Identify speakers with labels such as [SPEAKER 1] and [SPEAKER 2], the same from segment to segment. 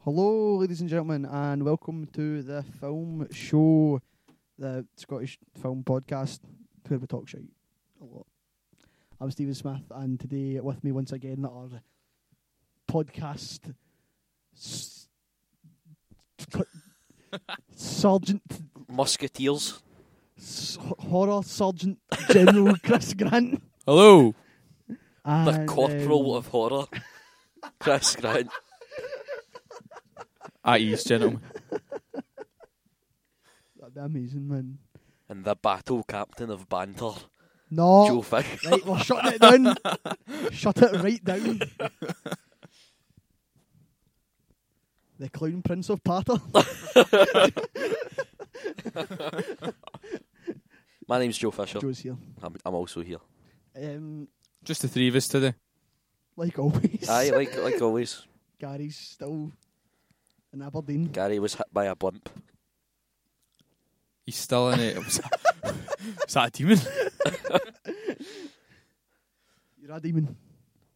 [SPEAKER 1] Hello, ladies and gentlemen, and welcome to the film show, the Scottish film podcast, where we talk shite a lot. I'm Stephen Smith, and today with me once again are podcast s- sergeant,
[SPEAKER 2] Musketeers.
[SPEAKER 1] s- horror sergeant general Chris Grant.
[SPEAKER 2] Hello.
[SPEAKER 1] And,
[SPEAKER 2] The corporal
[SPEAKER 1] um,
[SPEAKER 2] of horror. Chris Grant.
[SPEAKER 3] At ease, gentlemen.
[SPEAKER 1] um, that'd be amazing, man.
[SPEAKER 2] And the battle captain of banter.
[SPEAKER 1] No,
[SPEAKER 2] Joe Fig.
[SPEAKER 1] Right, we're shutting it down. Shut it right down. the Clown Prince of Patter.
[SPEAKER 2] My name's Joe Fisher.
[SPEAKER 1] Joe's here.
[SPEAKER 2] I'm, I'm also here.
[SPEAKER 1] Um,
[SPEAKER 3] Just the three of us today.
[SPEAKER 1] like always,
[SPEAKER 2] Aye, like like always,
[SPEAKER 1] Gary's still in Aberdeen.
[SPEAKER 2] Gary was hit by a blimp.
[SPEAKER 3] He's still in it. Was that a demon?
[SPEAKER 1] You're a demon.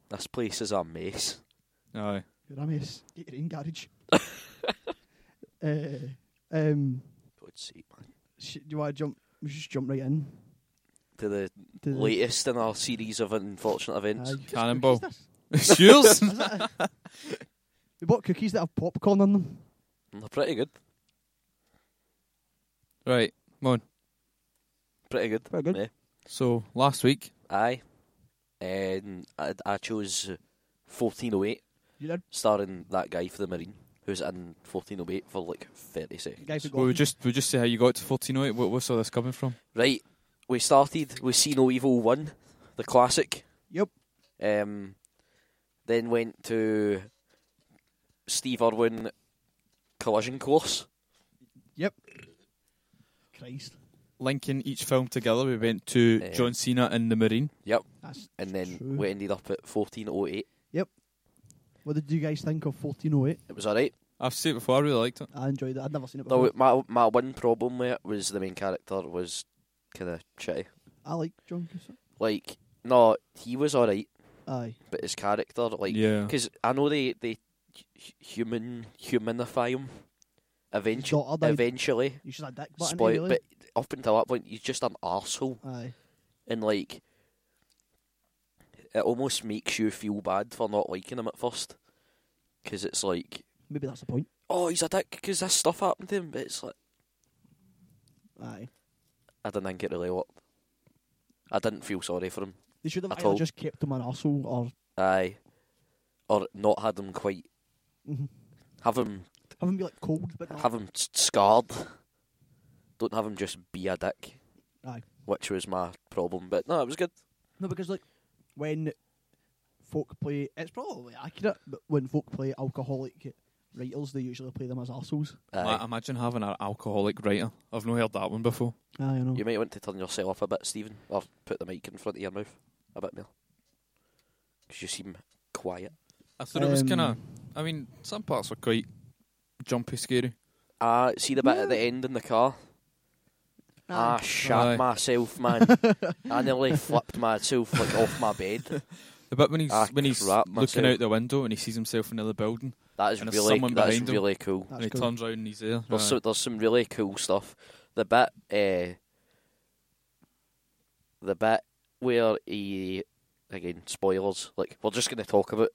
[SPEAKER 2] This place is a mess.
[SPEAKER 3] No.
[SPEAKER 1] You're a mess. Get your own garage. uh, um,
[SPEAKER 2] God's sake, man.
[SPEAKER 1] sh- do you want to jump? We should just jump right in.
[SPEAKER 2] To the
[SPEAKER 1] To the-
[SPEAKER 2] latest in our series of unfortunate events.
[SPEAKER 1] Aye, just
[SPEAKER 3] Cannonball.
[SPEAKER 1] cookies this.
[SPEAKER 3] It's yours.
[SPEAKER 1] Is that a- we bought cookies that have popcorn on them.
[SPEAKER 2] They're Mm, pretty good.
[SPEAKER 3] right, come on.
[SPEAKER 2] Pretty good.
[SPEAKER 1] Very good.
[SPEAKER 2] Yeah.
[SPEAKER 3] So, last week,
[SPEAKER 2] Aye. And I, I chose 1408,
[SPEAKER 1] You did.
[SPEAKER 2] starring that guy for the Marine, who's in 1408 for like 30 seconds.
[SPEAKER 1] The guy who got
[SPEAKER 3] we
[SPEAKER 1] them.
[SPEAKER 3] would just we just say how you got to 1408. Where, where's all this coming from?
[SPEAKER 2] Right, we started with See No Evil 1, the classic.
[SPEAKER 1] Yep.
[SPEAKER 2] Um, then went to Steve Irwin Collision Course.
[SPEAKER 1] Christ.
[SPEAKER 3] Linking each film together, we went to
[SPEAKER 2] Eh.
[SPEAKER 3] John Cena and the Marine.
[SPEAKER 1] That's
[SPEAKER 2] And then
[SPEAKER 1] True.
[SPEAKER 2] we ended up at 1408.
[SPEAKER 1] What did you guys think of 1408?
[SPEAKER 2] It was alright.
[SPEAKER 3] I've said it before, I really liked it.
[SPEAKER 1] I enjoyed it. I'd never seen it before.
[SPEAKER 2] Though my, my one problem with it was the main character was kind of shitty.
[SPEAKER 1] I like John Cusack.
[SPEAKER 2] Like, no, he was alright,
[SPEAKER 1] Aye.
[SPEAKER 2] but his character, like,
[SPEAKER 3] yeah.
[SPEAKER 2] Because I know they they hu- human humanify him
[SPEAKER 1] His
[SPEAKER 2] eventually.
[SPEAKER 1] daughter died.
[SPEAKER 2] Eventually,
[SPEAKER 1] You should have dick button,
[SPEAKER 2] spoil.
[SPEAKER 1] really.
[SPEAKER 2] But up until that point, he's just an arsehole.
[SPEAKER 1] Aye.
[SPEAKER 2] and like it almost makes you feel bad for not liking him at first. 'Cause it's like,
[SPEAKER 1] Maybe that's the point.
[SPEAKER 2] oh, he's a dick 'cause this stuff happened to him. But it's like,
[SPEAKER 1] Aye.
[SPEAKER 2] I didn't think it really worked. I didn't feel sorry for him.
[SPEAKER 1] They should have
[SPEAKER 2] At
[SPEAKER 1] either
[SPEAKER 2] all.
[SPEAKER 1] just kept him an arsehole or
[SPEAKER 2] Aye, or not had him quite
[SPEAKER 1] Mhm.
[SPEAKER 2] have him
[SPEAKER 1] have him be like cold, but not.
[SPEAKER 2] have him s- scarred. Don't have him just be a dick.
[SPEAKER 1] Aye.
[SPEAKER 2] Which was my problem, but no, it was good.
[SPEAKER 1] No, because like when folk play, it's probably accurate, but when folk play alcoholic writers, they usually play them as arseholes.
[SPEAKER 2] Aye.
[SPEAKER 3] Ma- imagine having an alcoholic writer. I've not heard that one before.
[SPEAKER 1] Aye, I know.
[SPEAKER 2] You might want to turn yourself up a bit, Stephen, or put the mic in front of your mouth a bit more. 'Cause you seem quiet.
[SPEAKER 3] I thought it was
[SPEAKER 1] Um,
[SPEAKER 3] kind of. I mean, some parts were quite jumpy, scary.
[SPEAKER 2] Ah, see the bit at the end in the car?
[SPEAKER 1] Aye.
[SPEAKER 2] Ah, shat
[SPEAKER 3] Aye.
[SPEAKER 2] myself, man. I nearly flipped myself like off my bed.
[SPEAKER 3] The bit when he's
[SPEAKER 2] Ah,
[SPEAKER 3] when he's
[SPEAKER 2] crap,
[SPEAKER 3] looking
[SPEAKER 2] myself.
[SPEAKER 3] out the window and he sees himself in the building
[SPEAKER 2] That is
[SPEAKER 3] And there's
[SPEAKER 2] really
[SPEAKER 3] someone
[SPEAKER 2] that is
[SPEAKER 3] behind him.
[SPEAKER 2] really cool.
[SPEAKER 1] That's
[SPEAKER 3] and he
[SPEAKER 1] cool.
[SPEAKER 3] turns around and he's there.
[SPEAKER 2] There's some, there's some really cool stuff. The bit uh, the bit where he again spoilers. Like we're just going to talk about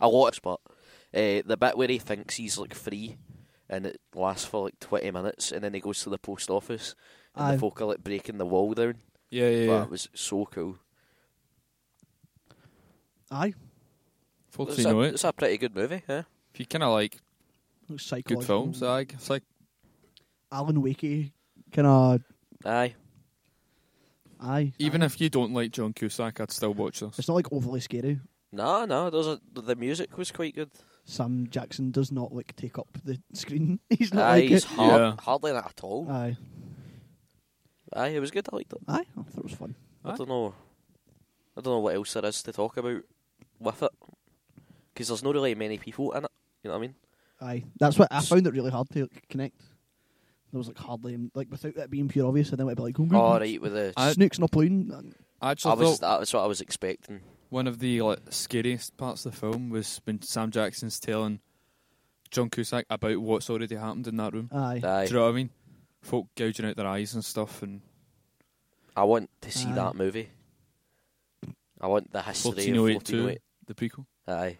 [SPEAKER 2] a lot, but uh, the bit where he thinks he's like free and it lasts for like twenty minutes, and then he goes to the post office and
[SPEAKER 1] Aye.
[SPEAKER 2] the folk are like breaking the wall down.
[SPEAKER 3] Yeah, yeah, yeah.
[SPEAKER 2] That was so cool.
[SPEAKER 1] Aye.
[SPEAKER 2] It's
[SPEAKER 3] 1408.
[SPEAKER 2] a, it's a pretty good movie, huh?
[SPEAKER 3] If you kind of like
[SPEAKER 1] Looks psychological.
[SPEAKER 3] good films, I it's like
[SPEAKER 1] Alan Wakey, kind of.
[SPEAKER 2] Aye,
[SPEAKER 1] Aye.
[SPEAKER 3] even
[SPEAKER 1] aye.
[SPEAKER 3] if you don't like John Cusack, I'd still watch this.
[SPEAKER 1] it's not like overly scary.
[SPEAKER 2] no, no, there's a, the music was quite good.
[SPEAKER 1] Sam Jackson does not like take up the screen. He's not
[SPEAKER 2] Aye,
[SPEAKER 1] like
[SPEAKER 2] he's
[SPEAKER 1] it.
[SPEAKER 2] hard,
[SPEAKER 3] Yeah.
[SPEAKER 2] hardly that at all.
[SPEAKER 1] Aye,
[SPEAKER 2] Aye, it was good. I liked it.
[SPEAKER 1] aye. I thought it was fun.
[SPEAKER 2] I
[SPEAKER 3] Aye.
[SPEAKER 2] don't know. I don't know what else there is to talk about with it, because there's not really many people in it. You know what I mean?
[SPEAKER 1] Aye, that's what I
[SPEAKER 2] S-
[SPEAKER 1] found it really hard to like, connect. There was like hardly like without that being pure obvious, and then it'd be like, oh,
[SPEAKER 2] All
[SPEAKER 1] good,
[SPEAKER 2] right, with the
[SPEAKER 3] I-
[SPEAKER 1] Snook's not playing.
[SPEAKER 3] I actually
[SPEAKER 2] I was
[SPEAKER 3] thought
[SPEAKER 2] that's what I was expecting.
[SPEAKER 3] one of the like, scariest parts of the film was when Sam Jackson's telling John Cusack about what's already happened in that room.
[SPEAKER 1] Aye.
[SPEAKER 2] Aye.
[SPEAKER 3] Do you know what I mean? Folk gouging out their eyes and stuff, and
[SPEAKER 2] I want to see
[SPEAKER 1] Aye.
[SPEAKER 2] that movie. I want the history
[SPEAKER 1] oh
[SPEAKER 2] of
[SPEAKER 3] 1408
[SPEAKER 2] 1408.
[SPEAKER 3] too. The prequel,
[SPEAKER 2] Aye.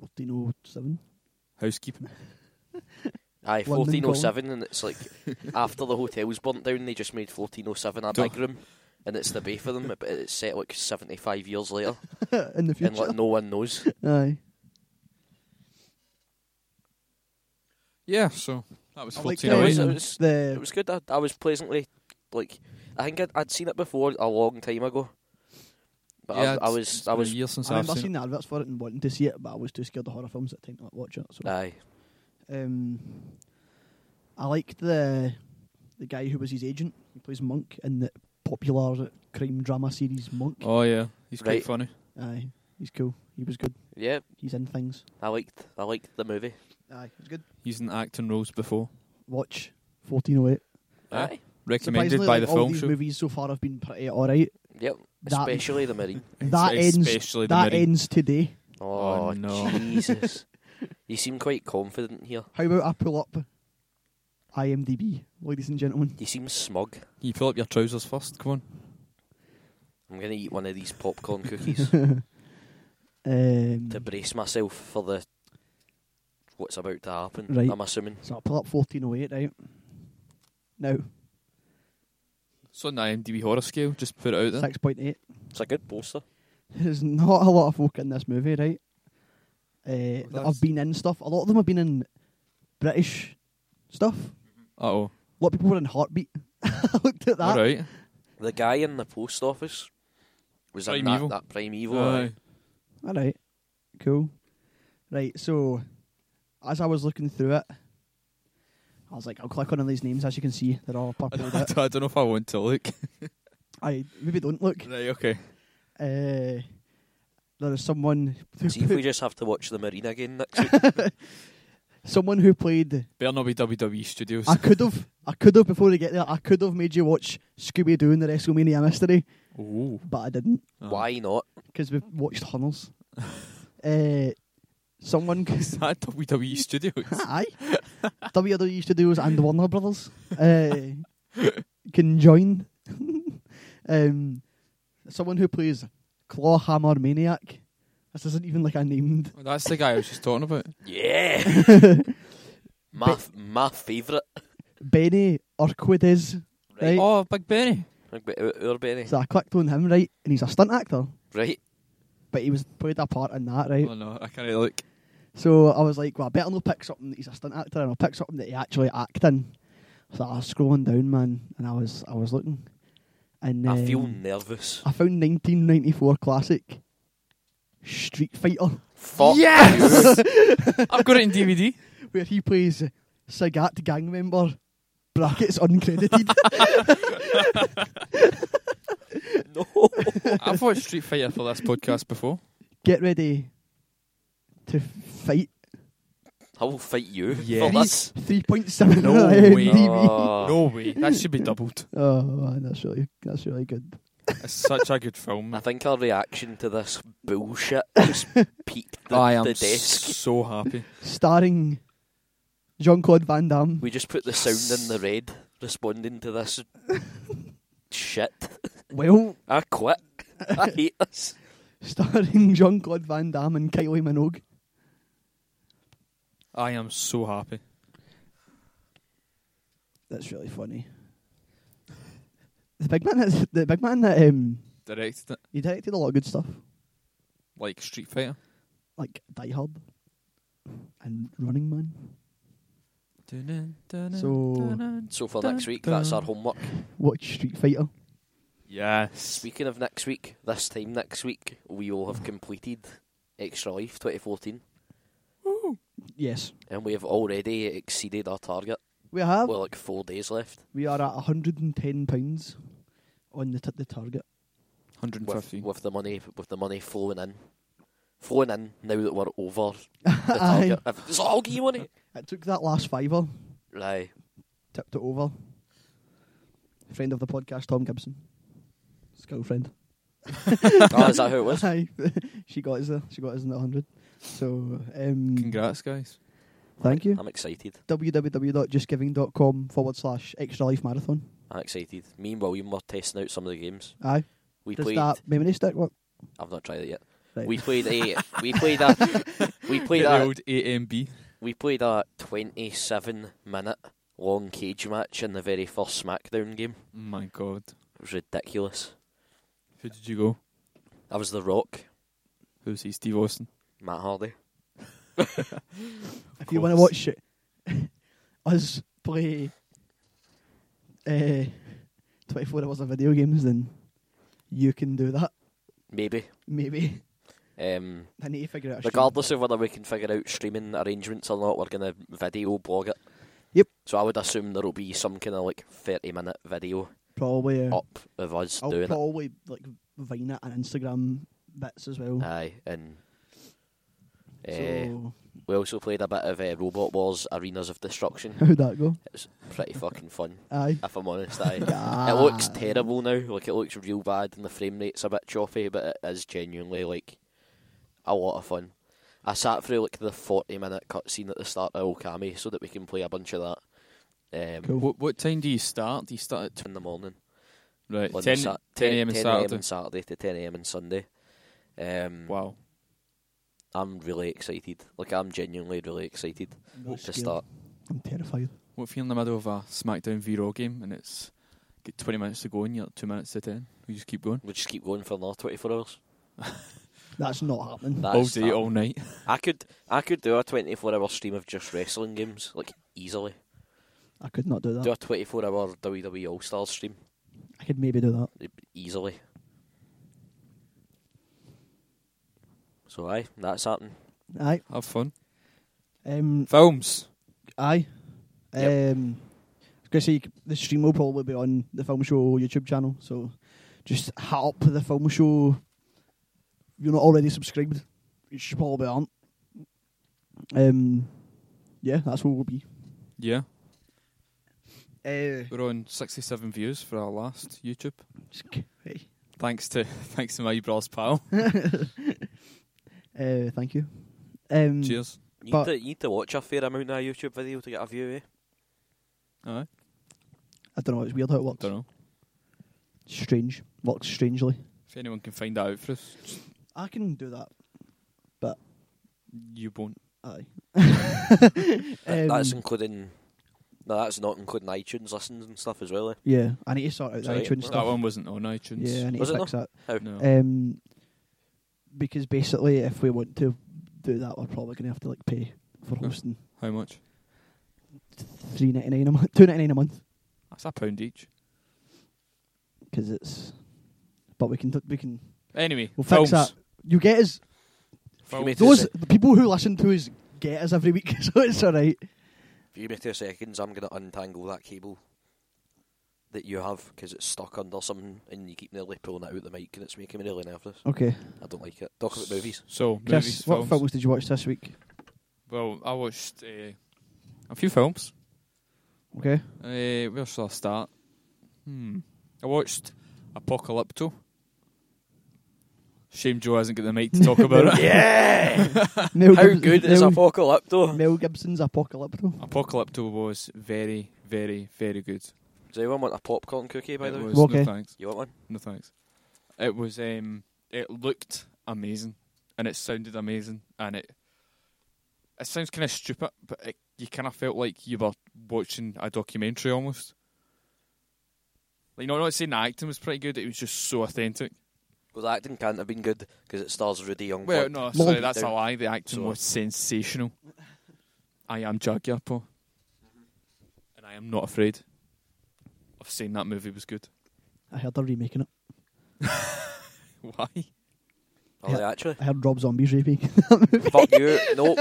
[SPEAKER 1] 1407.
[SPEAKER 3] housekeeping.
[SPEAKER 2] Aye,
[SPEAKER 1] London
[SPEAKER 2] 1407, and it's like after the hotel was burnt down, they just made 1407 a
[SPEAKER 3] Duh.
[SPEAKER 2] big room, and it's the bay for them, but it's set like 75 years later,
[SPEAKER 1] In the
[SPEAKER 2] and
[SPEAKER 1] future.
[SPEAKER 2] like no one knows.
[SPEAKER 1] Aye.
[SPEAKER 3] Yeah, so that was
[SPEAKER 1] I like
[SPEAKER 2] know,
[SPEAKER 1] the,
[SPEAKER 3] 1408.
[SPEAKER 2] it was-
[SPEAKER 1] the-
[SPEAKER 2] It was good. I, I was pleasantly, like, I think I'd, I'd seen it before a long time ago, but
[SPEAKER 3] yeah,
[SPEAKER 2] I, I
[SPEAKER 3] it's-
[SPEAKER 2] was,
[SPEAKER 3] it's
[SPEAKER 2] I
[SPEAKER 3] been
[SPEAKER 2] was,
[SPEAKER 3] years since
[SPEAKER 1] I
[SPEAKER 3] I've
[SPEAKER 1] remember
[SPEAKER 3] seen.
[SPEAKER 1] seeing the adverts for it and wanting to see it, but I was too scared of horror films at the time to like, watch it. So
[SPEAKER 2] aye,
[SPEAKER 1] um, I liked the the guy who was his agent. He plays Monk in the popular crime drama series Monk.
[SPEAKER 3] it. Oh yeah, he's quite
[SPEAKER 2] Right.
[SPEAKER 3] funny.
[SPEAKER 1] Aye, he's cool. He was good.
[SPEAKER 2] yeah,
[SPEAKER 1] He's in things.
[SPEAKER 2] I liked, I liked the movie.
[SPEAKER 1] Aye, it was good.
[SPEAKER 3] He's in acting roles before.
[SPEAKER 1] Watch 1408.
[SPEAKER 3] Aye.
[SPEAKER 2] Aye,
[SPEAKER 3] Recommended
[SPEAKER 1] Surprisingly,
[SPEAKER 3] by
[SPEAKER 1] like,
[SPEAKER 3] the
[SPEAKER 1] all
[SPEAKER 3] film
[SPEAKER 1] these
[SPEAKER 3] show.
[SPEAKER 1] movies so far have been pretty alright.
[SPEAKER 2] yep,
[SPEAKER 1] That-
[SPEAKER 2] especially the Marine.
[SPEAKER 1] That ends.
[SPEAKER 3] Especially the
[SPEAKER 1] that
[SPEAKER 3] Marine.
[SPEAKER 1] ends today.
[SPEAKER 2] Oh,
[SPEAKER 3] Oh, no.
[SPEAKER 2] Jesus. you seem quite confident here.
[SPEAKER 1] How about I pull up IMDb, ladies and gentlemen?
[SPEAKER 2] You seem smug.
[SPEAKER 3] You pull up your trousers first. Come on.
[SPEAKER 2] I'm going to eat one of these popcorn cookies
[SPEAKER 1] Um,
[SPEAKER 2] to brace myself for the what's about to happen,
[SPEAKER 1] Right.
[SPEAKER 2] I'm assuming.
[SPEAKER 1] so I pull up 1408, right? Now,
[SPEAKER 3] It's on the IMDb horror scale. Just put it out there.
[SPEAKER 1] 6.8.
[SPEAKER 2] It's a good poster.
[SPEAKER 1] There's not a lot of folk in this movie, right? Uh, that
[SPEAKER 3] that's-
[SPEAKER 1] have been in stuff. A lot of them have been in British stuff.
[SPEAKER 3] Uh oh.
[SPEAKER 1] A lot of people were in Heartbeat. I looked at that.
[SPEAKER 3] All right.
[SPEAKER 2] The guy in the post office was in
[SPEAKER 3] Primeval.
[SPEAKER 2] that, that Primeval.
[SPEAKER 3] Aye.
[SPEAKER 2] Aye.
[SPEAKER 1] All right, cool. Right, so as I was looking through it, I was like, I'll click on all these names. As you can see, they're all
[SPEAKER 3] I,
[SPEAKER 1] purple.
[SPEAKER 3] don't, I don't- I don't know if I want to look.
[SPEAKER 1] I maybe don't look.
[SPEAKER 3] right. Okay.
[SPEAKER 1] Uh, there is someone who
[SPEAKER 2] See if we
[SPEAKER 1] put,
[SPEAKER 2] just have to watch the Marine again next week.
[SPEAKER 1] someone who played.
[SPEAKER 3] Better not be WWE Studios.
[SPEAKER 1] I could have, I could have before we get there. I could have made you watch Scooby Doo and the WrestleMania Mystery,
[SPEAKER 3] Ooh.
[SPEAKER 1] but I didn't
[SPEAKER 3] Oh.
[SPEAKER 2] Why not?
[SPEAKER 1] because we watched Hunnels. uh, someone,
[SPEAKER 3] Is that WWE Studios?
[SPEAKER 1] aye, WWE Studios and Warner Brothers uh, can join. um, someone who plays Clawhammer Maniac. This isn't even like I named.
[SPEAKER 3] Well, That's the guy I was just talking about.
[SPEAKER 2] Yeah! my, f- my favourite.
[SPEAKER 1] Benny Urquidez. Right.
[SPEAKER 3] Oh, Big Benny.
[SPEAKER 2] Our uh, Benny.
[SPEAKER 1] So I clicked on him, right, and he's a stunt actor,
[SPEAKER 2] Right?
[SPEAKER 1] but he was played a part in that, right?
[SPEAKER 3] Oh no, I can't look.
[SPEAKER 1] So I was like, well, I better not pick something that he's a stunt actor, and I'll pick something that he actually acted in. So I was scrolling down, man, and I was I was looking, and
[SPEAKER 2] I feel
[SPEAKER 1] um,
[SPEAKER 2] nervous.
[SPEAKER 1] I found 1994 classic Street Fighter,
[SPEAKER 2] Fuck.
[SPEAKER 3] Yes, I've got it in DVD.
[SPEAKER 1] where he plays Sagat gang member. Brackets uncredited.
[SPEAKER 2] No.
[SPEAKER 3] I've watched Street Fighter for this podcast before.
[SPEAKER 1] Get ready to fight.
[SPEAKER 2] I will fight you.
[SPEAKER 3] Yes.
[SPEAKER 2] For this.
[SPEAKER 1] Three point seven.
[SPEAKER 3] No
[SPEAKER 1] on
[SPEAKER 3] way.
[SPEAKER 1] IMDb.
[SPEAKER 2] Oh.
[SPEAKER 3] No way, that should be doubled.
[SPEAKER 1] Oh man, that's really that's really good.
[SPEAKER 3] It's such a good film.
[SPEAKER 2] I think our reaction to this bullshit just peaked the,
[SPEAKER 3] I am
[SPEAKER 2] the desk.
[SPEAKER 3] so happy.
[SPEAKER 1] starring Jean Claude Van Damme.
[SPEAKER 2] We just put the sound in the red responding to this shit.
[SPEAKER 1] Well,
[SPEAKER 2] I quit. I hate this.
[SPEAKER 1] starring Jean Claude Van Damme and Kylie Minogue.
[SPEAKER 3] I am so happy.
[SPEAKER 1] That's really funny. The big man, that's, the big man that um,
[SPEAKER 3] Directed it
[SPEAKER 1] he directed a lot of good stuff,
[SPEAKER 3] like Street Fighter.
[SPEAKER 1] like Die Hard and Running Man. So-
[SPEAKER 2] So for next week, that's our homework.
[SPEAKER 1] Watch Street Fighter.
[SPEAKER 3] yes,
[SPEAKER 2] Speaking of next week, this time next week, we will have completed Extra Life 2014
[SPEAKER 1] Yes,
[SPEAKER 2] and we have already exceeded our target.
[SPEAKER 1] we have.
[SPEAKER 2] We're like four days left.
[SPEAKER 1] we are at hundred and ten pounds on the t- the target.
[SPEAKER 2] with,
[SPEAKER 3] 115.
[SPEAKER 2] with the money with the money flowing in, flowing in now that we're over the
[SPEAKER 1] Aye.
[SPEAKER 2] target. If it's all give money,
[SPEAKER 1] It took that last fiver,
[SPEAKER 2] right?
[SPEAKER 1] tipped it over. Friend of the podcast, Tom Gibson, his girlfriend.
[SPEAKER 2] Oh, is that who it was?
[SPEAKER 1] Aye. she got us there. She got us in the hundred. So um,
[SPEAKER 3] Congrats, guys.
[SPEAKER 1] Thank you.
[SPEAKER 2] I'm excited.
[SPEAKER 1] www.justgiving.com forward slash extra life marathon.
[SPEAKER 2] I'm excited. Me and William were testing out some of the games.
[SPEAKER 1] Aye.
[SPEAKER 2] We
[SPEAKER 1] Does
[SPEAKER 2] played.
[SPEAKER 1] that memory stick work?
[SPEAKER 2] I've not tried it yet.
[SPEAKER 1] Right.
[SPEAKER 2] We played a. we played a. We played
[SPEAKER 3] Get the
[SPEAKER 2] a.
[SPEAKER 3] old AMB.
[SPEAKER 2] We played a 27 minute long cage match in the very first SmackDown game.
[SPEAKER 3] My God,
[SPEAKER 2] It was ridiculous.
[SPEAKER 3] who did you go?
[SPEAKER 2] I was The Rock,
[SPEAKER 3] Who's he? Steve Austin.
[SPEAKER 2] Matt Hardy.
[SPEAKER 1] if you want to watch it, us play uh, 24 hours of video games, then you can do that.
[SPEAKER 2] Maybe.
[SPEAKER 1] Maybe.
[SPEAKER 2] Um,
[SPEAKER 1] I need to figure out. a
[SPEAKER 2] regardless of whether we can figure out streaming arrangements or not, we're going to video blog it.
[SPEAKER 1] Yep.
[SPEAKER 2] So I would assume there will be some kind of like 30 minute video
[SPEAKER 1] stream. Probably. Uh,
[SPEAKER 2] up of us
[SPEAKER 1] I'll
[SPEAKER 2] doing
[SPEAKER 1] probably like Vine it and Instagram bits as well.
[SPEAKER 2] it. Aye. And uh,
[SPEAKER 1] so,
[SPEAKER 2] we also played a bit of uh, Robot Wars Arenas of Destruction.
[SPEAKER 1] how'd that go?
[SPEAKER 2] it's pretty fucking fun,
[SPEAKER 1] Aye.
[SPEAKER 2] if I'm honest. Aye.
[SPEAKER 1] Ah.
[SPEAKER 2] It looks terrible now. Like it looks real bad, and the frame rate's a bit choppy, but it is genuinely like a lot of fun. I sat through like the forty-minute cutscene at the start of Okami, so that we can play a bunch of that. Um,
[SPEAKER 1] Cool.
[SPEAKER 3] What, what time do you start? Do you start at
[SPEAKER 2] In the morning,
[SPEAKER 3] tw- right
[SPEAKER 2] on
[SPEAKER 3] 10,
[SPEAKER 2] Sat-
[SPEAKER 3] 10 a.m. and
[SPEAKER 2] 10 a.m.
[SPEAKER 3] Saturday?
[SPEAKER 2] and Saturday to ten a.m. and Sunday. Um,
[SPEAKER 3] Wow.
[SPEAKER 2] I'm really excited. Like I'm genuinely really excited
[SPEAKER 1] I'm really
[SPEAKER 2] to
[SPEAKER 1] scared.
[SPEAKER 2] start.
[SPEAKER 1] I'm terrified.
[SPEAKER 3] What if you're in the middle of a SmackDown v Raw game and it's get 20 minutes to go and you're at two minutes to ten? We just keep going
[SPEAKER 2] We just keep going for another twenty-four hours.
[SPEAKER 1] That's not happening.
[SPEAKER 2] That
[SPEAKER 3] all
[SPEAKER 2] is
[SPEAKER 3] day,
[SPEAKER 2] that-
[SPEAKER 3] all night.
[SPEAKER 2] I could, I could do a twenty-four hour stream of just wrestling games, like easily.
[SPEAKER 1] I could not do that.
[SPEAKER 2] Do a 24 hour WWE All Stars stream
[SPEAKER 1] I could maybe do that.
[SPEAKER 2] easily. So, aye, that's happening.
[SPEAKER 1] Aye.
[SPEAKER 3] Have fun.
[SPEAKER 1] Um,
[SPEAKER 3] Films.
[SPEAKER 1] Aye. Um, I was going to say, the stream will probably be on the Film Show YouTube channel, so just hit up the Film Show. If you're not already subscribed, which you probably aren't. Um, yeah, that's what we'll be.
[SPEAKER 3] Yeah,
[SPEAKER 1] Uh,
[SPEAKER 3] we're on 67 views for our last YouTube. Thanks to thanks to my brother's pal.
[SPEAKER 1] uh, thank you. Um,
[SPEAKER 3] Cheers.
[SPEAKER 2] You,
[SPEAKER 1] But-
[SPEAKER 2] need to, you need to watch a fair amount of YouTube video to get a view, eh?
[SPEAKER 3] All right.
[SPEAKER 1] I don't know, it's weird how it works.
[SPEAKER 3] Don't know
[SPEAKER 1] Strange. Works strangely.
[SPEAKER 3] if anyone can find that out for us.
[SPEAKER 1] I can do that.
[SPEAKER 3] You won't.
[SPEAKER 1] Aye.
[SPEAKER 2] That- that's
[SPEAKER 1] Um,
[SPEAKER 2] including. No, that's not including iTunes listens and stuff as well, eh?
[SPEAKER 1] yeah, I need to sort out the
[SPEAKER 2] Sorry,
[SPEAKER 1] iTunes
[SPEAKER 2] what-
[SPEAKER 3] That
[SPEAKER 1] stuff.
[SPEAKER 3] one wasn't on iTunes.
[SPEAKER 1] Yeah, I need
[SPEAKER 2] Was
[SPEAKER 1] to
[SPEAKER 2] it
[SPEAKER 1] fix that.
[SPEAKER 2] How?
[SPEAKER 3] No.
[SPEAKER 1] Um, because basically, if we want to do that, we're probably going to have to like pay for
[SPEAKER 3] Yeah.
[SPEAKER 1] hosting
[SPEAKER 3] How much?
[SPEAKER 1] three ninety nine a month, two ninety nine a month,
[SPEAKER 3] That's a pound each.
[SPEAKER 1] because it's. But we can t- we can
[SPEAKER 3] Anyway,
[SPEAKER 1] we'll
[SPEAKER 3] films.
[SPEAKER 1] fix that. You get us
[SPEAKER 2] If you,
[SPEAKER 3] Films.
[SPEAKER 2] me two
[SPEAKER 1] those
[SPEAKER 2] sec-
[SPEAKER 1] the people who listen to us get us every week, so it's all right.
[SPEAKER 2] if you give me two seconds, I'm going to untangle that cable that you have because it's stuck under something and you keep nearly pulling it out the mic and it's making me really nervous.
[SPEAKER 1] Okay,
[SPEAKER 2] I don't like it. Talk about movies.
[SPEAKER 3] So
[SPEAKER 1] Chris,
[SPEAKER 3] movies,
[SPEAKER 1] what
[SPEAKER 3] films.
[SPEAKER 1] films did you watch this week?
[SPEAKER 3] Well, I watched uh, a few films.
[SPEAKER 1] Okay,
[SPEAKER 3] Uh, where shall I start? Hmm. I watched Apocalypto. Shame Joe hasn't got the mic to talk about it.
[SPEAKER 2] Yeah!
[SPEAKER 1] Mel
[SPEAKER 2] How
[SPEAKER 1] Gibson-
[SPEAKER 2] good is
[SPEAKER 1] Mel-
[SPEAKER 2] Apocalypto?
[SPEAKER 1] Mel Gibson's Apocalypto?
[SPEAKER 3] Apocalypto was very, very, very good.
[SPEAKER 2] Does anyone want a popcorn cookie, by
[SPEAKER 3] It
[SPEAKER 2] the way?
[SPEAKER 3] was,
[SPEAKER 1] Okay.
[SPEAKER 3] No thanks.
[SPEAKER 2] You want one?
[SPEAKER 3] No thanks. It was. Um, it looked amazing, and it sounded amazing, and it. It sounds kind of stupid, but it, you kind of felt like you were watching a documentary almost. Like, no, I'm not saying the acting was pretty good. It was just so authentic.
[SPEAKER 2] Well, the acting can't have been good because it stars Rudy Young.
[SPEAKER 3] Well, no, sorry,
[SPEAKER 1] Lord-
[SPEAKER 3] that's a lie. The acting
[SPEAKER 2] Sorry.
[SPEAKER 3] was sensational. I am Jaguar Paul. And I am not afraid of saying that movie was good.
[SPEAKER 1] I heard they're remaking it.
[SPEAKER 3] Why?
[SPEAKER 2] Are they actually?
[SPEAKER 1] I heard Rob Zombie's remaking.
[SPEAKER 2] Fuck you. No.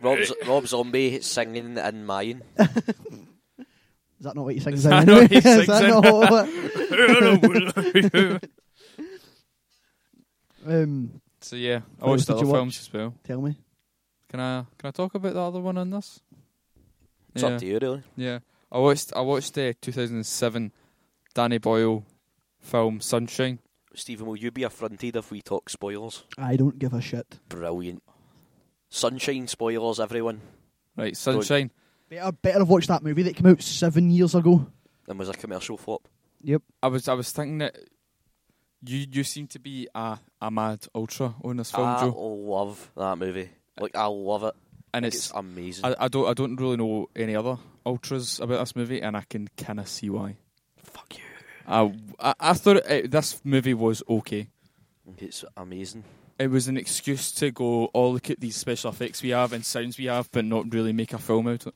[SPEAKER 2] Rob, Z- Rob Zombie singing in Mayan.
[SPEAKER 1] Is that not what he sings
[SPEAKER 3] Is
[SPEAKER 1] in
[SPEAKER 3] that
[SPEAKER 1] anyway?
[SPEAKER 3] what he
[SPEAKER 1] Is
[SPEAKER 3] sings
[SPEAKER 1] that
[SPEAKER 3] in?
[SPEAKER 1] not what-
[SPEAKER 3] so
[SPEAKER 1] um,
[SPEAKER 3] yeah, I
[SPEAKER 1] What
[SPEAKER 3] watched
[SPEAKER 1] did
[SPEAKER 3] other
[SPEAKER 1] you
[SPEAKER 3] films
[SPEAKER 1] watch?
[SPEAKER 3] as well.
[SPEAKER 1] tell me.
[SPEAKER 3] Can I can I talk about the other one on this?
[SPEAKER 2] It's
[SPEAKER 3] yeah,
[SPEAKER 2] up to you, really.
[SPEAKER 3] yeah. I watched I watched the 2007 Danny Boyle film Sunshine.
[SPEAKER 2] Stephen, will you be affronted if we talk spoilers?
[SPEAKER 1] I don't give a shit.
[SPEAKER 2] Brilliant. Sunshine spoilers, everyone.
[SPEAKER 3] Right, Sunshine.
[SPEAKER 1] Better, better have watched that movie that came out seven years ago.
[SPEAKER 2] And was a commercial flop.
[SPEAKER 1] Yep.
[SPEAKER 3] I was I was thinking that you you seem to be a, a mad ultra on this film,
[SPEAKER 2] I
[SPEAKER 3] Joe,
[SPEAKER 2] love that movie. Like I love it.
[SPEAKER 3] and
[SPEAKER 2] It's,
[SPEAKER 3] it's
[SPEAKER 2] amazing.
[SPEAKER 3] I, I don't I don't really know any other ultras about this movie, and I can kind of see why.
[SPEAKER 2] Fuck you.
[SPEAKER 3] I I, I thought it, this movie was okay.
[SPEAKER 2] It's amazing.
[SPEAKER 3] It was an excuse to go, oh look at these special effects we have and sounds we have, but not really make a film out of it.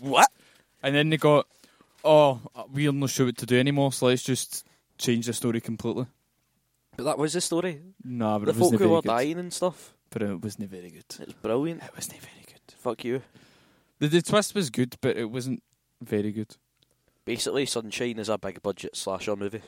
[SPEAKER 2] What?
[SPEAKER 3] And then they got, oh we're not sure what to do anymore, so let's just change the story completely.
[SPEAKER 2] But that was the story.
[SPEAKER 3] Nah, but
[SPEAKER 2] the
[SPEAKER 3] it wasn't
[SPEAKER 2] folk who
[SPEAKER 3] very
[SPEAKER 2] were
[SPEAKER 3] good.
[SPEAKER 2] dying and stuff.
[SPEAKER 3] But it wasn't very good.
[SPEAKER 2] It's brilliant.
[SPEAKER 3] It wasn't very good.
[SPEAKER 2] Fuck you.
[SPEAKER 3] The, the twist was good, but it wasn't very good.
[SPEAKER 2] Basically, Sunshine is a big budget slasher movie.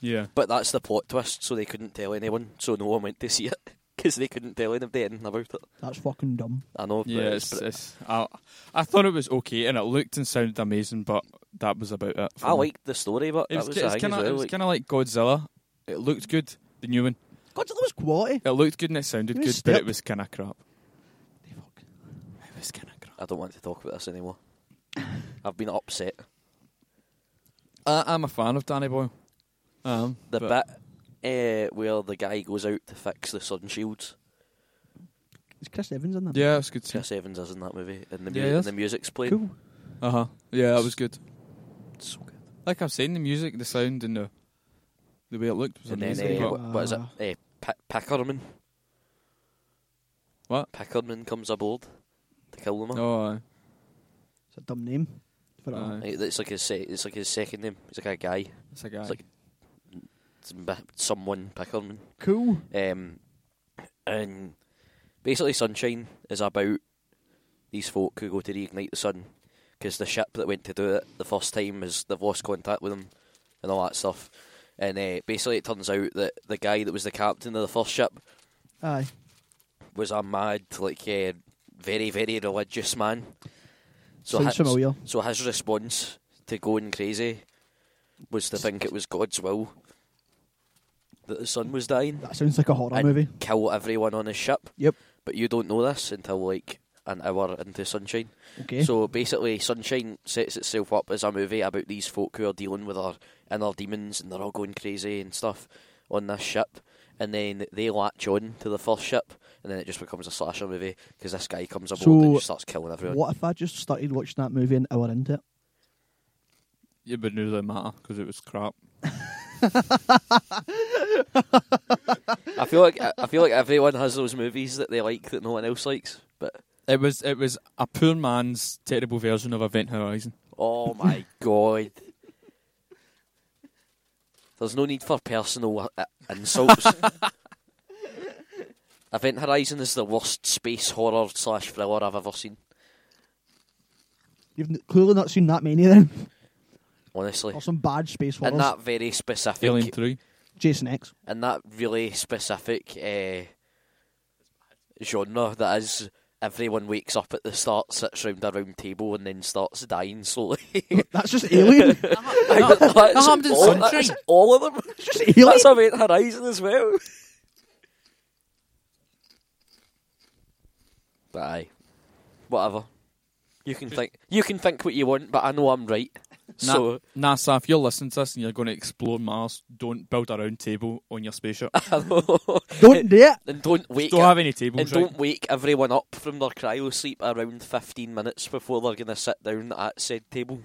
[SPEAKER 3] Yeah.
[SPEAKER 2] But that's the plot twist, so they couldn't tell anyone, so no one went to see it. Because they couldn't tell anybody anything about it.
[SPEAKER 1] That's fucking dumb.
[SPEAKER 2] I know, but uh,
[SPEAKER 3] Yeah,
[SPEAKER 2] it's,
[SPEAKER 3] it's, it's, I, I thought it was okay, and it looked and sounded amazing, but that was about it. for
[SPEAKER 2] I
[SPEAKER 3] me.
[SPEAKER 2] liked the story, but
[SPEAKER 3] It
[SPEAKER 2] that
[SPEAKER 3] was,
[SPEAKER 2] was
[SPEAKER 3] ki-
[SPEAKER 2] the
[SPEAKER 3] it's
[SPEAKER 2] thing
[SPEAKER 3] kind
[SPEAKER 2] as
[SPEAKER 3] of
[SPEAKER 2] well.
[SPEAKER 3] it was
[SPEAKER 2] like,
[SPEAKER 3] kind of like Godzilla. It looked good, the new one.
[SPEAKER 1] God, that was quality.
[SPEAKER 3] It looked good and it sounded
[SPEAKER 1] It
[SPEAKER 3] good,
[SPEAKER 1] was
[SPEAKER 3] but
[SPEAKER 1] step-
[SPEAKER 3] it was kind of crap. It was kind of crap.
[SPEAKER 2] I don't want to talk about this anymore. I've been upset.
[SPEAKER 3] I, I'm a fan of Danny Boyle. Um,
[SPEAKER 2] The
[SPEAKER 3] but
[SPEAKER 2] bit uh, where the guy goes out to fix the sun shields.
[SPEAKER 1] It's Chris Evans in that.
[SPEAKER 3] yeah, it's good.
[SPEAKER 2] Chris Evans is in that movie, and the, mu-
[SPEAKER 3] Yeah, he
[SPEAKER 2] and
[SPEAKER 3] is.
[SPEAKER 2] the music's playing.
[SPEAKER 1] Cool.
[SPEAKER 3] Uh huh. Yeah, it was good.
[SPEAKER 2] It's so good.
[SPEAKER 3] Like I've seen the music, the sound, and the the way it looked was
[SPEAKER 2] And
[SPEAKER 3] amazing.
[SPEAKER 2] then,
[SPEAKER 3] but-
[SPEAKER 2] uh, what, what is it?
[SPEAKER 1] Ah.
[SPEAKER 2] Uh, P- Pickerman.
[SPEAKER 3] What?
[SPEAKER 2] Pickerman comes aboard to kill them all.
[SPEAKER 3] oh, aye.
[SPEAKER 1] It's a dumb name. For a-
[SPEAKER 3] Aye.
[SPEAKER 2] Like, It's like his se- it's like his second name. It's like a guy.
[SPEAKER 3] it's uh, a guy.
[SPEAKER 2] like- It's Mbi- someone Pickerman.
[SPEAKER 1] Cool.
[SPEAKER 2] Um, and basically, Sunshine is about these folk who go to reignite the sun because the ship that went to do it the first time is they've lost contact with them and all that stuff. And uh, basically, it turns out that the guy that was the captain of the first ship
[SPEAKER 1] Aye.
[SPEAKER 2] was a mad, like, uh, very, very religious man. So
[SPEAKER 1] Sounds
[SPEAKER 2] his,
[SPEAKER 1] familiar.
[SPEAKER 2] so his response to going crazy was to think it was God's will that the sun was dying
[SPEAKER 1] That sounds like a horror
[SPEAKER 2] I-
[SPEAKER 1] movie.
[SPEAKER 2] kill everyone on his ship.
[SPEAKER 1] Yep.
[SPEAKER 2] But you don't know this until like an hour into Sunshine.
[SPEAKER 1] Okay.
[SPEAKER 2] So basically, Sunshine sets itself up as a movie about these folk who are dealing with their inner demons and they're all going crazy and stuff on this ship. And then they latch on to the first ship, and then it just becomes a slasher movie because this guy comes aboard
[SPEAKER 1] So,
[SPEAKER 2] and just starts killing everyone.
[SPEAKER 1] what if I just started watching that movie an hour into it?
[SPEAKER 3] yeah, but it didn't really matter because it was crap.
[SPEAKER 2] I feel like I feel like everyone has those movies that they like that no one else likes. But
[SPEAKER 3] It was it was a poor man's terrible version of Event Horizon.
[SPEAKER 2] oh my god, there's no need for personal uh, insults. Event Horizon is the worst space horror slash thriller I've ever seen.
[SPEAKER 1] You've n- clearly not seen that many then.
[SPEAKER 2] Honestly,
[SPEAKER 1] Or some bad space horrors.
[SPEAKER 2] and that very specific,
[SPEAKER 3] Alien Three.
[SPEAKER 1] Jason X.
[SPEAKER 2] and that really specific uh, genre that is. Everyone wakes up at the start, sits round a round table, and then starts dying slowly.
[SPEAKER 1] That's just Alien.
[SPEAKER 2] Like, that's
[SPEAKER 3] that happened in
[SPEAKER 2] all,
[SPEAKER 3] Sunshine.
[SPEAKER 2] that's all of them.
[SPEAKER 1] It's just Alien.
[SPEAKER 2] That's Event Horizon as well. But aye, whatever. You can think you can think what you want, but I know I'm right.
[SPEAKER 3] Na-
[SPEAKER 2] So
[SPEAKER 3] NASA, if you're listening to this and you're going to explore Mars, don't build a round table on your spaceship.
[SPEAKER 2] I know.
[SPEAKER 1] Don't do it.
[SPEAKER 2] and don't wake
[SPEAKER 3] don't
[SPEAKER 2] up-
[SPEAKER 3] have any tables.
[SPEAKER 2] and
[SPEAKER 3] right?
[SPEAKER 2] don't wake everyone up from their cryo sleep around fifteen minutes before they're gonna sit down at said table.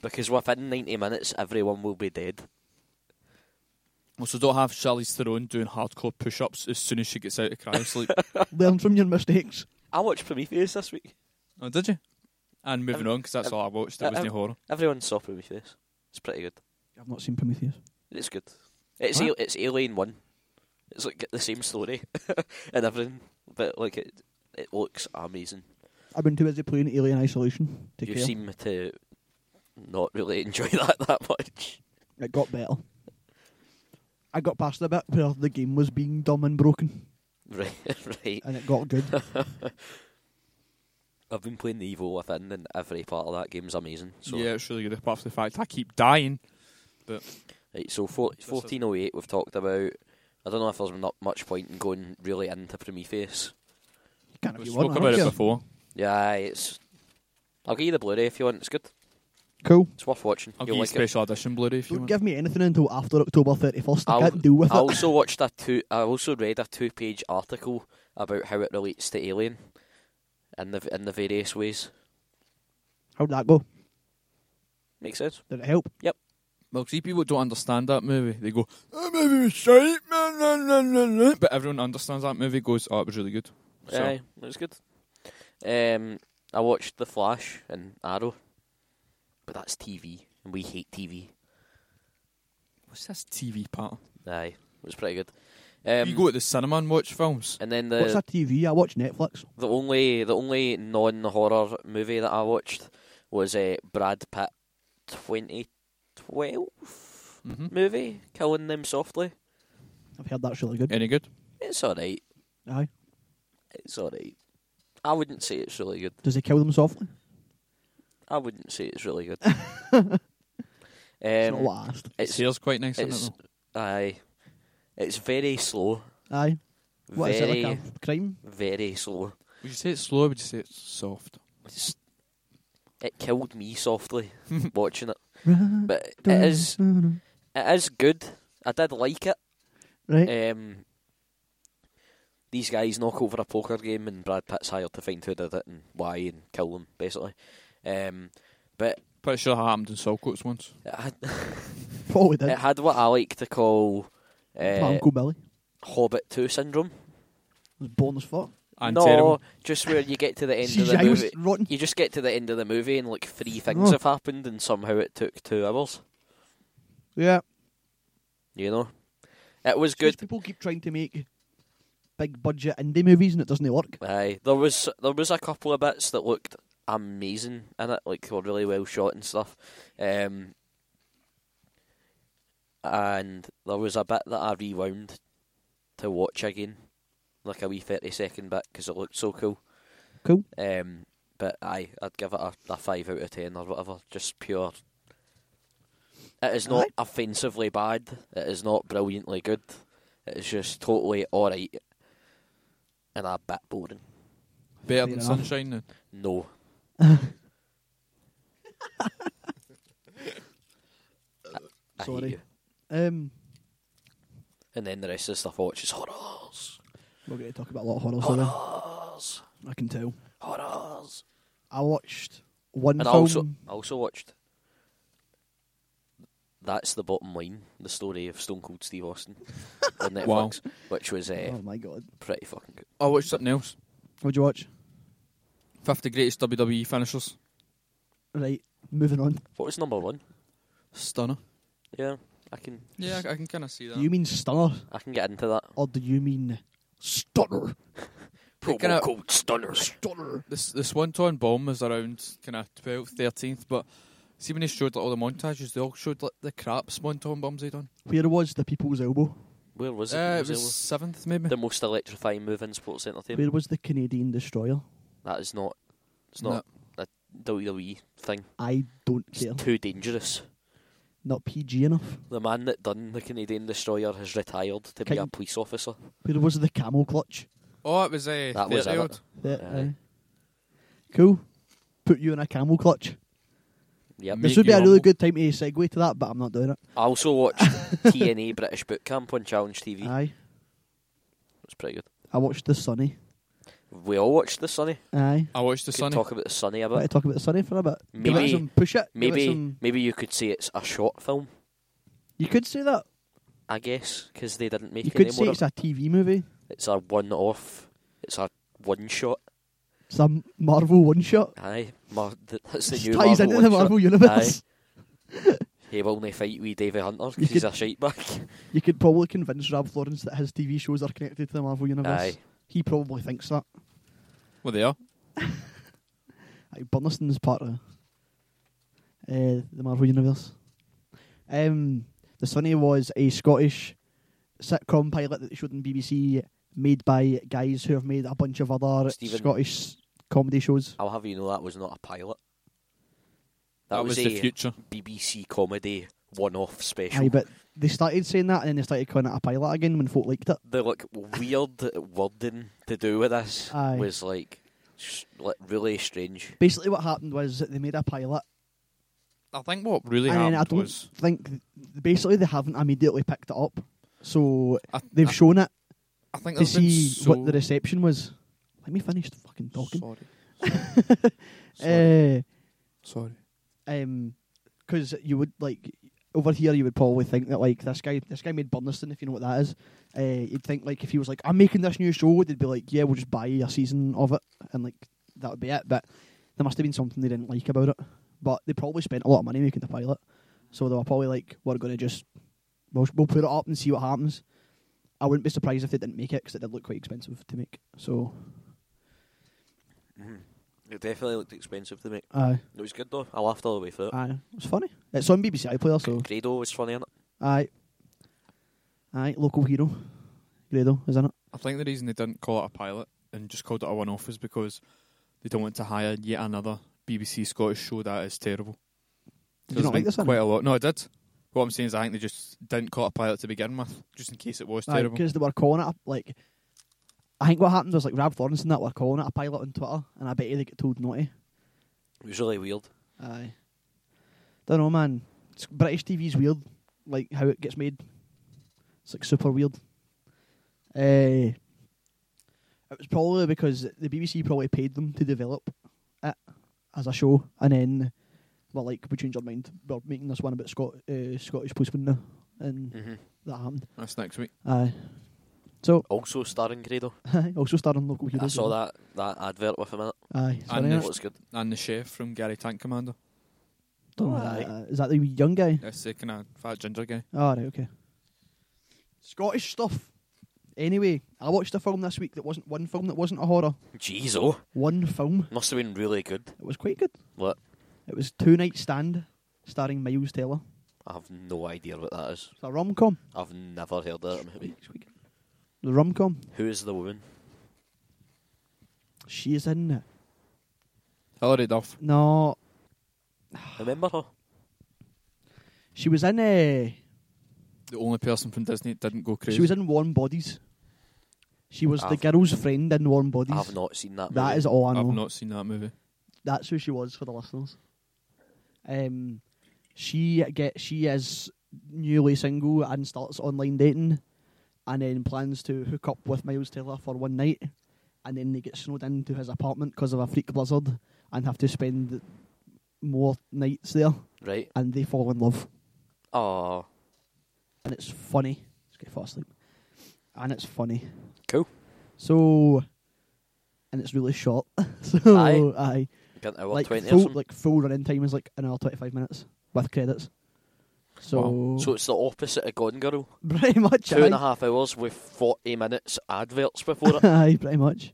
[SPEAKER 2] Because within ninety minutes everyone will be dead.
[SPEAKER 3] Also, don't have Charlize Theron doing hardcore push-ups as soon as she gets out of cryo sleep.
[SPEAKER 1] Learn from your mistakes.
[SPEAKER 2] I watched Prometheus this week.
[SPEAKER 3] oh, did you? And moving on, 'cause that's all I watched. There
[SPEAKER 2] um,
[SPEAKER 3] was no horror.
[SPEAKER 2] Everyone saw Prometheus. It's pretty good.
[SPEAKER 1] I've not seen Prometheus.
[SPEAKER 2] It's good. It's
[SPEAKER 3] Huh?
[SPEAKER 2] al- it's Alien One. It's like the same story and everything, but like it it looks amazing.
[SPEAKER 1] I've been too busy playing Alien Isolation to
[SPEAKER 2] you
[SPEAKER 1] care.
[SPEAKER 2] seem to not really enjoy that that much.
[SPEAKER 1] It got better. I got past the bit where the game was being dumb and broken,
[SPEAKER 2] Right, right.
[SPEAKER 1] and it got good.
[SPEAKER 2] I've been playing the Evil Within, and every part of that game's amazing. So,
[SPEAKER 3] Yeah, it's really good. Apart from the fact I keep dying.
[SPEAKER 2] right, so four,
[SPEAKER 3] is-
[SPEAKER 2] 1408 we've talked about. I don't know if there's not much point in going really into Prometheus.
[SPEAKER 1] You can't if
[SPEAKER 3] We
[SPEAKER 1] you want.
[SPEAKER 3] spoke
[SPEAKER 1] I
[SPEAKER 3] about
[SPEAKER 1] don't
[SPEAKER 3] it
[SPEAKER 1] care.
[SPEAKER 3] before.
[SPEAKER 2] Yeah, aye, it's. I'll give you the Blu-ray if you want. It's good.
[SPEAKER 1] Cool.
[SPEAKER 2] It's worth watching.
[SPEAKER 3] I'll give
[SPEAKER 2] You'll
[SPEAKER 3] you
[SPEAKER 2] like it.
[SPEAKER 3] special edition Blu-ray if you
[SPEAKER 1] Don't
[SPEAKER 3] want.
[SPEAKER 1] give me anything until after October 31st. I
[SPEAKER 2] I'll-
[SPEAKER 1] can't deal with
[SPEAKER 2] I
[SPEAKER 1] it.
[SPEAKER 2] also watched a two. I also read a two-page article about how it relates to Alien, in the in the various ways.
[SPEAKER 1] How'd that go?
[SPEAKER 2] Makes sense.
[SPEAKER 1] Did it help?
[SPEAKER 3] Well, see, people don't understand that movie. They go, "That movie was shite," nah, nah, nah, nah, nah." but everyone understands that movie. Goes, "Oh, it was really good." So,
[SPEAKER 2] Yeah, it was good. Um, I watched The Flash and Arrow, but that's TV, and we hate TV.
[SPEAKER 3] what's this TV part?
[SPEAKER 2] Aye, it was pretty good. Um,
[SPEAKER 3] you go to the cinema and watch films.
[SPEAKER 2] and then
[SPEAKER 1] What's
[SPEAKER 2] the
[SPEAKER 1] that TV? I watch Netflix.
[SPEAKER 2] the only the only non horror movie that I watched was a uh, Brad Pitt twenty twelve
[SPEAKER 3] Mm-hmm.
[SPEAKER 2] movie, Killing Them Softly.
[SPEAKER 1] I've heard that's really good.
[SPEAKER 3] Any good?
[SPEAKER 2] It's alright.
[SPEAKER 1] Aye.
[SPEAKER 2] It's alright. I wouldn't say it's really good.
[SPEAKER 1] Does he kill them softly?
[SPEAKER 2] I wouldn't say it's really good.
[SPEAKER 1] That's not
[SPEAKER 2] um,
[SPEAKER 1] what I asked.
[SPEAKER 2] it's
[SPEAKER 3] Here's quite nice. isn't it,
[SPEAKER 2] It's
[SPEAKER 3] though?
[SPEAKER 2] aye. It's very slow.
[SPEAKER 1] Aye. What is
[SPEAKER 2] very,
[SPEAKER 1] it like a crime?
[SPEAKER 2] very slow.
[SPEAKER 3] Would you say it's slow? Or would you say it's soft?
[SPEAKER 2] It's, it killed me softly watching it,
[SPEAKER 1] But
[SPEAKER 2] but it is it is good. I did like it.
[SPEAKER 1] right.
[SPEAKER 2] Um, these guys knock over a poker game, and Brad Pitt's hired to find who did it and why, and kill them basically. Um, but
[SPEAKER 3] Pretty sure that happened in Saltcoats once.
[SPEAKER 2] it had,
[SPEAKER 1] Probably did.
[SPEAKER 2] it uh, had what I like to call
[SPEAKER 1] My
[SPEAKER 2] uh,
[SPEAKER 1] Uncle Billy
[SPEAKER 2] Hobbit Two syndrome.
[SPEAKER 1] was born as fuck.
[SPEAKER 3] And
[SPEAKER 2] no,
[SPEAKER 3] terrible.
[SPEAKER 2] just where you get to the end of the
[SPEAKER 1] CGI was
[SPEAKER 2] movie.
[SPEAKER 1] rotten.
[SPEAKER 2] You just get to the end of the movie and like three things
[SPEAKER 1] Oh.
[SPEAKER 2] have happened and somehow it took two hours.
[SPEAKER 1] Yeah.
[SPEAKER 2] You know, it was
[SPEAKER 1] It's just
[SPEAKER 2] good.
[SPEAKER 1] People keep trying to make big budget indie movies and it doesn't work.
[SPEAKER 2] Aye, there was there was a couple of bits that looked amazing in it, like they were really well shot and stuff. Um, and there was a bit that I rewound to watch again, like a wee thirty second bit because it looked so cool.
[SPEAKER 1] Cool.
[SPEAKER 2] Um, but aye, I'd give it a, a five out of ten or whatever. Just pure. It is not
[SPEAKER 1] Aye.
[SPEAKER 2] offensively bad. It is not brilliantly good. It is just totally all right, and a bit boring.
[SPEAKER 3] Better
[SPEAKER 1] Fair
[SPEAKER 3] than
[SPEAKER 1] enough.
[SPEAKER 3] Sunshine. Then.
[SPEAKER 2] No, I
[SPEAKER 1] Sorry.
[SPEAKER 2] hate you.
[SPEAKER 1] Um,
[SPEAKER 2] And then the rest of the stuff I watch is horrors,
[SPEAKER 1] we're going to talk about a lot of horror,
[SPEAKER 2] Oh,
[SPEAKER 1] sorry.
[SPEAKER 2] horrors,
[SPEAKER 1] I can tell.
[SPEAKER 2] horrors.
[SPEAKER 1] I watched one
[SPEAKER 2] And I
[SPEAKER 1] film.
[SPEAKER 2] also I also watched. That's the bottom line. The story of Stone Cold Steve Austin on
[SPEAKER 3] Wow.
[SPEAKER 2] Netflix, which was uh,
[SPEAKER 1] oh my god.
[SPEAKER 2] pretty fucking good.
[SPEAKER 3] I watched something else.
[SPEAKER 1] What'd you watch?
[SPEAKER 3] Fifty greatest WWE finishers.
[SPEAKER 1] Right, moving on.
[SPEAKER 2] What was number one?
[SPEAKER 3] Stunner.
[SPEAKER 2] Yeah, I can
[SPEAKER 3] Yeah, I, I can kind of see that.
[SPEAKER 1] Do you mean stunner
[SPEAKER 2] I can get into that.
[SPEAKER 1] or do you mean stutter?
[SPEAKER 3] Promo Picking up-
[SPEAKER 2] code stunners.
[SPEAKER 1] Stutter.
[SPEAKER 3] This the Swanton bomb was around kind of 12th, 13th, but see when they showed like, all the montages, they all showed like the crap Swanton bombs they'd done.
[SPEAKER 1] Where was the people's elbow?
[SPEAKER 2] Where was it?
[SPEAKER 3] Uh, it
[SPEAKER 2] Was it
[SPEAKER 3] was seventh maybe.
[SPEAKER 2] the most electrifying move in sports entertainment.
[SPEAKER 1] Where was the Canadian destroyer?
[SPEAKER 2] That is not. It's not a WWE thing.
[SPEAKER 1] I don't
[SPEAKER 2] It's
[SPEAKER 1] care.
[SPEAKER 2] too dangerous.
[SPEAKER 1] Not PG enough.
[SPEAKER 2] The man that done the Canadian destroyer has retired to be a
[SPEAKER 1] Can-
[SPEAKER 2] police officer.
[SPEAKER 1] Where was the camel clutch?
[SPEAKER 3] Oh, it was a
[SPEAKER 2] That was it.
[SPEAKER 1] That,
[SPEAKER 2] Aye.
[SPEAKER 1] aye. cool. Put you in a camel clutch.
[SPEAKER 2] Yep.
[SPEAKER 3] Make
[SPEAKER 1] this would be
[SPEAKER 3] you
[SPEAKER 1] a really
[SPEAKER 3] humble.
[SPEAKER 1] good time to segue to that, but I'm not doing it.
[SPEAKER 2] I also watched TNA British Boot Camp on Challenge TV. It
[SPEAKER 1] Aye.
[SPEAKER 2] was pretty good.
[SPEAKER 1] I watched The Sunny.
[SPEAKER 2] We all watched the Sunny.
[SPEAKER 1] Aye.
[SPEAKER 3] I watched the
[SPEAKER 2] Could
[SPEAKER 3] Sunny.
[SPEAKER 2] talk about the Sunny a
[SPEAKER 1] I'd like to
[SPEAKER 2] bit.
[SPEAKER 1] talk about The Sunny for a bit. Give it
[SPEAKER 2] Maybe-
[SPEAKER 1] some push it. Give it
[SPEAKER 2] Maybe
[SPEAKER 1] some-
[SPEAKER 2] maybe you could say it's a short film.
[SPEAKER 1] You could say that.
[SPEAKER 2] I guess because they didn't make
[SPEAKER 1] You
[SPEAKER 2] it
[SPEAKER 1] could say
[SPEAKER 2] anymore.
[SPEAKER 1] it's a TV movie.
[SPEAKER 2] It's a one off. It's a one shot.
[SPEAKER 1] It's a Marvel one shot.
[SPEAKER 2] Aye, Mar- th- that's the
[SPEAKER 1] It
[SPEAKER 2] new
[SPEAKER 1] ties
[SPEAKER 2] Marvel
[SPEAKER 1] into the
[SPEAKER 2] one shot.
[SPEAKER 1] Marvel universe.
[SPEAKER 2] He will only fight wee Davy Hunter
[SPEAKER 1] You
[SPEAKER 2] because he's
[SPEAKER 1] could-
[SPEAKER 2] a shite back.
[SPEAKER 1] You could probably convince Rob Florence that his TV shows are connected to the Marvel universe.
[SPEAKER 2] Aye,
[SPEAKER 1] He probably thinks that.
[SPEAKER 3] Well, they are.
[SPEAKER 1] Like Burniston's part of uh, the Marvel universe. Um, the Sunny was a Scottish sitcom pilot that they showed on BBC, made by guys who have made a bunch of other
[SPEAKER 2] Stephen.
[SPEAKER 1] Scottish comedy shows.
[SPEAKER 2] I'll have you know that was not a pilot. That,
[SPEAKER 3] That, was,
[SPEAKER 2] a
[SPEAKER 3] the future.
[SPEAKER 2] BBC comedy one-off special.
[SPEAKER 1] Aye, but they started saying that, and then they started calling it a pilot again when folk liked it.
[SPEAKER 2] the like weird wording to do with this
[SPEAKER 1] Aye.
[SPEAKER 2] was like, sh- like really strange.
[SPEAKER 1] Basically, what happened was that they made a pilot,
[SPEAKER 3] I think what really
[SPEAKER 1] and then I
[SPEAKER 3] happened
[SPEAKER 1] don't
[SPEAKER 3] was
[SPEAKER 1] think basically they haven't immediately picked it up, so
[SPEAKER 3] I,
[SPEAKER 1] they've
[SPEAKER 3] I,
[SPEAKER 1] shown it
[SPEAKER 3] I think
[SPEAKER 1] to
[SPEAKER 3] there's Ah. been
[SPEAKER 1] see
[SPEAKER 3] so
[SPEAKER 1] what the reception was. Let me finish fucking talking.
[SPEAKER 3] Sorry. Sorry.
[SPEAKER 1] Eh.
[SPEAKER 3] Sorry.
[SPEAKER 1] um, because you would like over here, you would probably think that like this guy, this guy made Burniston, if you know what that is. Uh, you'd think like if he was like, I'm making this new show, they'd be like, yeah, we'll just buy you a season of it, and like that would be it. But there must have been something they didn't like about it. But they probably spent a lot of money making the pilot, so they were probably like, we're gonna just we'll, we'll put it up and see what happens. I wouldn't be surprised if they didn't make it because it did look quite expensive to make. So,
[SPEAKER 2] Mm. It definitely looked expensive to make.
[SPEAKER 1] aye,
[SPEAKER 2] It was good though. I laughed all the way through it.
[SPEAKER 1] aye, uh, it was funny. It's on BBC iPlayer, so
[SPEAKER 2] Credo was funny in it.
[SPEAKER 1] Aye. Aye, local hero. Grado, isn't it?
[SPEAKER 3] I think the reason they didn't call it a pilot and just called it a one-off is because they don't want to hire yet another BBC Scottish show that is terrible.
[SPEAKER 1] Did you
[SPEAKER 3] There's
[SPEAKER 1] not like
[SPEAKER 3] been
[SPEAKER 1] this one?
[SPEAKER 3] Quite a lot. No, I did. What I'm saying is, I think they just didn't call it a pilot to begin with, just in case it was terrible.
[SPEAKER 1] Because they were calling it, a, like, I think what happened was, like, Rab Florence and that were calling it a pilot on Twitter, and I bet you they get told naughty.
[SPEAKER 2] It was really weird.
[SPEAKER 1] Aye. Don't know, man. It's, British TV's weird, like, how it gets made. It's, like, super weird. Uh, it was probably because the BBC probably paid them to develop it as a show, and then, well, like, we changed our mind. We're making this one about Scot- uh, Scottish policemen now, and
[SPEAKER 2] Mm-hmm.
[SPEAKER 1] that happened.
[SPEAKER 3] That's next week.
[SPEAKER 1] Aye. So,
[SPEAKER 2] Also starring Credo.
[SPEAKER 1] also starring local heroes.
[SPEAKER 2] I saw
[SPEAKER 1] isn't
[SPEAKER 2] that, that advert with him in it.
[SPEAKER 1] it? Aye.
[SPEAKER 3] And
[SPEAKER 1] it's very
[SPEAKER 2] It
[SPEAKER 1] nice.
[SPEAKER 3] there's-
[SPEAKER 2] was good.
[SPEAKER 3] And the chef from Gary Tank Commander.
[SPEAKER 1] Don't know who
[SPEAKER 2] Aye.
[SPEAKER 1] that is. Is that the wee young guy?
[SPEAKER 3] That's the kind of fat ginger guy.
[SPEAKER 1] Oh, right, okay. Scottish stuff. Anyway, I watched a film this week that wasn't one film that wasn't a horror.
[SPEAKER 2] Jeez, oh.
[SPEAKER 1] One film.
[SPEAKER 2] Must have been really good.
[SPEAKER 1] It was quite good.
[SPEAKER 2] What?
[SPEAKER 1] It was Two Night Stand, starring Miles Taylor.
[SPEAKER 2] I have no idea what that is.
[SPEAKER 1] It's a rom com.
[SPEAKER 2] I've never heard of that movie.
[SPEAKER 1] The rom com.
[SPEAKER 2] Who is the woman?
[SPEAKER 1] She is in it.
[SPEAKER 3] Hilary Duff.
[SPEAKER 1] No,
[SPEAKER 2] Remember her?
[SPEAKER 1] she was in a.
[SPEAKER 3] The only person from Disney that didn't go crazy.
[SPEAKER 1] She was in Warm Bodies. She was the
[SPEAKER 2] I've-
[SPEAKER 1] girl's friend in Warm Bodies.
[SPEAKER 2] I have not seen that.
[SPEAKER 1] That
[SPEAKER 2] movie.
[SPEAKER 1] is all I know.
[SPEAKER 3] I've not seen that movie.
[SPEAKER 1] that's who she was for the listeners. Um, she get she is newly single and starts online dating, and then plans to hook up with Miles Taylor for one night, and then they get snowed into his apartment because of a freak blizzard and have to spend more nights there,
[SPEAKER 2] right.
[SPEAKER 1] and they fall in love,
[SPEAKER 2] Oh,
[SPEAKER 1] and it's funny. Let's get fast asleep, and it's funny.
[SPEAKER 2] Cool.
[SPEAKER 1] So, and it's really short. so
[SPEAKER 2] Aye.
[SPEAKER 1] aye.
[SPEAKER 2] an hour
[SPEAKER 1] like
[SPEAKER 2] twenty or
[SPEAKER 1] full,
[SPEAKER 2] something.
[SPEAKER 1] like full running time is like an hour twenty five minutes with credits. So,
[SPEAKER 2] so it's the opposite of Gone Girl.
[SPEAKER 1] pretty much,
[SPEAKER 2] Two and
[SPEAKER 1] aye.
[SPEAKER 2] a half hours with forty minutes adverts before it.
[SPEAKER 1] aye, pretty much.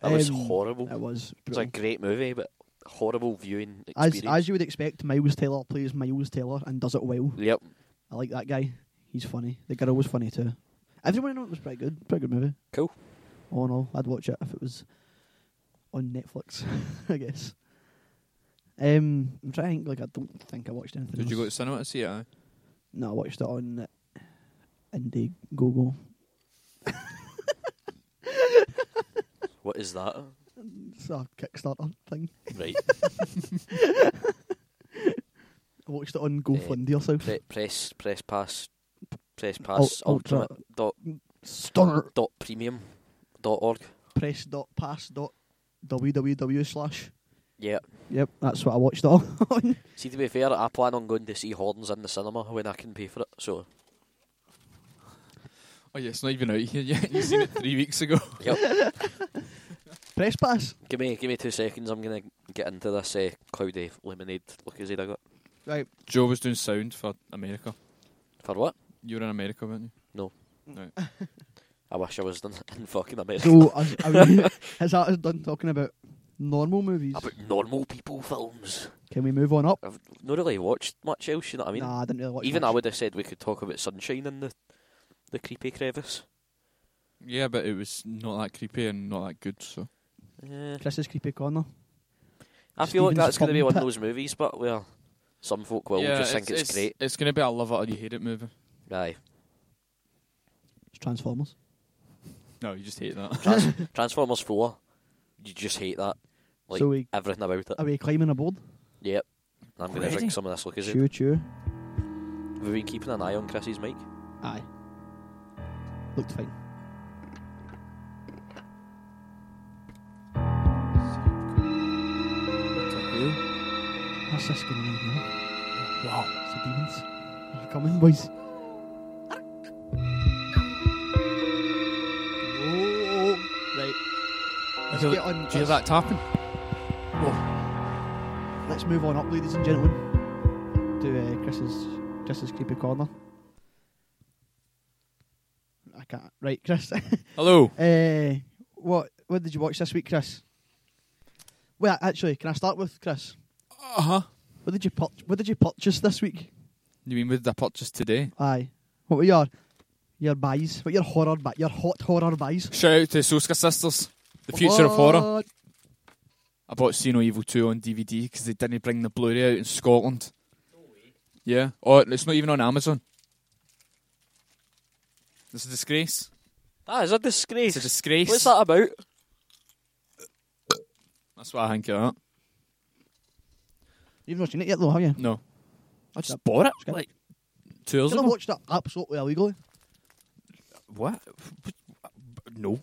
[SPEAKER 2] That was
[SPEAKER 1] Um,
[SPEAKER 2] horrible.
[SPEAKER 1] It was.
[SPEAKER 2] It's a
[SPEAKER 1] brutal.
[SPEAKER 2] great movie, but horrible viewing
[SPEAKER 1] as
[SPEAKER 2] experience.
[SPEAKER 1] as you would expect, Miles Taylor plays Miles Taylor and does it well.
[SPEAKER 2] yep.
[SPEAKER 1] I like that guy. He's funny. The girl was funny too. Everyone in it was pretty good. Pretty good movie.
[SPEAKER 2] Cool.
[SPEAKER 1] All in all, I'd watch it if it was on Netflix. I guess. Um, I'm trying to think. Like, I don't think I watched anything.
[SPEAKER 3] Did you go
[SPEAKER 1] else.
[SPEAKER 3] to cinema to see it? Aye?
[SPEAKER 1] No, I watched it on Indie Google.
[SPEAKER 2] What is that?
[SPEAKER 1] It's a Kickstarter thing.
[SPEAKER 2] Right.
[SPEAKER 1] I watched it on GoFundMe or something.
[SPEAKER 2] Pre- press press pass press pass
[SPEAKER 1] Ul- ultra-
[SPEAKER 2] ultimate dot
[SPEAKER 1] Stunner.
[SPEAKER 2] dot premium dot org.
[SPEAKER 1] Press dot pass dot www slash.
[SPEAKER 2] Yeah.
[SPEAKER 1] Yep, that's what I watched it on.
[SPEAKER 2] See to be fair, I plan on going to see Horns in the cinema when I can pay for it. So
[SPEAKER 3] Oh yeah, it's not even out here yet. You seen it three weeks ago.
[SPEAKER 2] yep.
[SPEAKER 1] Press pass.
[SPEAKER 2] give me give me two seconds, I'm gonna get into this uh, cloudy lemonade lucasade I got.
[SPEAKER 1] Right.
[SPEAKER 3] Joe was doing sound for America.
[SPEAKER 2] For what?
[SPEAKER 3] You were in America, weren't you?
[SPEAKER 2] I wish I was in, in fucking America.
[SPEAKER 1] So, as, are we, has that us done talking about normal movies?
[SPEAKER 2] About normal people films.
[SPEAKER 1] Can we move on up?
[SPEAKER 2] I've not really watched much else, you know what I mean?
[SPEAKER 1] nah, I didn't really watch
[SPEAKER 2] Even
[SPEAKER 1] much.
[SPEAKER 2] I would have said we could talk about sunshine in the the creepy crevice.
[SPEAKER 3] Yeah, but it was not that creepy and not that good. So
[SPEAKER 2] Yeah.
[SPEAKER 1] Chris's Creepy Corner.
[SPEAKER 2] Eh, I feel like
[SPEAKER 1] Stephen's
[SPEAKER 2] that's going to be
[SPEAKER 1] Fun
[SPEAKER 2] one of
[SPEAKER 1] Pit.
[SPEAKER 2] those movies, but well, Some folk will just think it's, great.
[SPEAKER 3] It's going to be a love it or you hate it movie.
[SPEAKER 2] Aye.
[SPEAKER 1] It's Transformers.
[SPEAKER 3] No, you just hate that.
[SPEAKER 2] Trans- Transformers 4, you just hate that. Like,
[SPEAKER 1] So we-
[SPEAKER 2] everything about it.
[SPEAKER 1] Are we climbing aboard?
[SPEAKER 2] yep. And I'm going to
[SPEAKER 3] Already?
[SPEAKER 2] drink some of this look, is it?
[SPEAKER 1] Chew, chew.
[SPEAKER 2] Have we been keeping an eye on Chris's mic?
[SPEAKER 1] Aye. Looked fine. What's this going on here? Wow. It's the demons. They're coming, boys. Oh, right. Let's
[SPEAKER 3] Do you
[SPEAKER 1] get on.
[SPEAKER 3] hear
[SPEAKER 1] let's-
[SPEAKER 3] that tapping?
[SPEAKER 1] Let's move on up, ladies and gentlemen, to uh, Chris's Chris's creepy corner. I can't. Right, Chris.
[SPEAKER 3] Hello.
[SPEAKER 1] uh, what what did you watch this week, Chris? Well, actually, can I start with Chris?
[SPEAKER 3] Uh huh.
[SPEAKER 1] What did you pur- What did you purchase this week?
[SPEAKER 3] You mean with the purchase today?
[SPEAKER 1] Aye. What were your your buys? What your horror buy? Your hot horror buys?
[SPEAKER 3] Shout out to Soska Sisters, the future of horror.
[SPEAKER 1] What?
[SPEAKER 3] I bought See No Evil 2 on DVD because they didn't bring the Blu ray out in Scotland. Yeah. Oh, it's not even on Amazon. It's a disgrace.
[SPEAKER 2] That Ah, is a disgrace.
[SPEAKER 3] It's a disgrace.
[SPEAKER 2] What's that about?
[SPEAKER 3] That's what I think of that.
[SPEAKER 1] You've not seen it yet, though, have you?
[SPEAKER 3] No. I just
[SPEAKER 1] Yep.
[SPEAKER 3] bought it.
[SPEAKER 1] Yep.
[SPEAKER 3] Like, two years
[SPEAKER 1] You've
[SPEAKER 3] ago.
[SPEAKER 1] watched it absolutely illegally.
[SPEAKER 3] What? No.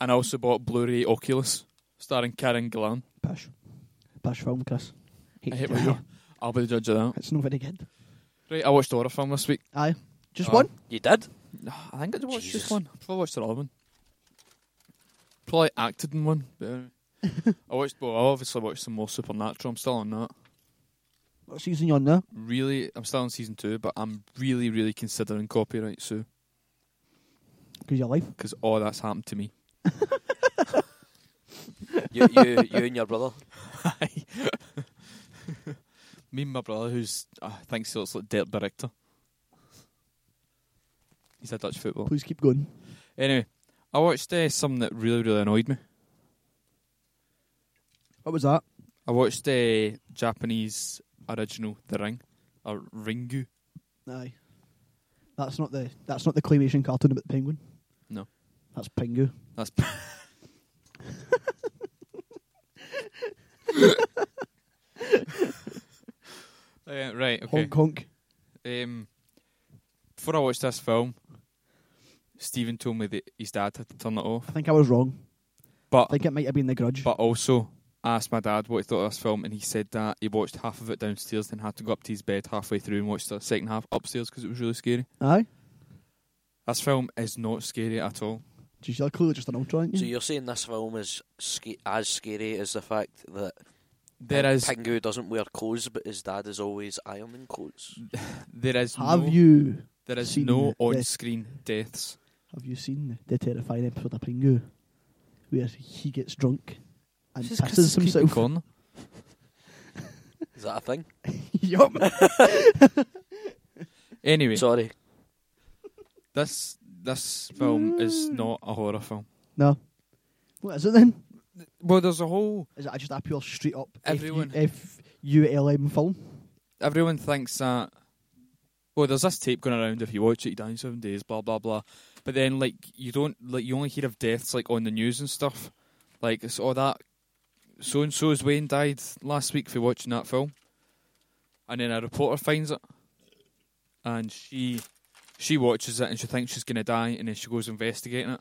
[SPEAKER 3] And I also bought Blu-ray Oculus, starring Karen Gillan.
[SPEAKER 1] Pish. Pish film, Chris.
[SPEAKER 3] I
[SPEAKER 1] Hate
[SPEAKER 3] hate
[SPEAKER 1] to
[SPEAKER 3] when
[SPEAKER 1] hear.
[SPEAKER 3] you- I'll be the judge of that.
[SPEAKER 1] It's not very good.
[SPEAKER 3] Right, I watched a horror film this week.
[SPEAKER 1] Aye. Just
[SPEAKER 3] Oh.
[SPEAKER 1] one?
[SPEAKER 2] You did?
[SPEAKER 3] I think I watched
[SPEAKER 2] Jesus.
[SPEAKER 3] just one. I probably watched another one. Probably acted in one. But anyway. I watched. Well, I obviously watched some more Supernatural. I'm still on that.
[SPEAKER 1] What season you on now?
[SPEAKER 3] Really, I'm still on season two, but I'm really, really considering copyright sue
[SPEAKER 1] Because you're life.
[SPEAKER 3] because all that's happened to me.
[SPEAKER 2] You, you, you and your brother.
[SPEAKER 3] Me and my brother, who's uh, I think he looks like Dirk Director. He's a Dutch football.
[SPEAKER 1] Please keep going.
[SPEAKER 3] Anyway, I watched uh, something that really, really annoyed me.
[SPEAKER 1] What was that?
[SPEAKER 3] I watched the Japanese original The Ring, or Ringu.
[SPEAKER 1] Aye. That's not the that's not the claymation cartoon about the penguin.
[SPEAKER 3] No.
[SPEAKER 1] That's Pingu.
[SPEAKER 3] That's Uh, right. Okay.
[SPEAKER 1] Honk honk.
[SPEAKER 3] Um, before I watched this film, Stephen told me that his dad had to turn it off,
[SPEAKER 1] I think I was wrong.
[SPEAKER 3] but
[SPEAKER 1] I think it might have been the grudge.
[SPEAKER 3] but also I asked my dad what he thought of this film, and he said that he watched half of it downstairs, then had to go up to his bed halfway through and watch the second half upstairs because it was really scary.
[SPEAKER 1] Aye.
[SPEAKER 3] This film is not scary at all.
[SPEAKER 1] Geez, you're clearly just an ultra, aren't you?
[SPEAKER 2] So you're saying this film is sca- as scary as the fact that
[SPEAKER 3] There
[SPEAKER 2] uh,
[SPEAKER 3] is
[SPEAKER 2] Pingu doesn't wear clothes, but his dad is always Iron Man clothes.
[SPEAKER 3] there is
[SPEAKER 1] have
[SPEAKER 3] no,
[SPEAKER 1] you
[SPEAKER 3] there is
[SPEAKER 1] seen
[SPEAKER 3] no
[SPEAKER 1] the-
[SPEAKER 3] on-screen deaths.
[SPEAKER 1] have you seen the terrifying episode of Pingu where he gets drunk and
[SPEAKER 3] This is
[SPEAKER 1] pisses
[SPEAKER 3] Chris's creepy
[SPEAKER 1] himself?
[SPEAKER 3] corner.
[SPEAKER 2] Is that a thing?
[SPEAKER 1] yup.
[SPEAKER 3] Anyway,
[SPEAKER 2] Sorry.
[SPEAKER 3] this this film
[SPEAKER 1] Mm.
[SPEAKER 3] is not a horror film.
[SPEAKER 1] No. What is it then?
[SPEAKER 3] Well, there's a whole
[SPEAKER 1] Is it just a pure straight up
[SPEAKER 3] Everyone-
[SPEAKER 1] F U L M film?
[SPEAKER 3] everyone thinks that well, there's this tape going around if you watch it, you die in seven days, blah blah blah. But then like you don't like you only hear of deaths like on the news and stuff. Like it's all that so and so's Wayne died last week for watching that film. And then a reporter finds it and she she watches it and she thinks she's gonna die and then she goes investigating it.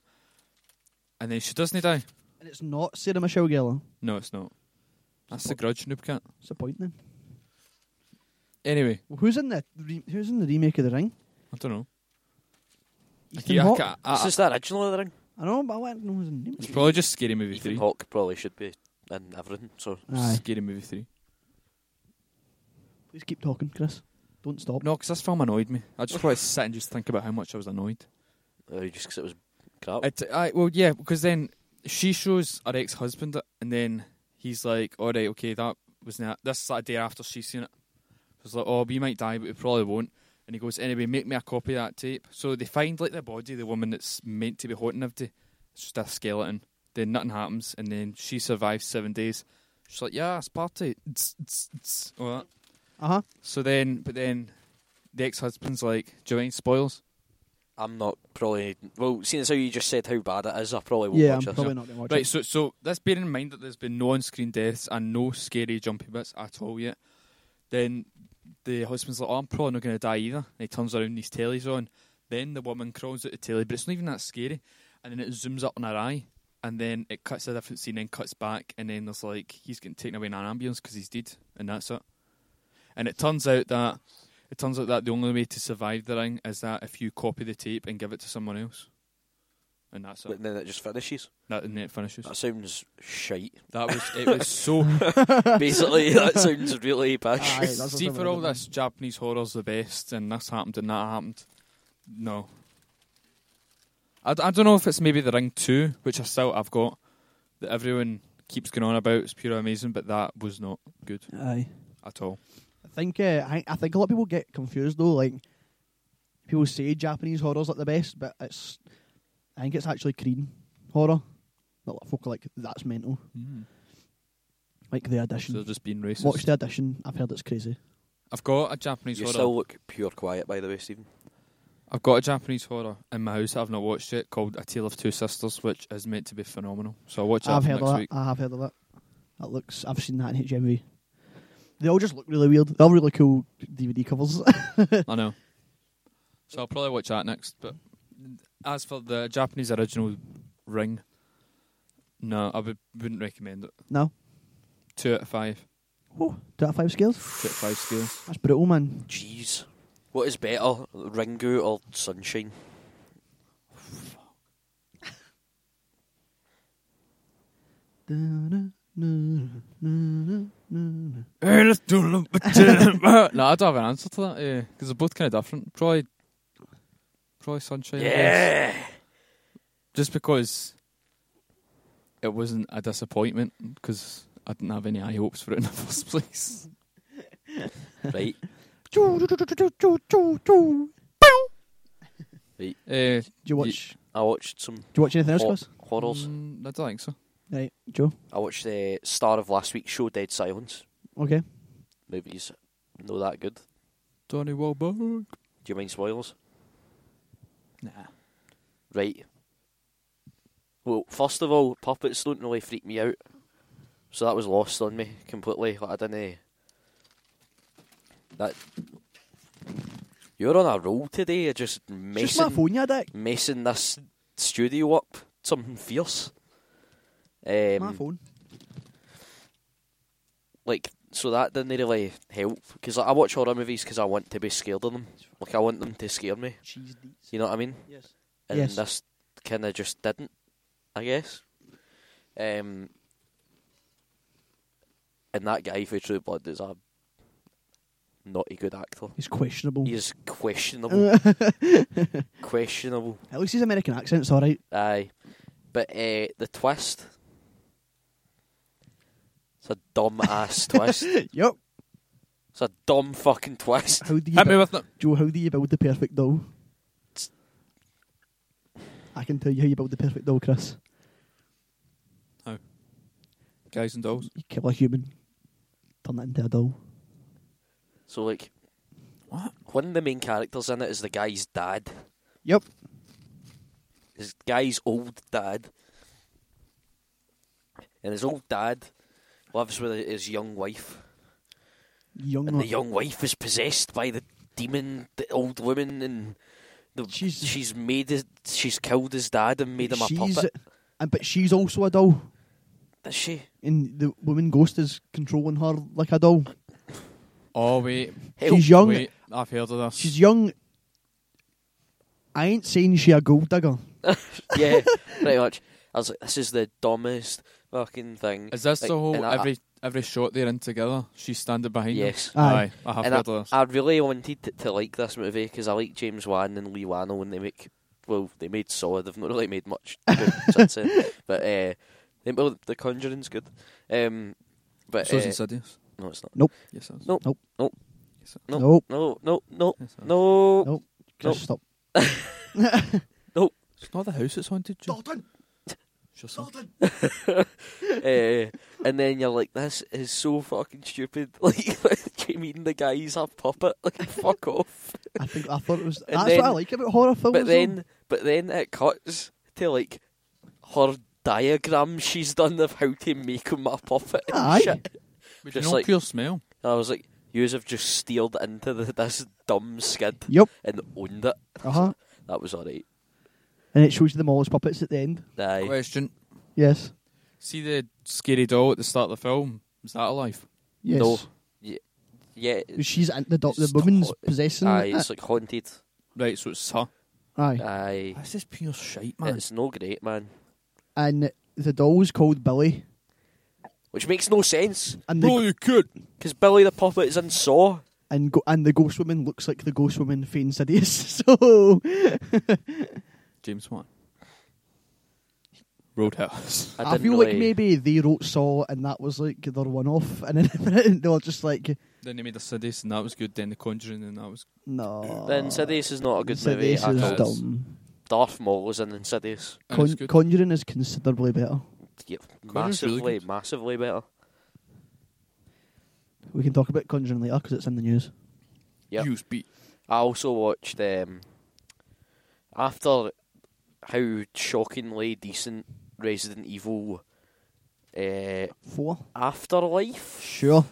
[SPEAKER 3] And then she doesn't die.
[SPEAKER 1] And it's not Sarah Michelle Gellar.
[SPEAKER 3] No, it's not. That's the grudge noob cat.
[SPEAKER 1] What's the point then?
[SPEAKER 3] Anyway,
[SPEAKER 1] Well, who's in the re- who's in the remake of The Ring?
[SPEAKER 3] I don't know.
[SPEAKER 1] Ethan
[SPEAKER 3] Yeah, I
[SPEAKER 1] Hawke.
[SPEAKER 3] ca- I-
[SPEAKER 2] Is
[SPEAKER 3] I-
[SPEAKER 2] this the original of the ring?
[SPEAKER 1] I know, but I want to know his name.
[SPEAKER 3] It's probably just Scary Movie
[SPEAKER 2] Ethan
[SPEAKER 3] 3.
[SPEAKER 2] Hawke probably should be in everything. So
[SPEAKER 1] Aye.
[SPEAKER 3] Scary Movie 3.
[SPEAKER 1] Please keep talking, Chris. Don't stop.
[SPEAKER 3] No, because this film annoyed me. I just want to sit and just think about how much I was annoyed.
[SPEAKER 2] uh, just 'cause it was crap.
[SPEAKER 3] It, I, well, yeah, because then she shows her ex husband it, and then he's like, all right, okay, that was not. This is like a day after she's seen it. He's like, oh, we might die, but we probably won't. And he goes, anyway, make me a copy of that tape. So they find like the body of the woman that's meant to be haunting everybody. It's just a skeleton. Then nothing happens, and then she survives seven days. She's like, yeah, it's party. Tss, tss, tss, all that.
[SPEAKER 1] Uh huh.
[SPEAKER 3] So then, but then the ex husband's like, Joanne spoils.
[SPEAKER 2] I'm not probably. Well, seeing as how you just said how bad it is, I probably won't
[SPEAKER 1] Yeah, I'm
[SPEAKER 2] watch this.
[SPEAKER 1] probably not gonna watch
[SPEAKER 3] Right,
[SPEAKER 1] it.
[SPEAKER 3] so so let's bear in mind that there's been no on screen deaths and no scary jumpy bits at all yet. Then the husband's like, Oh, I'm probably not gonna die either and he turns around and his telly's on. Then the woman crawls out the telly, but it's not even that scary. And then it zooms up on her eye and then it cuts to a different scene and cuts back and then there's like he's getting taken away in an ambulance because he's dead and that's it. And it turns out that it turns out that the only way to survive the ring is that if you copy the tape and give it to someone else. And that's it.
[SPEAKER 2] And then it just finishes.
[SPEAKER 3] That and then it finishes.
[SPEAKER 2] That sounds shite.
[SPEAKER 3] That was it. Was so
[SPEAKER 2] Basically, that sounds really
[SPEAKER 1] Aye,
[SPEAKER 2] bad.
[SPEAKER 1] that's what
[SPEAKER 3] see
[SPEAKER 1] I'm
[SPEAKER 3] for all
[SPEAKER 1] thinking.
[SPEAKER 3] this Japanese horror's the best, and this happened and that happened. No, I, d- I don't know if it's maybe The Ring Two, which I still I've got that everyone keeps going on about. It's pure amazing, but that was not good
[SPEAKER 1] Aye.
[SPEAKER 3] at all.
[SPEAKER 1] I think uh, I, I think a lot of people get confused though. Like people say Japanese horror's like the best, but it's I think it's actually Korean horror. Not like folk are like that's mental. Like the
[SPEAKER 3] So they're
[SPEAKER 1] audition.
[SPEAKER 3] just being racist.
[SPEAKER 1] Watch the audition. I've heard it's crazy.
[SPEAKER 3] I've got a Japanese
[SPEAKER 2] You
[SPEAKER 3] horror.
[SPEAKER 2] still look pure quiet, by the way, Stephen.
[SPEAKER 3] I've got a Japanese horror in my house that I've not watched yet called A Tale of Two Sisters, which is meant to be phenomenal. So I'll watch
[SPEAKER 1] I've
[SPEAKER 3] that
[SPEAKER 1] heard
[SPEAKER 3] next
[SPEAKER 1] of
[SPEAKER 3] week.
[SPEAKER 1] that. I have heard of that. That looks. I've seen that in HMV. They all just look really weird. They're all really cool DVD covers.
[SPEAKER 3] I know. So I'll probably watch that next. But as for the Japanese original Ring, no, I would, wouldn't recommend it.
[SPEAKER 1] no,
[SPEAKER 3] Two out of five.
[SPEAKER 1] two out of five scales.
[SPEAKER 3] Two out of five scales.
[SPEAKER 1] That's brutal, man.
[SPEAKER 2] Jeez. What is better, Ringu or Sunshine?
[SPEAKER 1] Aye,
[SPEAKER 3] no, I don't have an answer to that. Yeah, because they're both kind of different. Probably, probably Sunshine. I guess.
[SPEAKER 2] Yeah!
[SPEAKER 3] Just because it wasn't a disappointment, because I didn't have any high hopes for it in the first place.
[SPEAKER 2] right.
[SPEAKER 1] Do
[SPEAKER 3] Uh,
[SPEAKER 1] you watch?
[SPEAKER 2] I watched some
[SPEAKER 1] Do you watch anything else,
[SPEAKER 2] hor-
[SPEAKER 1] Chris?
[SPEAKER 2] horrors.
[SPEAKER 3] mm, I don't think so.
[SPEAKER 1] Right, Joe.
[SPEAKER 2] I watched the star of last week's show, Dead Silence.
[SPEAKER 1] Okay.
[SPEAKER 2] Movies, no that good.
[SPEAKER 3] Donny Wahlberg.
[SPEAKER 2] Do you mind spoilers?
[SPEAKER 3] Nah.
[SPEAKER 2] Right. Well, first of all, puppets don't really freak me out, so that was lost on me completely. Like, I didn't. eh. That you're on a roll today, of just messing,
[SPEAKER 1] Just my phone, you dick.
[SPEAKER 2] messing this studio up. Something fierce.
[SPEAKER 1] my
[SPEAKER 2] Um,
[SPEAKER 1] phone.
[SPEAKER 2] like so that didn't really help because I watch horror movies because I want to be scared of them. Like I want them to scare me.
[SPEAKER 1] Cheese deets.
[SPEAKER 2] You know what I mean?
[SPEAKER 1] Yes.
[SPEAKER 2] and
[SPEAKER 1] Yes.
[SPEAKER 2] this kind of just didn't, I guess. Um, and that guy for True Blood is a not a good actor.
[SPEAKER 1] He's questionable.
[SPEAKER 2] He is
[SPEAKER 1] Uh.
[SPEAKER 2] questionable, questionable.
[SPEAKER 1] At least his American accent's all right.
[SPEAKER 2] Aye, but uh, the twist. It's a dumb ass twist.
[SPEAKER 1] Yep.
[SPEAKER 2] It's a dumb fucking twist.
[SPEAKER 1] How do you,
[SPEAKER 3] Hit me
[SPEAKER 1] bu-
[SPEAKER 3] with it.
[SPEAKER 1] Joe? How do you build the perfect doll? I can tell you how you build the perfect doll, Chris.
[SPEAKER 3] Guys and dolls.
[SPEAKER 1] You kill a human, turn it into a doll.
[SPEAKER 2] So like,
[SPEAKER 3] What?
[SPEAKER 2] One of the main characters in it is the guy's dad.
[SPEAKER 1] Yep.
[SPEAKER 2] his guy's old dad, and his old dad lives with his young wife,
[SPEAKER 1] Young.
[SPEAKER 2] and the young wife is possessed by the demon, the old woman, and the,
[SPEAKER 1] She's-
[SPEAKER 2] she's made his, she's killed his dad and made him a
[SPEAKER 1] she's,
[SPEAKER 2] puppet.
[SPEAKER 1] and but she's also a doll,
[SPEAKER 2] Is she?
[SPEAKER 1] and the woman ghost is controlling her like a doll.
[SPEAKER 3] Oh wait,
[SPEAKER 2] Help.
[SPEAKER 1] She's young.
[SPEAKER 3] Wait, I've heard of this.
[SPEAKER 1] She's young. I ain't saying she a gold digger.
[SPEAKER 2] yeah, pretty much. I was like, this is the dumbest fucking thing.
[SPEAKER 3] Is this
[SPEAKER 2] Like,
[SPEAKER 3] the whole
[SPEAKER 2] and I-
[SPEAKER 3] every every shot they're in together? She's standing behind. them?
[SPEAKER 2] Yes.
[SPEAKER 1] Aye.
[SPEAKER 3] aye. I have
[SPEAKER 2] And
[SPEAKER 3] heard of this.
[SPEAKER 2] I really wanted to, to like this movie because I like James Wan and Lee Wano when they make. Well, they made Saw. They've not really made much good since then. But uh, they, well, The Conjuring's good. Um, but
[SPEAKER 3] So's
[SPEAKER 2] uh,
[SPEAKER 3] Insidious.
[SPEAKER 2] no, it's not.
[SPEAKER 3] Yes, it is.
[SPEAKER 2] No.
[SPEAKER 1] Nope.
[SPEAKER 2] Nope.
[SPEAKER 3] Yes, it is.
[SPEAKER 2] No.
[SPEAKER 1] Nope.
[SPEAKER 2] No, no, no,
[SPEAKER 3] Yes, it is.
[SPEAKER 2] no.
[SPEAKER 1] Nope.
[SPEAKER 2] Nope.
[SPEAKER 1] Just stop.
[SPEAKER 3] It's not the house that's haunted. Joe. It's yourself.
[SPEAKER 2] Uh, and then you're like, this is so fucking stupid. Like, Jamie meeting the guy, he's a puppet. Like, fuck off.
[SPEAKER 1] I think I thought it was.
[SPEAKER 2] And
[SPEAKER 1] That's
[SPEAKER 2] then-
[SPEAKER 1] what I like about horror films. though.
[SPEAKER 2] But then, but then it cuts to like her diagram she's done of how to make him a puppet and
[SPEAKER 1] Aye.
[SPEAKER 2] shit.
[SPEAKER 3] Would
[SPEAKER 2] Just
[SPEAKER 3] you not
[SPEAKER 2] like-
[SPEAKER 3] feel smell?
[SPEAKER 2] And I was like, yous have just steered into th this dumb skid
[SPEAKER 1] Yep.
[SPEAKER 2] and owned it.
[SPEAKER 1] Uh huh.
[SPEAKER 2] That was alright.
[SPEAKER 1] And it shows you them all as puppets at the end.
[SPEAKER 2] Aye.
[SPEAKER 3] Question.
[SPEAKER 1] Yes.
[SPEAKER 3] See the scary doll at the start of the film? Is that alive?
[SPEAKER 1] Yes.
[SPEAKER 2] No. Yeah.
[SPEAKER 1] She's in the doc- the
[SPEAKER 2] It's
[SPEAKER 1] woman's
[SPEAKER 2] hot.
[SPEAKER 1] possessing.
[SPEAKER 2] Aye,
[SPEAKER 1] it.
[SPEAKER 2] it's like haunted.
[SPEAKER 3] Right, so it's her.
[SPEAKER 1] Aye.
[SPEAKER 2] Aye.
[SPEAKER 3] This is pure shite,
[SPEAKER 2] It's no great, man.
[SPEAKER 1] And the doll's called Billy.
[SPEAKER 2] Which makes no sense.
[SPEAKER 1] And the
[SPEAKER 3] No, you could.
[SPEAKER 2] Because Billy the Puppet is in Saw.
[SPEAKER 1] and go- and the ghost woman looks like the ghost woman Fane Sidious. So
[SPEAKER 3] James Wan. Roadhouse.
[SPEAKER 2] I,
[SPEAKER 1] I,
[SPEAKER 2] didn't
[SPEAKER 1] feel
[SPEAKER 2] really...
[SPEAKER 1] like maybe they wrote Saw and that was like their one off, and then they were just like,
[SPEAKER 3] Then they made a Sidious and that was good. Then The Conjuring and that was
[SPEAKER 1] no.
[SPEAKER 2] The Insidious is not a good movie
[SPEAKER 1] Insidious
[SPEAKER 2] at
[SPEAKER 1] is
[SPEAKER 2] all.
[SPEAKER 3] It's
[SPEAKER 1] dumb.
[SPEAKER 2] Darth Maul was in Insidious.
[SPEAKER 3] and it's
[SPEAKER 1] Con-
[SPEAKER 3] good.
[SPEAKER 1] Conjuring is considerably better.
[SPEAKER 2] Yep.
[SPEAKER 3] Conjuring's really
[SPEAKER 2] Massively,
[SPEAKER 3] good.
[SPEAKER 2] massively better.
[SPEAKER 1] We can talk about Conjuring later because it's in the news.
[SPEAKER 2] Yep.
[SPEAKER 3] You speak.
[SPEAKER 2] I also watched um, after how shockingly decent Resident Evil uh,
[SPEAKER 1] Four.
[SPEAKER 2] Afterlife.
[SPEAKER 1] Sure.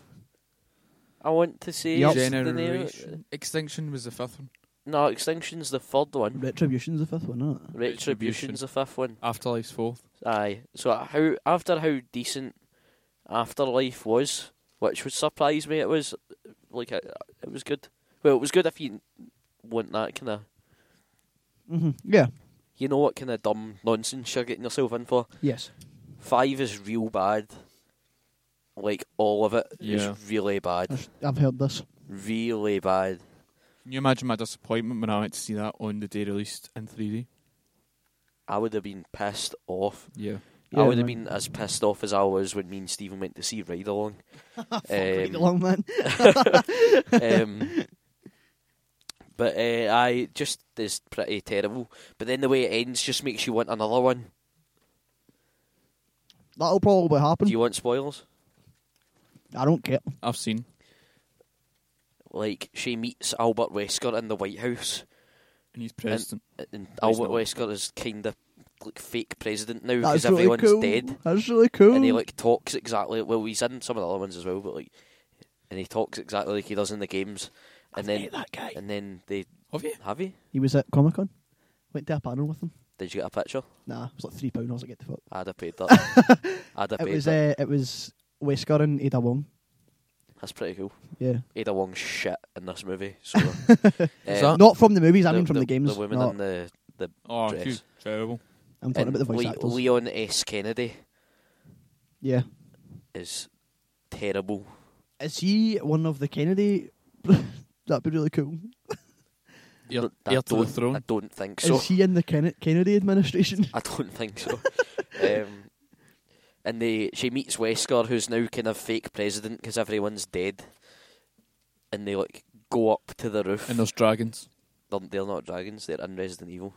[SPEAKER 2] I want to say
[SPEAKER 1] Yep.
[SPEAKER 2] is the name.
[SPEAKER 3] Generation. Extinction was the fifth one.
[SPEAKER 2] No, Extinction's the third one.
[SPEAKER 1] Retribution's the fifth one, isn't it?
[SPEAKER 2] Retribution's the fifth one.
[SPEAKER 3] Afterlife's fourth.
[SPEAKER 2] Aye. So how after how decent Afterlife was, which would surprise me, it was like it, it was good. Well, it was good if you want that kind of
[SPEAKER 1] Mm-hmm. Yeah.
[SPEAKER 2] you know what kind of dumb nonsense you're getting yourself in for.
[SPEAKER 1] Yes.
[SPEAKER 2] Five is real bad. Like all of it is
[SPEAKER 3] Yeah.
[SPEAKER 2] really bad,
[SPEAKER 1] That's- I've heard this.
[SPEAKER 2] really bad.
[SPEAKER 3] Can you imagine my disappointment when I went to see that on the day released in 3D?
[SPEAKER 2] I would have been pissed off.
[SPEAKER 3] Yeah.
[SPEAKER 1] Yeah,
[SPEAKER 2] I would have
[SPEAKER 1] man.
[SPEAKER 2] been as pissed off as I was when me and Stephen went to see Ride Along.
[SPEAKER 1] Read
[SPEAKER 2] Um,
[SPEAKER 1] along, man.
[SPEAKER 2] um, but uh, I just is pretty terrible. But then the way it ends just makes you want another one.
[SPEAKER 1] That'll probably happen.
[SPEAKER 2] Do you want spoilers?
[SPEAKER 1] I don't care.
[SPEAKER 3] I've seen.
[SPEAKER 2] Like she meets Albert Wesker in the White House.
[SPEAKER 3] And he's president.
[SPEAKER 2] and
[SPEAKER 3] No, he's
[SPEAKER 2] Albert
[SPEAKER 3] not.
[SPEAKER 2] Wesker is kind of like fake president now because
[SPEAKER 1] That's really
[SPEAKER 2] everyone's
[SPEAKER 1] cool.
[SPEAKER 2] dead,
[SPEAKER 1] That's really cool.
[SPEAKER 2] and he like talks exactly. Well, he's in some of the other ones as well, but like, and he talks exactly like he does in the games. And then,
[SPEAKER 1] that guy.
[SPEAKER 2] and then they
[SPEAKER 3] Have you?
[SPEAKER 2] have you?
[SPEAKER 1] He was at Comic Con. Went to a panel with him.
[SPEAKER 2] Did you get a picture?
[SPEAKER 1] Nah, it was like three pounds. I was like, get the fuck.
[SPEAKER 2] I'd have paid that. I'd have
[SPEAKER 1] It
[SPEAKER 2] paid
[SPEAKER 1] was
[SPEAKER 2] that.
[SPEAKER 1] uh, it was Wesker and Ada Wong.
[SPEAKER 2] That's pretty cool.
[SPEAKER 1] Yeah,
[SPEAKER 2] Ada Wong's shit in this movie. So,
[SPEAKER 3] Is that-
[SPEAKER 2] um,
[SPEAKER 1] not from the movies. I mean, from the, games.
[SPEAKER 2] The women
[SPEAKER 1] No,
[SPEAKER 2] in the the
[SPEAKER 3] Oh,
[SPEAKER 2] Dress.
[SPEAKER 3] she's terrible.
[SPEAKER 1] I'm talking
[SPEAKER 2] and
[SPEAKER 1] about the voice
[SPEAKER 2] Le-
[SPEAKER 1] actors.
[SPEAKER 2] Leon S. Kennedy
[SPEAKER 1] yeah,
[SPEAKER 2] is terrible.
[SPEAKER 1] is he one of the Kennedy? That'd be really cool.
[SPEAKER 3] You're,
[SPEAKER 2] I
[SPEAKER 3] you're to the
[SPEAKER 2] don't- I
[SPEAKER 3] throne.
[SPEAKER 2] don't think so.
[SPEAKER 1] is he in the Ken- Kennedy administration?
[SPEAKER 2] I don't think so. um, and they she meets Wesker, who's now kind of fake president because everyone's dead. And they like go up to the roof.
[SPEAKER 3] And there's dragons.
[SPEAKER 2] they're, they're not dragons; they're in Resident Evil.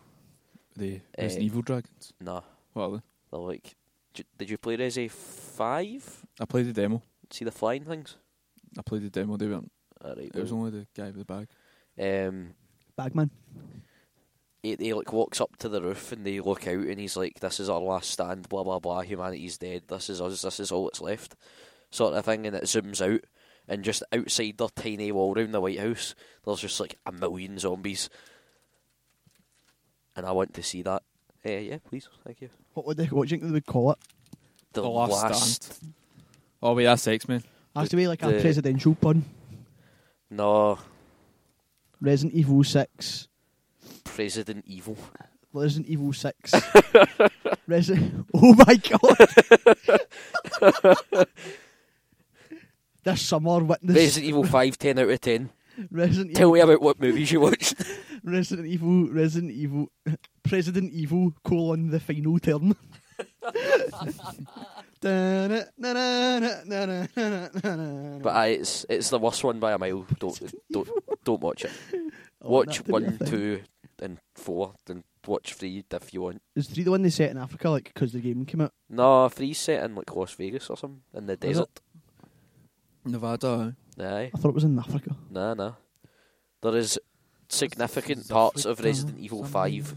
[SPEAKER 3] The
[SPEAKER 2] Eh.
[SPEAKER 3] Resident Evil dragons.
[SPEAKER 2] Nah,
[SPEAKER 3] What are they?
[SPEAKER 2] they're like. "J- Did you play Resi Five?
[SPEAKER 3] I played the demo.
[SPEAKER 2] See the flying things.
[SPEAKER 3] I played the demo. They weren't.
[SPEAKER 2] Alright,
[SPEAKER 3] It was
[SPEAKER 2] well,
[SPEAKER 3] only the guy with the bag.
[SPEAKER 2] um,
[SPEAKER 1] Bagman.
[SPEAKER 2] he, he like walks up to the roof and they look out and he's like, "This is our last stand. Blah blah blah. Humanity's dead. This is us. This is all that's left." Sort of thing, and it zooms out, and just outside their tiny wall round the White House, there's just like a million zombies, and I want to see that. Uh, yeah, please, thank you.
[SPEAKER 1] What would they? What do you think they would call it?
[SPEAKER 2] The,
[SPEAKER 3] Stand. Oh, wait, that's X Men.
[SPEAKER 1] Has to be like
[SPEAKER 2] The-
[SPEAKER 1] a presidential pun.
[SPEAKER 2] no
[SPEAKER 1] Resident Evil Six.
[SPEAKER 2] President Evil.
[SPEAKER 1] Resident Evil Six. Resident. Oh my god. this summer witness
[SPEAKER 2] Resident Evil Five, ten out of ten.
[SPEAKER 1] Resident
[SPEAKER 2] Tell
[SPEAKER 1] Evil,
[SPEAKER 2] me about what movies you watched.
[SPEAKER 1] Resident Evil, Resident Evil, President Evil, colon, the final term.
[SPEAKER 2] But
[SPEAKER 1] but
[SPEAKER 2] I, it's it's the worst one by a mile.
[SPEAKER 1] Oh,
[SPEAKER 2] Don't don't don't watch it. Watch one, two, and four, and watch er Free if you want.
[SPEAKER 1] Is three the one they set in Africa, like because the game came out?
[SPEAKER 2] No, Free's set in like Las Vegas or something in the desert.
[SPEAKER 3] Nevada.
[SPEAKER 2] Aye,
[SPEAKER 1] I thought it was in Africa.
[SPEAKER 2] nah, nah. There is significant parts of Resident Evil Five,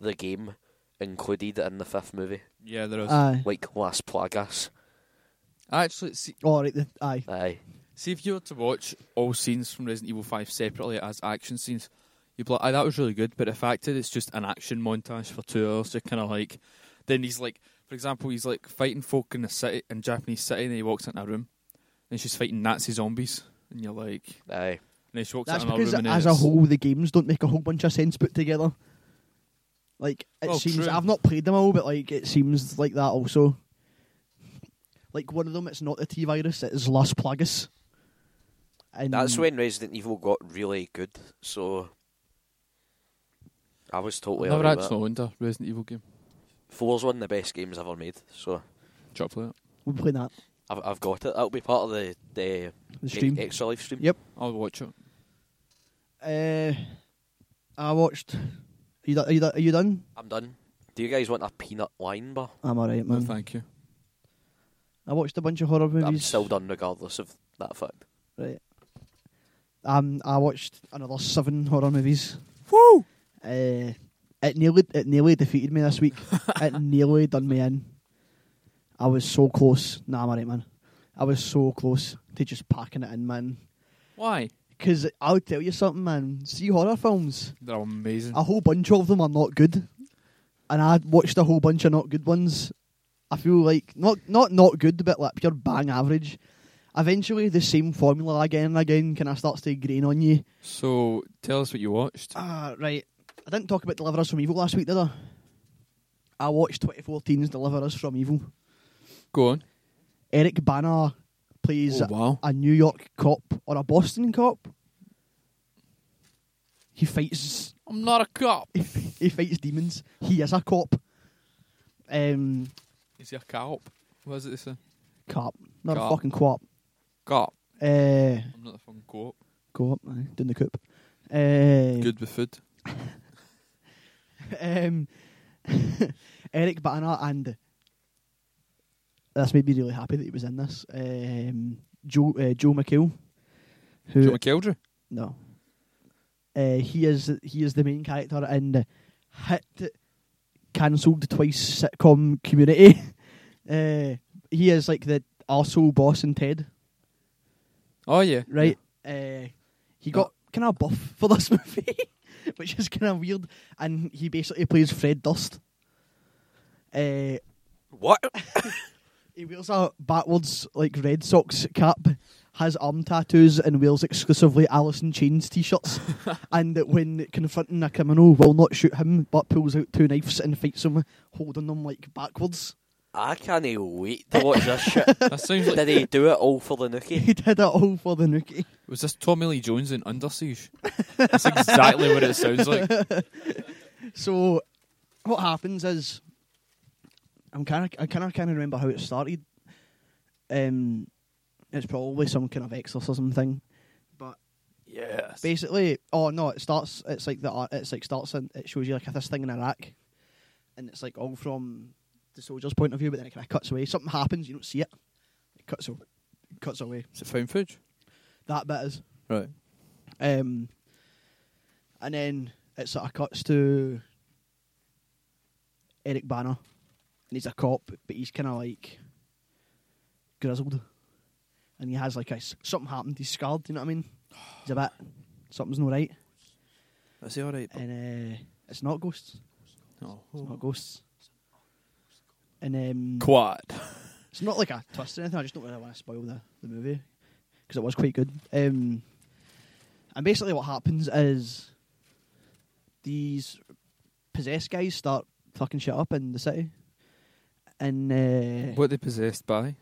[SPEAKER 2] the game, included in the fifth movie,
[SPEAKER 3] Yeah, there is.
[SPEAKER 1] Aye.
[SPEAKER 2] like Las Plagas.
[SPEAKER 3] Actually, see,
[SPEAKER 1] All Oh, right. The, aye.
[SPEAKER 2] Aye,
[SPEAKER 3] see if you were to watch all scenes from Resident Evil Five separately as action scenes, you'd be like, "Aye, that was really good." But the fact that it's just an action montage for two hours, you're kind of like, then he's like, for example, he's like fighting folk in the city, in Japanese city, and then he walks into a room, and she's fighting Nazi zombies, and you're like, and
[SPEAKER 2] aye.
[SPEAKER 3] then she walks
[SPEAKER 1] That's
[SPEAKER 3] into another
[SPEAKER 1] because
[SPEAKER 3] room, and
[SPEAKER 1] as a
[SPEAKER 3] it's-
[SPEAKER 1] whole, the games don't make a whole bunch of sense put together. Like it
[SPEAKER 3] Well,
[SPEAKER 1] seems
[SPEAKER 3] true.
[SPEAKER 1] I've not played them all, but like it seems like that also. Like one of them, it's not the T virus; it is Las Plagas. And
[SPEAKER 2] That's when Resident Evil got really good. So I was totally.
[SPEAKER 3] Never
[SPEAKER 2] alright with
[SPEAKER 3] actually owned a Resident Evil game.
[SPEAKER 2] it. Four's one of the best games I've ever made. So
[SPEAKER 3] Drop that.
[SPEAKER 1] we'll play that
[SPEAKER 2] I've I've got it. That'll be part of the the,
[SPEAKER 1] the stream.
[SPEAKER 2] e- extra life stream.
[SPEAKER 1] Yep.
[SPEAKER 3] I'll watch it.
[SPEAKER 1] Mm. Uh, I watched. Are you, do- are, you do- are you done?
[SPEAKER 2] I'm done. Do you guys want a peanut wine bar?
[SPEAKER 1] I'm alright,
[SPEAKER 3] No,
[SPEAKER 1] man.
[SPEAKER 3] thank you.
[SPEAKER 1] I watched a bunch of horror movies.
[SPEAKER 2] I'm still done regardless of that fact.
[SPEAKER 1] Right. Um, I watched another seven horror movies.
[SPEAKER 3] Woo!
[SPEAKER 1] Uh, it nearly it nearly defeated me this week. it nearly done me in. I was so close. Nah, I'm alright, man. I was so close to just packing it in, man.
[SPEAKER 3] Why?
[SPEAKER 1] Because I'll tell you something, man. See horror films.
[SPEAKER 3] They're amazing.
[SPEAKER 1] A whole bunch of them are not good, and I watched a whole bunch of not good ones. I feel like not not not good, but like pure bang average. Eventually, the same formula again and again kind of starts to grain on you.
[SPEAKER 3] So tell us what you watched.
[SPEAKER 1] Ah, right. I didn't talk about Deliver Us from Evil last week, did I? I watched 2014's Deliver Us from Evil.
[SPEAKER 3] Go on.
[SPEAKER 1] Eric Bana plays
[SPEAKER 3] Oh, wow.
[SPEAKER 1] a New York cop or a Boston cop. He fights
[SPEAKER 3] I'm not a cop.
[SPEAKER 1] he fights demons. He is a cop. Um
[SPEAKER 3] Is he a cop? What is it they say?
[SPEAKER 1] cop. Not
[SPEAKER 3] Cop.
[SPEAKER 1] a fucking cop.
[SPEAKER 3] Cop.
[SPEAKER 1] Uh
[SPEAKER 3] I'm not a fucking cop.
[SPEAKER 1] go up, aye, down the coop. Uh,
[SPEAKER 3] Good with food.
[SPEAKER 1] um, Eric Bana and that's made me really happy that he was in this. Um, Joe uh, Joe McHale, who
[SPEAKER 3] Joe McKeldry.
[SPEAKER 1] no, uh, he is he is the main character in the hit cancelled twice sitcom Community. uh, he is like the arsehole boss in Ted,
[SPEAKER 3] Oh yeah.
[SPEAKER 1] right? Uh, he got kind of buff for this movie, which is kind of weird. And he basically plays Fred Durst. Uh,
[SPEAKER 2] What?
[SPEAKER 1] He wears a backwards like Red Sox cap, has arm tattoos, and wears exclusively Alice in Chains t-shirts. and that when confronting a criminal, will not shoot him, but pulls out two knives and fights him, holding them like backwards.
[SPEAKER 2] I can't wait to watch this shit.
[SPEAKER 3] That sounds like.
[SPEAKER 2] Did he do it all for the nookie?
[SPEAKER 1] He did it all for the nookie.
[SPEAKER 3] Was this Tommy Lee Jones in Under Siege? That's exactly what it sounds like.
[SPEAKER 1] So, what happens is, I'm kind of I kind of kind of remember how it started. Um, it's probably some kind of exorcism thing, but
[SPEAKER 2] Yes.
[SPEAKER 1] Basically, oh no, it starts. It's like the ar- it's like starts and it shows you like this thing in Iraq, and it's like all from the soldier's point of view, but then it kind of cuts away. Something happens, you don't see it. It cuts away. Cuts away.
[SPEAKER 3] Is it found footage?
[SPEAKER 1] That bit is,
[SPEAKER 3] Right.
[SPEAKER 1] um, and then it sort of cuts to Eric Banner, and he's a cop, but he's kind of like grizzled, and he has like a s- something happened. He's scarred. Do you know what I mean? He's a bit something's not right.
[SPEAKER 3] Is he all right?
[SPEAKER 1] and uh, it's not ghosts. It's not ghosts. And um,
[SPEAKER 3] Quad.
[SPEAKER 1] it's not like a twist or anything. I just don't really want to spoil the, the movie because it was quite good. Um, and basically, what happens is these possessed guys start fucking shit up in the city, and uh,
[SPEAKER 3] What they possessed by?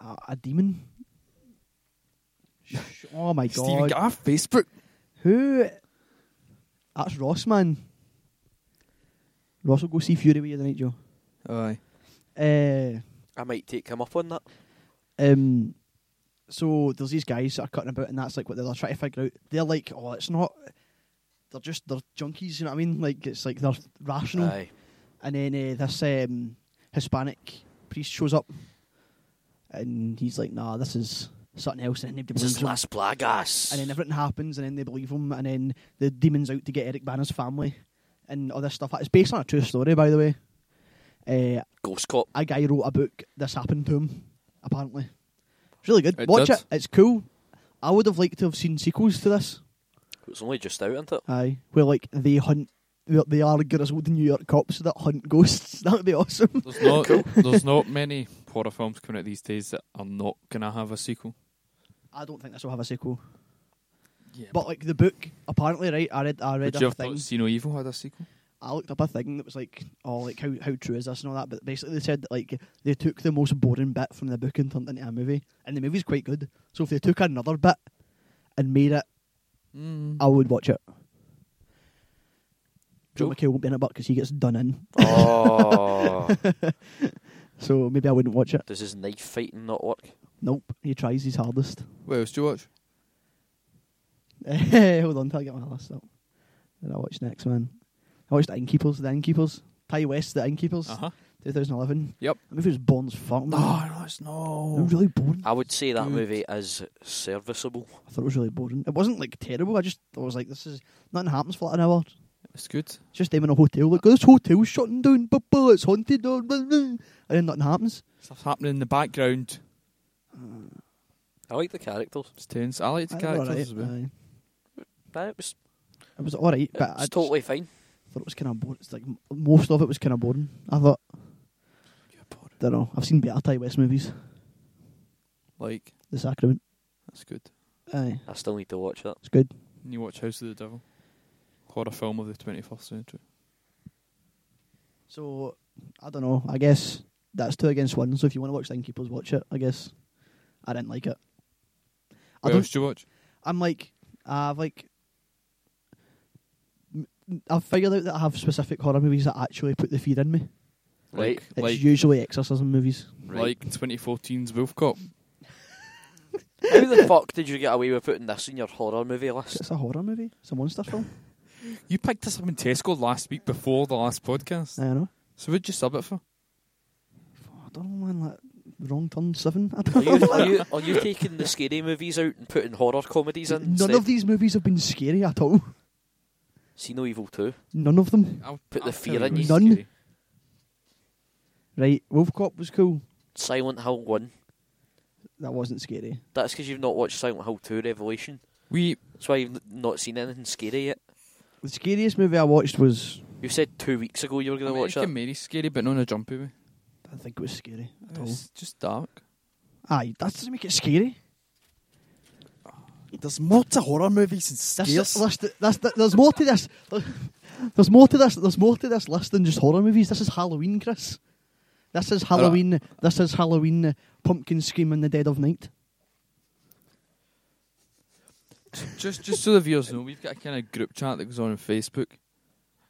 [SPEAKER 1] a, a demon. Sh- oh my
[SPEAKER 3] Stephen
[SPEAKER 1] god!
[SPEAKER 3] got off Facebook.
[SPEAKER 1] Who? That's Ross, man. Ross will go see Fury with you tonight, Joe.
[SPEAKER 3] Aye.
[SPEAKER 1] Uh,
[SPEAKER 2] I might take him up on that.
[SPEAKER 1] um, so there's these guys that are cutting about, and that's like what they're trying to figure out. They're like, oh, it's not. they're just they're junkies. You know what I mean? Like it's like they're rational.
[SPEAKER 2] Aye.
[SPEAKER 1] And then uh, this um, Hispanic priest shows up, and he's like, "Nah, this is something else." And then they
[SPEAKER 2] This
[SPEAKER 1] believe
[SPEAKER 2] is
[SPEAKER 1] him.
[SPEAKER 2] Las Plagas.
[SPEAKER 1] And then everything happens, and then they believe him, and then the demon's out to get Eric Bana's family, and all this stuff. It's based on a true story, by the way. Uh,
[SPEAKER 2] Ghost Cop.
[SPEAKER 1] a guy wrote a book. This happened to him, apparently. It's really good.
[SPEAKER 3] It
[SPEAKER 1] Watch
[SPEAKER 3] did.
[SPEAKER 1] it. It's cool. I would have liked to have seen sequels to this.
[SPEAKER 2] It's only just out, isn't it?
[SPEAKER 1] Aye, where like they hunt, they- they are grizzled New York cops that hunt ghosts. That would be awesome.
[SPEAKER 3] There's not there's not many horror films coming out these days that are not gonna have a sequel.
[SPEAKER 1] I don't think this will have a sequel.
[SPEAKER 3] Yeah,
[SPEAKER 1] But like the book, apparently, right? I read, I read
[SPEAKER 3] would
[SPEAKER 1] a
[SPEAKER 3] you have
[SPEAKER 1] thing.
[SPEAKER 3] thought Sino Evil had a sequel?
[SPEAKER 1] I looked up a thing that was like, oh, like how how true is this and all that. But basically, they said that like they took the most boring bit from the book and turned it into a movie, and the movie's quite good. So if they took another bit and made it,
[SPEAKER 3] Mm.
[SPEAKER 1] I would watch it. Joe
[SPEAKER 2] Cool.
[SPEAKER 1] McHale won't be in it, but because he gets done in,
[SPEAKER 2] Oh.
[SPEAKER 1] so maybe I wouldn't watch it.
[SPEAKER 2] Does his knife fighting not work?
[SPEAKER 1] Nope, he tries his hardest.
[SPEAKER 3] What else do you watch?
[SPEAKER 1] Eh, Hold on till I get my list up. Then I watch next man. I watched Innkeepers, The Innkeepers, Ty West, The Innkeepers,
[SPEAKER 3] Uh huh.
[SPEAKER 1] 2011.
[SPEAKER 3] Yep. Ah,
[SPEAKER 1] That movie was born as fuck. Man.
[SPEAKER 3] no, it's
[SPEAKER 1] It was
[SPEAKER 3] not.
[SPEAKER 1] really boring.
[SPEAKER 2] I would say that
[SPEAKER 1] Mm.
[SPEAKER 3] Good.
[SPEAKER 2] movie is serviceable.
[SPEAKER 1] I thought it was really boring. It wasn't like terrible. I just I was like, this is nothing happens for like an hour.
[SPEAKER 3] It's good.
[SPEAKER 1] It's just them in a hotel. Like oh, this hotel's shutting down. Blah, blah, it's haunted. blah, blah, blah," And then nothing happens.
[SPEAKER 3] Stuff's happening in the background.
[SPEAKER 2] I like the characters.
[SPEAKER 3] It's tense. I like the
[SPEAKER 1] I Uh, thought it was
[SPEAKER 3] characters
[SPEAKER 1] alright.
[SPEAKER 3] as well.
[SPEAKER 1] Aye.
[SPEAKER 2] Nah, It was,
[SPEAKER 1] It was all right,
[SPEAKER 2] it
[SPEAKER 1] but I
[SPEAKER 2] was
[SPEAKER 1] just
[SPEAKER 2] totally fine.
[SPEAKER 1] thought it was kind of boring. It's like m- most of it was kind of boring. I thought. Don't know. I've seen better Ty West movies.
[SPEAKER 3] Like
[SPEAKER 1] The Sacrament.
[SPEAKER 3] that's good.
[SPEAKER 1] Aye,
[SPEAKER 2] I still need to watch that.
[SPEAKER 1] it's good.
[SPEAKER 3] And you watch House of the Devil, horror film of the 21st century.
[SPEAKER 1] So I don't know. I guess that's two against one. So if you want to watch The Innkeepers, watch it. I guess I didn't like it. I
[SPEAKER 3] What
[SPEAKER 1] don't-
[SPEAKER 3] else do you watch?
[SPEAKER 1] I'm like I've like m- I've figured out that I have specific horror movies that actually put the fear in me.
[SPEAKER 2] Right.
[SPEAKER 1] It's
[SPEAKER 3] like
[SPEAKER 1] usually exorcism movies.
[SPEAKER 2] Right.
[SPEAKER 3] like 2014's Wolf Cop.
[SPEAKER 2] How the fuck did you get away with putting this in your horror movie list?
[SPEAKER 1] It's a horror movie. It's a monster film.
[SPEAKER 3] You picked this up in Tesco last week before the last podcast.
[SPEAKER 1] I know.
[SPEAKER 3] So what'd you sub it for?
[SPEAKER 1] I don't know, man. Like wrong turn seven. I
[SPEAKER 2] Are
[SPEAKER 1] don't
[SPEAKER 2] you,
[SPEAKER 1] know.
[SPEAKER 2] are you, are you taking the scary movies out and putting horror comedies in?
[SPEAKER 1] None of these movies have been scary at all.
[SPEAKER 2] See No Evil 2.
[SPEAKER 1] None of them.
[SPEAKER 3] I'll
[SPEAKER 2] Put the
[SPEAKER 3] I'll
[SPEAKER 2] fear
[SPEAKER 3] tell
[SPEAKER 2] in
[SPEAKER 3] what's
[SPEAKER 1] you. None.
[SPEAKER 3] scary.
[SPEAKER 1] Right, Wolf Cop was cool.
[SPEAKER 2] Silent Hill 1.
[SPEAKER 1] That wasn't scary.
[SPEAKER 2] That's because you've not watched Silent Hill 2 Revelation.
[SPEAKER 3] We
[SPEAKER 2] That's why you've n- not seen anything scary yet.
[SPEAKER 1] The scariest movie I watched was
[SPEAKER 2] You said two weeks ago you were going to watch
[SPEAKER 3] American
[SPEAKER 2] that.
[SPEAKER 3] Mary's scary, but not in a jumpy way.
[SPEAKER 1] I think it was scary at all.
[SPEAKER 3] It's just dark.
[SPEAKER 1] Aye, that doesn't make it scary.
[SPEAKER 3] There's more to horror movies and
[SPEAKER 1] This, list, this, th there's more to this. There's more to this. There's more to this list than just horror movies. This is Halloween, Chris. This is Halloween. This is Halloween. uh, Pumpkin scream in the dead of night.
[SPEAKER 3] just just so the viewers know, we've got a kind of group chat that goes on on Facebook,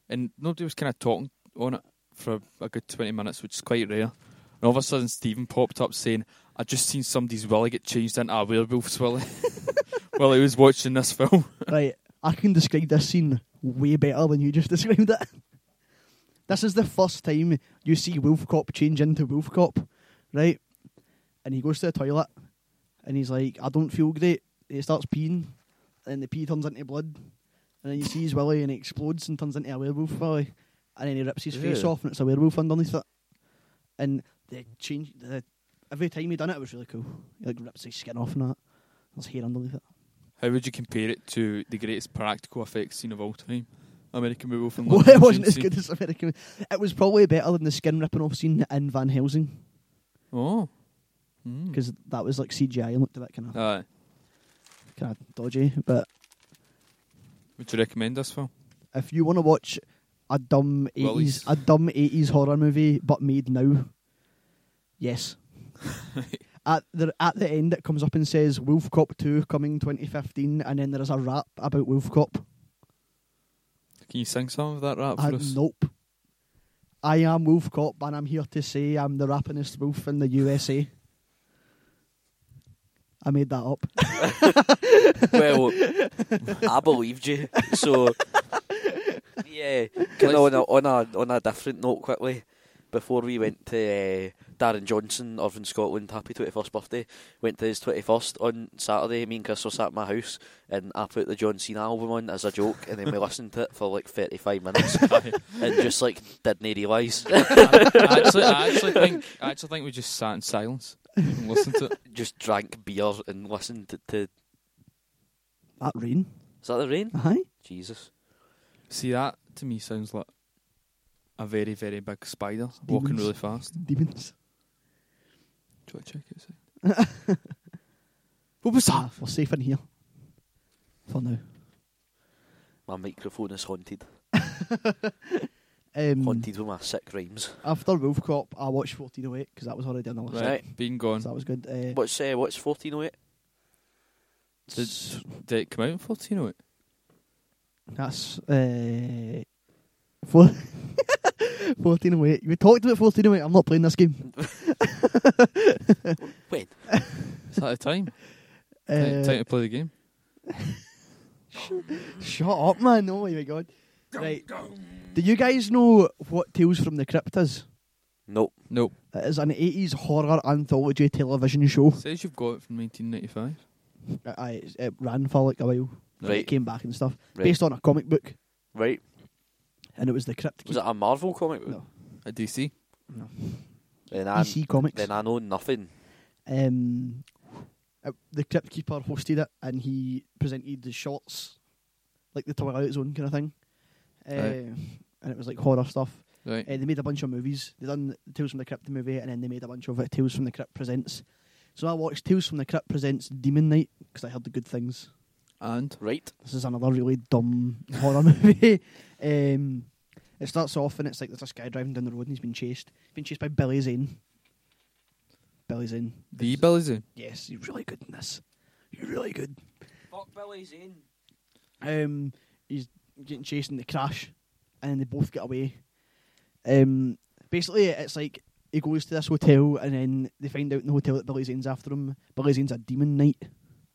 [SPEAKER 3] and nobody was kind of talking on it for a good twenty minutes, which is quite rare. And all of a sudden, Stephen popped up saying, "I just seen somebody's willy get changed into a werewolf's willy while he was watching this film."
[SPEAKER 1] right, I can describe this scene way better than you just described it. This is the first time you see Wolf Cop change into Wolf Cop, right? And he goes to the toilet and he's like, I don't feel great. And he starts peeing and the pee turns into blood. And then you see his willy and it explodes and turns into a werewolf willy. And then he rips his face
[SPEAKER 2] Ew.
[SPEAKER 1] off and it's a werewolf underneath it. And they change the every time he done it, it was really cool. He like rips his skin off and that. There's hair underneath it.
[SPEAKER 3] How would you compare it to the greatest practical effects scene of all time, American Werewolf in
[SPEAKER 1] Well,
[SPEAKER 3] London?
[SPEAKER 1] it wasn't as
[SPEAKER 3] scene?
[SPEAKER 1] good as American. It was probably better than the skin ripping off scene in Van Helsing
[SPEAKER 3] Oh, Mm.
[SPEAKER 1] because that was like CGI and looked a bit kind of
[SPEAKER 3] Aye.
[SPEAKER 1] kind of dodgy. But
[SPEAKER 3] would you recommend this film?
[SPEAKER 1] if you want to watch a dumb
[SPEAKER 3] Well,
[SPEAKER 1] eighties
[SPEAKER 3] he's-
[SPEAKER 1] a dumb eighties horror movie but made now, yes. At the at the end, it comes up and says Wolf Cop Two coming 2015, and then there is a rap about Wolf Cop.
[SPEAKER 3] Can you sing some of that rap
[SPEAKER 1] Uh,
[SPEAKER 3] for us?
[SPEAKER 1] nope. I am Wolf Cop, and I'm here to say I'm the rappingest wolf in the USA. I made that up.
[SPEAKER 2] well, I believed you. So yeah. Can I, on, a, on a on a different note, quickly, before we went to uh, Darren Johnson of in Scotland, happy twenty first birthday. Went to his twenty first on Saturday. Me and Chris were sat at my house, and I put the John Cena album on as a joke, and then we listened to it for like thirty five minutes, and just like didn't realise.
[SPEAKER 3] I actually, I actually think I actually think we just sat in silence and listened to it.
[SPEAKER 2] just drank beer and listened to, to.
[SPEAKER 1] That rain.
[SPEAKER 2] Is that the rain?
[SPEAKER 1] Aye.
[SPEAKER 2] Jesus.
[SPEAKER 3] See that to me sounds like a very very big spider walking
[SPEAKER 1] Demons.
[SPEAKER 3] really fast.
[SPEAKER 1] Demons.
[SPEAKER 3] Do I check it? what was
[SPEAKER 1] Ah, we're safe in here. For now.
[SPEAKER 2] My microphone is haunted.
[SPEAKER 1] Um,
[SPEAKER 2] Haunted with my sick rhymes.
[SPEAKER 1] After Wolf Cop, I watched 1408 because that was already on the list.
[SPEAKER 3] Right, being
[SPEAKER 1] So
[SPEAKER 3] gone.
[SPEAKER 1] that was good. Uh,
[SPEAKER 2] What's uh, what's fourteen oh eight?
[SPEAKER 3] Did, did it come out in fourteen oh eight?
[SPEAKER 1] That's uh, four, 1408. We talked about 1408. I'm not playing this game.
[SPEAKER 2] When?
[SPEAKER 3] Is that the time? time?
[SPEAKER 1] Uh,
[SPEAKER 3] Time to play the game.
[SPEAKER 1] Shut up, man. Oh my god. Right. Do you guys know what Tales from the Crypt is?
[SPEAKER 2] Nope.
[SPEAKER 3] Nope.
[SPEAKER 1] It is an 80s horror anthology television show.
[SPEAKER 3] Says you've got it from nineteen ninety five.
[SPEAKER 1] I, I, it ran for like a while. then it
[SPEAKER 2] Right.
[SPEAKER 1] Came back and stuff.
[SPEAKER 2] Right.
[SPEAKER 1] Based on a comic book.
[SPEAKER 2] Right.
[SPEAKER 1] And it was the Crypt
[SPEAKER 2] Was
[SPEAKER 1] Keep.
[SPEAKER 2] it a Marvel comic? book?
[SPEAKER 1] No.
[SPEAKER 3] At DC.
[SPEAKER 2] Then I
[SPEAKER 1] DC Comics.
[SPEAKER 2] then I know nothing.
[SPEAKER 1] um, uh, the Crypt Keeper hosted it and he presented the shots, like the Twilight Zone kind of thing. Uh,
[SPEAKER 3] Right.
[SPEAKER 1] And it was like horror stuff.
[SPEAKER 3] Right.
[SPEAKER 1] Uh, they made a bunch of movies. They done Tales from the Crypt movie, and then they made a bunch of uh, Tales from the Crypt Presents. So I watched Tales from the Crypt Presents Demon Night because I heard the good things.
[SPEAKER 3] And
[SPEAKER 2] Right.
[SPEAKER 1] This is another really dumb horror movie. Um, it starts off and it's like there's this guy driving down the road and he's been chased. Been chased by Billy Zane. Billy Zane.
[SPEAKER 3] the Billy Zane.
[SPEAKER 1] Yes, you're really good in this. You're really good.
[SPEAKER 2] Fuck Billy's in.
[SPEAKER 1] Um, he's getting chased and they crash, and they both get away. Um, basically, it's like he goes to this hotel, and then they find out in the hotel that Billy Zane's after him. Billy Zane's a demon knight,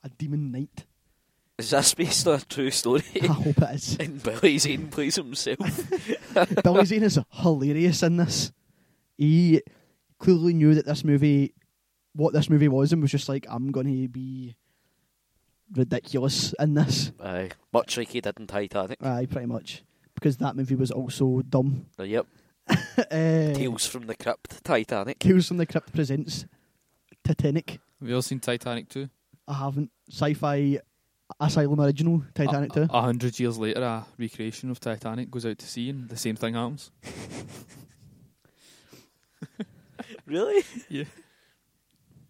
[SPEAKER 1] a demon knight.
[SPEAKER 2] Is that based on a true story?
[SPEAKER 1] I hope it is.
[SPEAKER 2] and Billy Zane plays himself.
[SPEAKER 1] Billy Zane is hilarious in this. He clearly knew that this movie, what this movie was, and was just like, I'm going to be ridiculous in this.
[SPEAKER 2] Aye. Much like he did in Titanic.
[SPEAKER 1] Aye, pretty much. Because that movie was also dumb.
[SPEAKER 2] Uh, yep.
[SPEAKER 1] Uh,
[SPEAKER 2] Tales from the Crypt Titanic.
[SPEAKER 1] Tales from the Crypt presents Titanic.
[SPEAKER 3] Have you all seen Titanic two?
[SPEAKER 1] I haven't. Sci-fi Asylum original Titanic
[SPEAKER 3] A-
[SPEAKER 2] Uh,
[SPEAKER 1] too.
[SPEAKER 3] A hundred years later, a recreation of Titanic goes out to sea, and the same thing happens.
[SPEAKER 2] Really?
[SPEAKER 3] Yeah.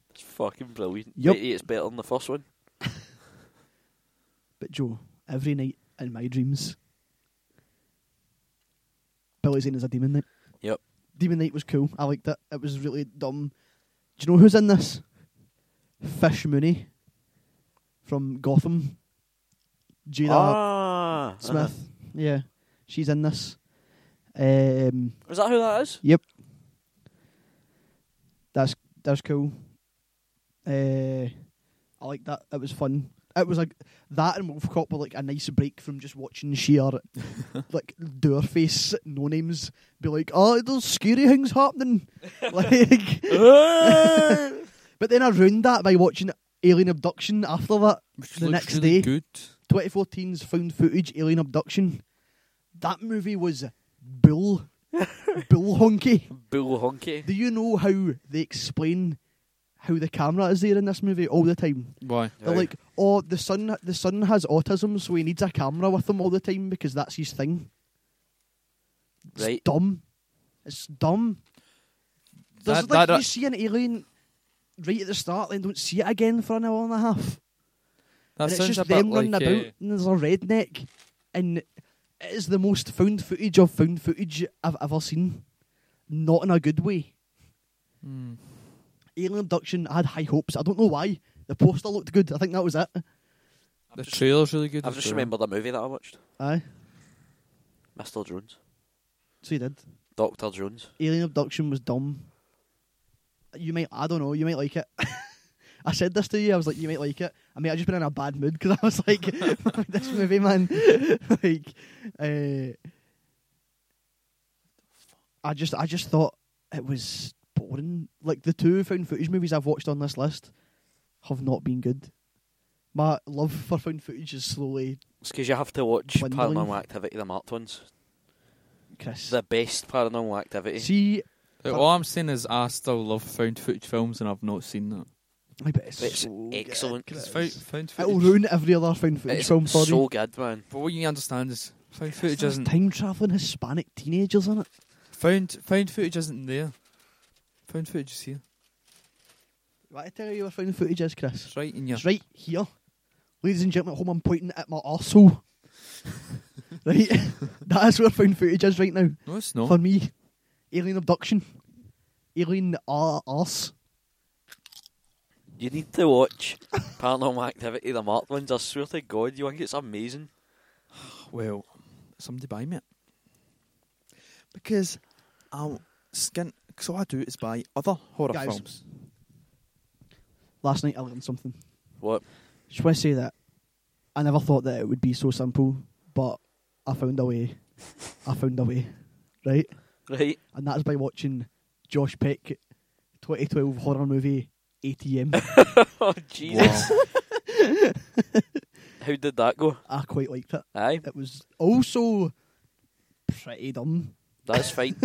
[SPEAKER 2] It's fucking brilliant.
[SPEAKER 1] Yup.
[SPEAKER 2] Yep. It's better than the first one.
[SPEAKER 1] But Joe, every night in my dreams, Billy Zane is a demon night.
[SPEAKER 2] Yep.
[SPEAKER 1] Demon night was cool. I liked it. It was really dumb. Do you know who's in this? Fish Mooney from Gotham. Jada
[SPEAKER 2] ah.
[SPEAKER 1] Smith. Yeah, she's in this. Um,
[SPEAKER 2] uh-huh. Is that who that is?
[SPEAKER 1] Yep. That's that's cool. Uh, I like that. It was fun. It was like that and Wolf Cop were like a nice break from just watching sheer like doer face no names be like, oh, there's scary things happening. like, Eh. but then I ruined that by watching Alien Abduction after that.
[SPEAKER 3] Which
[SPEAKER 1] The
[SPEAKER 3] looks
[SPEAKER 1] next
[SPEAKER 3] really
[SPEAKER 1] day.
[SPEAKER 3] good.
[SPEAKER 1] 2014's found footage Alien Abduction. That movie was bull, bull honky.
[SPEAKER 2] Bull honky.
[SPEAKER 1] Do you know how they explain how the camera is there in this movie all the time?
[SPEAKER 3] Why?
[SPEAKER 1] They're like, oh, the son, the son has autism, so he needs a camera with him all the time because that's his thing. It's
[SPEAKER 2] Right.
[SPEAKER 1] dumb. It's dumb. There's
[SPEAKER 3] That-
[SPEAKER 1] like
[SPEAKER 3] that- uh,
[SPEAKER 1] you see an alien right at the start, then don't see it again for an hour and a half,
[SPEAKER 3] That
[SPEAKER 1] and it's
[SPEAKER 3] sounds
[SPEAKER 1] just
[SPEAKER 3] a bit
[SPEAKER 1] them
[SPEAKER 3] like
[SPEAKER 1] running about,
[SPEAKER 3] uh,
[SPEAKER 1] and there's a redneck, and it is the most found footage of found footage I've ever seen, not in a good way.
[SPEAKER 3] hmm.
[SPEAKER 1] Alien Abduction, I had high hopes. I don't know why. The poster looked good. I think that was it.
[SPEAKER 3] The trailer's really good.
[SPEAKER 2] I've
[SPEAKER 3] as
[SPEAKER 2] just
[SPEAKER 3] well.
[SPEAKER 2] remembered a movie that I watched.
[SPEAKER 1] Aye.
[SPEAKER 2] Mr. Jones.
[SPEAKER 1] So you did.
[SPEAKER 2] Doctor Jones.
[SPEAKER 1] Alien Abduction was dumb. You might, I don't know, you might like it. I said this to you, I was like, you might like it. I mean, i just been in a bad mood because I was like, this movie, man. like, uh, I just I just thought it was boring. Like the two found footage movies I've watched on this list have not been good. My love for found footage is slowly
[SPEAKER 2] It's because you have to watch
[SPEAKER 1] Dwindling.
[SPEAKER 2] Paranormal Activity, the marked ones.
[SPEAKER 1] Chris.
[SPEAKER 2] The best Paranormal Activity.
[SPEAKER 1] See,
[SPEAKER 3] All I'm saying is, I still love found footage films, and I've not seen that.
[SPEAKER 1] I bet it's,
[SPEAKER 2] It's
[SPEAKER 1] so
[SPEAKER 2] excellent.
[SPEAKER 1] Good,
[SPEAKER 3] It's
[SPEAKER 1] Chris.
[SPEAKER 3] found, found
[SPEAKER 1] It'll
[SPEAKER 3] footage.
[SPEAKER 1] ruin every other found footage
[SPEAKER 2] it's
[SPEAKER 1] film for you.
[SPEAKER 2] so good, man.
[SPEAKER 3] But what you understand is found
[SPEAKER 1] It's
[SPEAKER 3] footage isn't
[SPEAKER 1] time traveling Hispanic teenagers in it.
[SPEAKER 3] found found footage isn't there. Found footage is here.
[SPEAKER 1] Right, I tell you where found footage is, Chris.
[SPEAKER 3] It's right in your.
[SPEAKER 1] It's right here. Ladies and gentlemen at home, I'm pointing at my arsehole. right? that is where found footage is right now.
[SPEAKER 3] No, it's not.
[SPEAKER 1] For me, alien abduction. Alien ar- arse.
[SPEAKER 2] You need to watch Paranormal Activity, the marked ones. I swear to God, you think it's amazing.
[SPEAKER 3] Well, somebody buy me it. Because I'll skin. So what I do is buy other horror
[SPEAKER 1] Guys.
[SPEAKER 3] films.
[SPEAKER 1] Last night I learned something.
[SPEAKER 2] What?
[SPEAKER 1] Just want to say that I never thought that it would be so simple, but I found a way. I found a way. Right?
[SPEAKER 2] Right?
[SPEAKER 1] And that's by watching Josh Peck 2012 horror movie ATM.
[SPEAKER 2] Oh, Jesus.
[SPEAKER 3] Wow.
[SPEAKER 2] How did that go?
[SPEAKER 1] I quite liked it.
[SPEAKER 2] Aye,
[SPEAKER 1] It was also pretty dumb,
[SPEAKER 2] that's fine.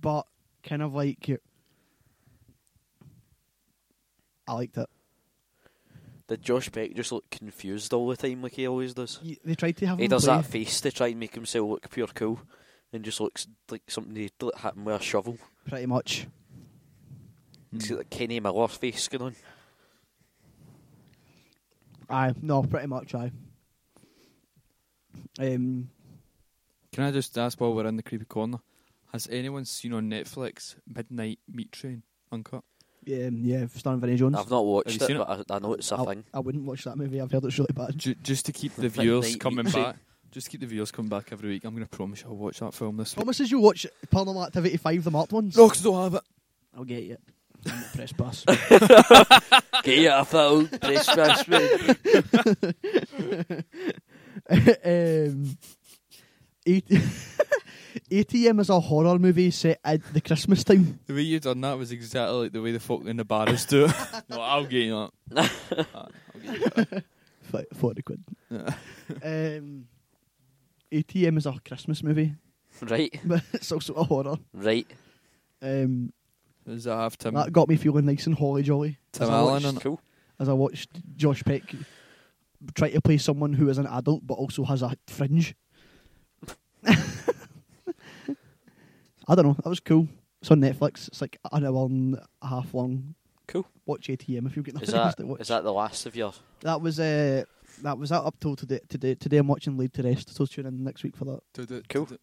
[SPEAKER 1] but kind of like I liked it.
[SPEAKER 2] Did Josh Beck just look confused all the time like he always does?
[SPEAKER 1] Y- They tried to have
[SPEAKER 2] He
[SPEAKER 1] him
[SPEAKER 2] does
[SPEAKER 1] play.
[SPEAKER 2] that face to try and make himself look pure cool and just looks like something he'd let happen with a shovel.
[SPEAKER 1] pretty much. Hmm.
[SPEAKER 2] He's
[SPEAKER 3] Hmm.
[SPEAKER 2] got like Kenny Miller face going on.
[SPEAKER 1] Aye, no, pretty much. Aye. Um,
[SPEAKER 3] Can I just ask while we're in the creepy corner? Has anyone seen on Netflix Midnight Meat Train uncut?
[SPEAKER 1] yeah, yeah, starring Vinnie Jones.
[SPEAKER 2] I've not watched
[SPEAKER 3] you
[SPEAKER 2] it,
[SPEAKER 3] seen
[SPEAKER 2] but I, I know it's a
[SPEAKER 1] I,
[SPEAKER 2] thing.
[SPEAKER 1] I wouldn't watch that movie. I've heard it's really bad.
[SPEAKER 3] Ju- just to keep the
[SPEAKER 2] Midnight
[SPEAKER 3] viewers
[SPEAKER 2] Meat
[SPEAKER 3] coming
[SPEAKER 2] Train.
[SPEAKER 3] back. Just keep the viewers coming back every week. I'm going to promise you I'll watch that film this week.
[SPEAKER 1] Promises you'll watch Paranormal Activity Five, the marked ones.
[SPEAKER 3] No, Oh 'cause I don't have it.
[SPEAKER 1] I'll get you. I'm not press pass.
[SPEAKER 2] Get off that old press pass, man.
[SPEAKER 1] um, eight- ATM E is a horror movie set at the Christmas time.
[SPEAKER 3] The way you done that was exactly like the way the folk in the barrows do it. no, I'll get you that. Ah, I'll get you that.
[SPEAKER 1] Fi- Forty quid.
[SPEAKER 3] Yeah.
[SPEAKER 1] Um, ATM is a Christmas movie,
[SPEAKER 2] Right,
[SPEAKER 1] but it's also a horror.
[SPEAKER 2] right.
[SPEAKER 1] Um,
[SPEAKER 3] Does that have Tim,
[SPEAKER 1] that got me feeling nice and holly jolly
[SPEAKER 3] Tim
[SPEAKER 1] as I
[SPEAKER 3] Allen
[SPEAKER 1] watched-
[SPEAKER 3] on it?
[SPEAKER 2] Cool.
[SPEAKER 1] as I watched Josh Peck try to play someone who is an adult but also has a fringe. I don't know. That was cool. It's on Netflix. It's like an hour and a half long.
[SPEAKER 2] Cool.
[SPEAKER 1] Watch ATM if you get
[SPEAKER 2] Is
[SPEAKER 1] nothing else
[SPEAKER 2] that
[SPEAKER 1] to watch.
[SPEAKER 2] is that the last of your
[SPEAKER 1] That was uh, that was that up till today. Today, today I'm watching Lead to Rest. So tune in next week for that.
[SPEAKER 3] Do- do-
[SPEAKER 2] Cool.
[SPEAKER 3] do-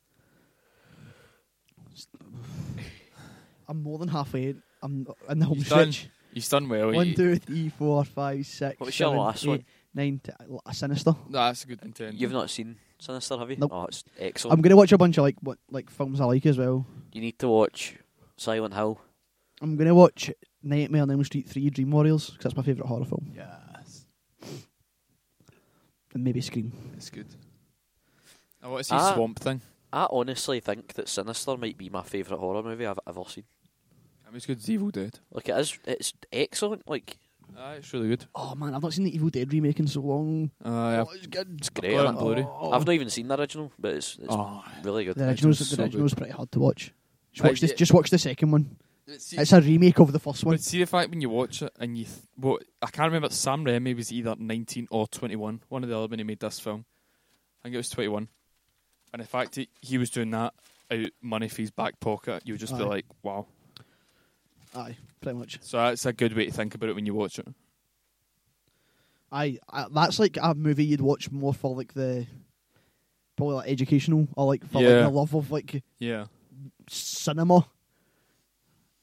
[SPEAKER 1] I'm more than halfway. I'm in the home
[SPEAKER 3] You've done-
[SPEAKER 1] stretch.
[SPEAKER 3] You've done well.
[SPEAKER 1] One,
[SPEAKER 3] you-
[SPEAKER 1] two, three, four, five, six,
[SPEAKER 2] What's your
[SPEAKER 1] seven,
[SPEAKER 2] last
[SPEAKER 1] eight,
[SPEAKER 2] one?
[SPEAKER 1] nine, ten. A sinister.
[SPEAKER 3] Nah, that's a good intent.
[SPEAKER 2] You've not seen Sinister, have you?
[SPEAKER 1] Nope.
[SPEAKER 2] Oh, it's
[SPEAKER 1] I'm
[SPEAKER 2] excellent.
[SPEAKER 1] gonna watch a bunch of like what like films I like as well.
[SPEAKER 2] you need to watch Silent Hill.
[SPEAKER 1] I'm gonna watch Nightmare on Elm Street Three: Dream Warriors because that's my favorite horror film,
[SPEAKER 3] Yes,
[SPEAKER 1] and maybe Scream.
[SPEAKER 3] it's good. I want to see
[SPEAKER 2] Ah.
[SPEAKER 3] Swamp Thing.
[SPEAKER 2] I honestly think that Sinister might be my favourite horror movie I've ever seen.
[SPEAKER 3] I mean, it's good. It's Evil Dead.
[SPEAKER 2] Like it is, it's excellent. Like
[SPEAKER 3] Ah, it's really good.
[SPEAKER 1] Oh man, I've not seen the Evil Dead remake in so long.
[SPEAKER 3] Uh,
[SPEAKER 1] Oh, it's good.
[SPEAKER 2] it's great.
[SPEAKER 3] got it
[SPEAKER 2] isn't
[SPEAKER 3] on
[SPEAKER 2] it?
[SPEAKER 3] Blu-ray.
[SPEAKER 1] Oh.
[SPEAKER 2] I've not even seen the original, but it's, it's
[SPEAKER 3] oh.
[SPEAKER 2] really
[SPEAKER 1] The
[SPEAKER 2] good.
[SPEAKER 1] original's,
[SPEAKER 3] It's
[SPEAKER 1] the
[SPEAKER 3] so
[SPEAKER 1] original's pretty hard to watch. Just
[SPEAKER 3] Uh,
[SPEAKER 1] watch, this,
[SPEAKER 3] yeah.
[SPEAKER 1] just watch the second one.
[SPEAKER 3] See,
[SPEAKER 1] It's a remake of the first one.
[SPEAKER 3] but see the fact when you watch it and you, th- well, I can't remember. Sam Raimi was either nineteen or twenty-one. One of the other when he made this film. I think it was twenty-one. And the fact that he was doing that out money for his back pocket, you'll just be
[SPEAKER 1] Aye.
[SPEAKER 3] like, wow.
[SPEAKER 1] Aye, pretty much.
[SPEAKER 3] So that's a good way to think about it when you watch it.
[SPEAKER 1] Aye, I, that's like a movie you'd watch more for like the probably like educational or like for
[SPEAKER 3] Yeah.
[SPEAKER 1] like the love of like
[SPEAKER 3] Yeah.
[SPEAKER 1] cinema.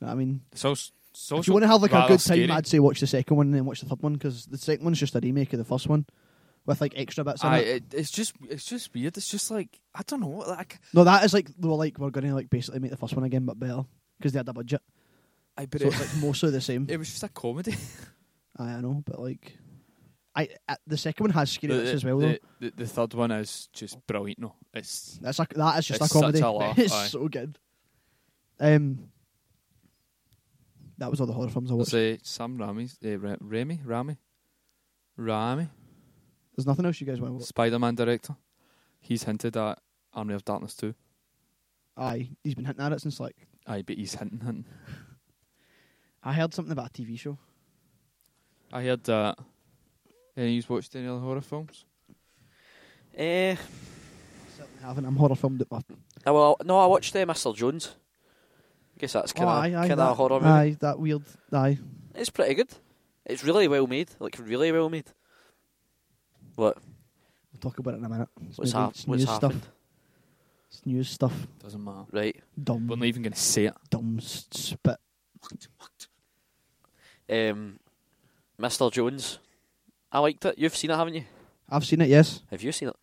[SPEAKER 1] Know what I mean,
[SPEAKER 3] So, so
[SPEAKER 1] if you want to have like a
[SPEAKER 3] rather
[SPEAKER 1] good time,
[SPEAKER 3] scary.
[SPEAKER 1] I'd say watch the second one and then watch the third one because the second one's just a remake of the first one with like extra bits. In
[SPEAKER 3] Aye,
[SPEAKER 1] it.
[SPEAKER 3] it- it's just it's just weird. It's just like I don't know. Like
[SPEAKER 1] No, that is like they were like we're going to like basically make the first one again, but better because they had a budget.
[SPEAKER 3] I but
[SPEAKER 1] so
[SPEAKER 3] it,
[SPEAKER 1] it's like mostly the same.
[SPEAKER 3] it was just a comedy.
[SPEAKER 1] Aye, I know, but like, I uh, the second one has scary bits as well. though.
[SPEAKER 3] the, the, the third one is just brilliant. No, it's
[SPEAKER 1] That's a, that is just
[SPEAKER 3] It's
[SPEAKER 1] a comedy.
[SPEAKER 3] such a laugh,
[SPEAKER 1] it's
[SPEAKER 3] aye.
[SPEAKER 1] so good. Um, that was all the horror films I watched.
[SPEAKER 3] Was it Sam Raimi's? Uh, Ra- Raimi? Raimi? Raimi?
[SPEAKER 1] There's nothing else you guys want to watch.
[SPEAKER 3] Spider Man director. He's hinted at Army of Darkness 2.
[SPEAKER 1] Aye, he's been hinting at it since like
[SPEAKER 3] Aye, but he's hinting, hinting.
[SPEAKER 1] I heard something about a TV show.
[SPEAKER 3] I heard that. Any of you watched any other horror films?
[SPEAKER 2] Eh,
[SPEAKER 1] Certainly haven't. I'm horror filmed at my.
[SPEAKER 2] I well, no, I watched uh, Mr. Jones. I guess that's
[SPEAKER 1] Oh, aye,
[SPEAKER 2] kind
[SPEAKER 1] aye,
[SPEAKER 2] of
[SPEAKER 1] that,
[SPEAKER 2] a horror movie.
[SPEAKER 1] Aye, that weird. Aye,
[SPEAKER 2] It's pretty good. It's really well made. Like really well made. What?
[SPEAKER 1] we'll talk about it in a minute. It's
[SPEAKER 2] What's,
[SPEAKER 1] maybe-
[SPEAKER 2] hap-
[SPEAKER 1] it's
[SPEAKER 2] what's
[SPEAKER 1] news
[SPEAKER 2] happened?
[SPEAKER 1] stuff. It's news stuff.
[SPEAKER 3] Doesn't matter.
[SPEAKER 2] Right.
[SPEAKER 1] Dumb,
[SPEAKER 3] We're not even going to say it.
[SPEAKER 1] dumb s- spit.
[SPEAKER 2] Um, Mr. Jones. I liked it. You've seen it, haven't you?
[SPEAKER 1] I've seen it. Yes.
[SPEAKER 2] Have you seen it?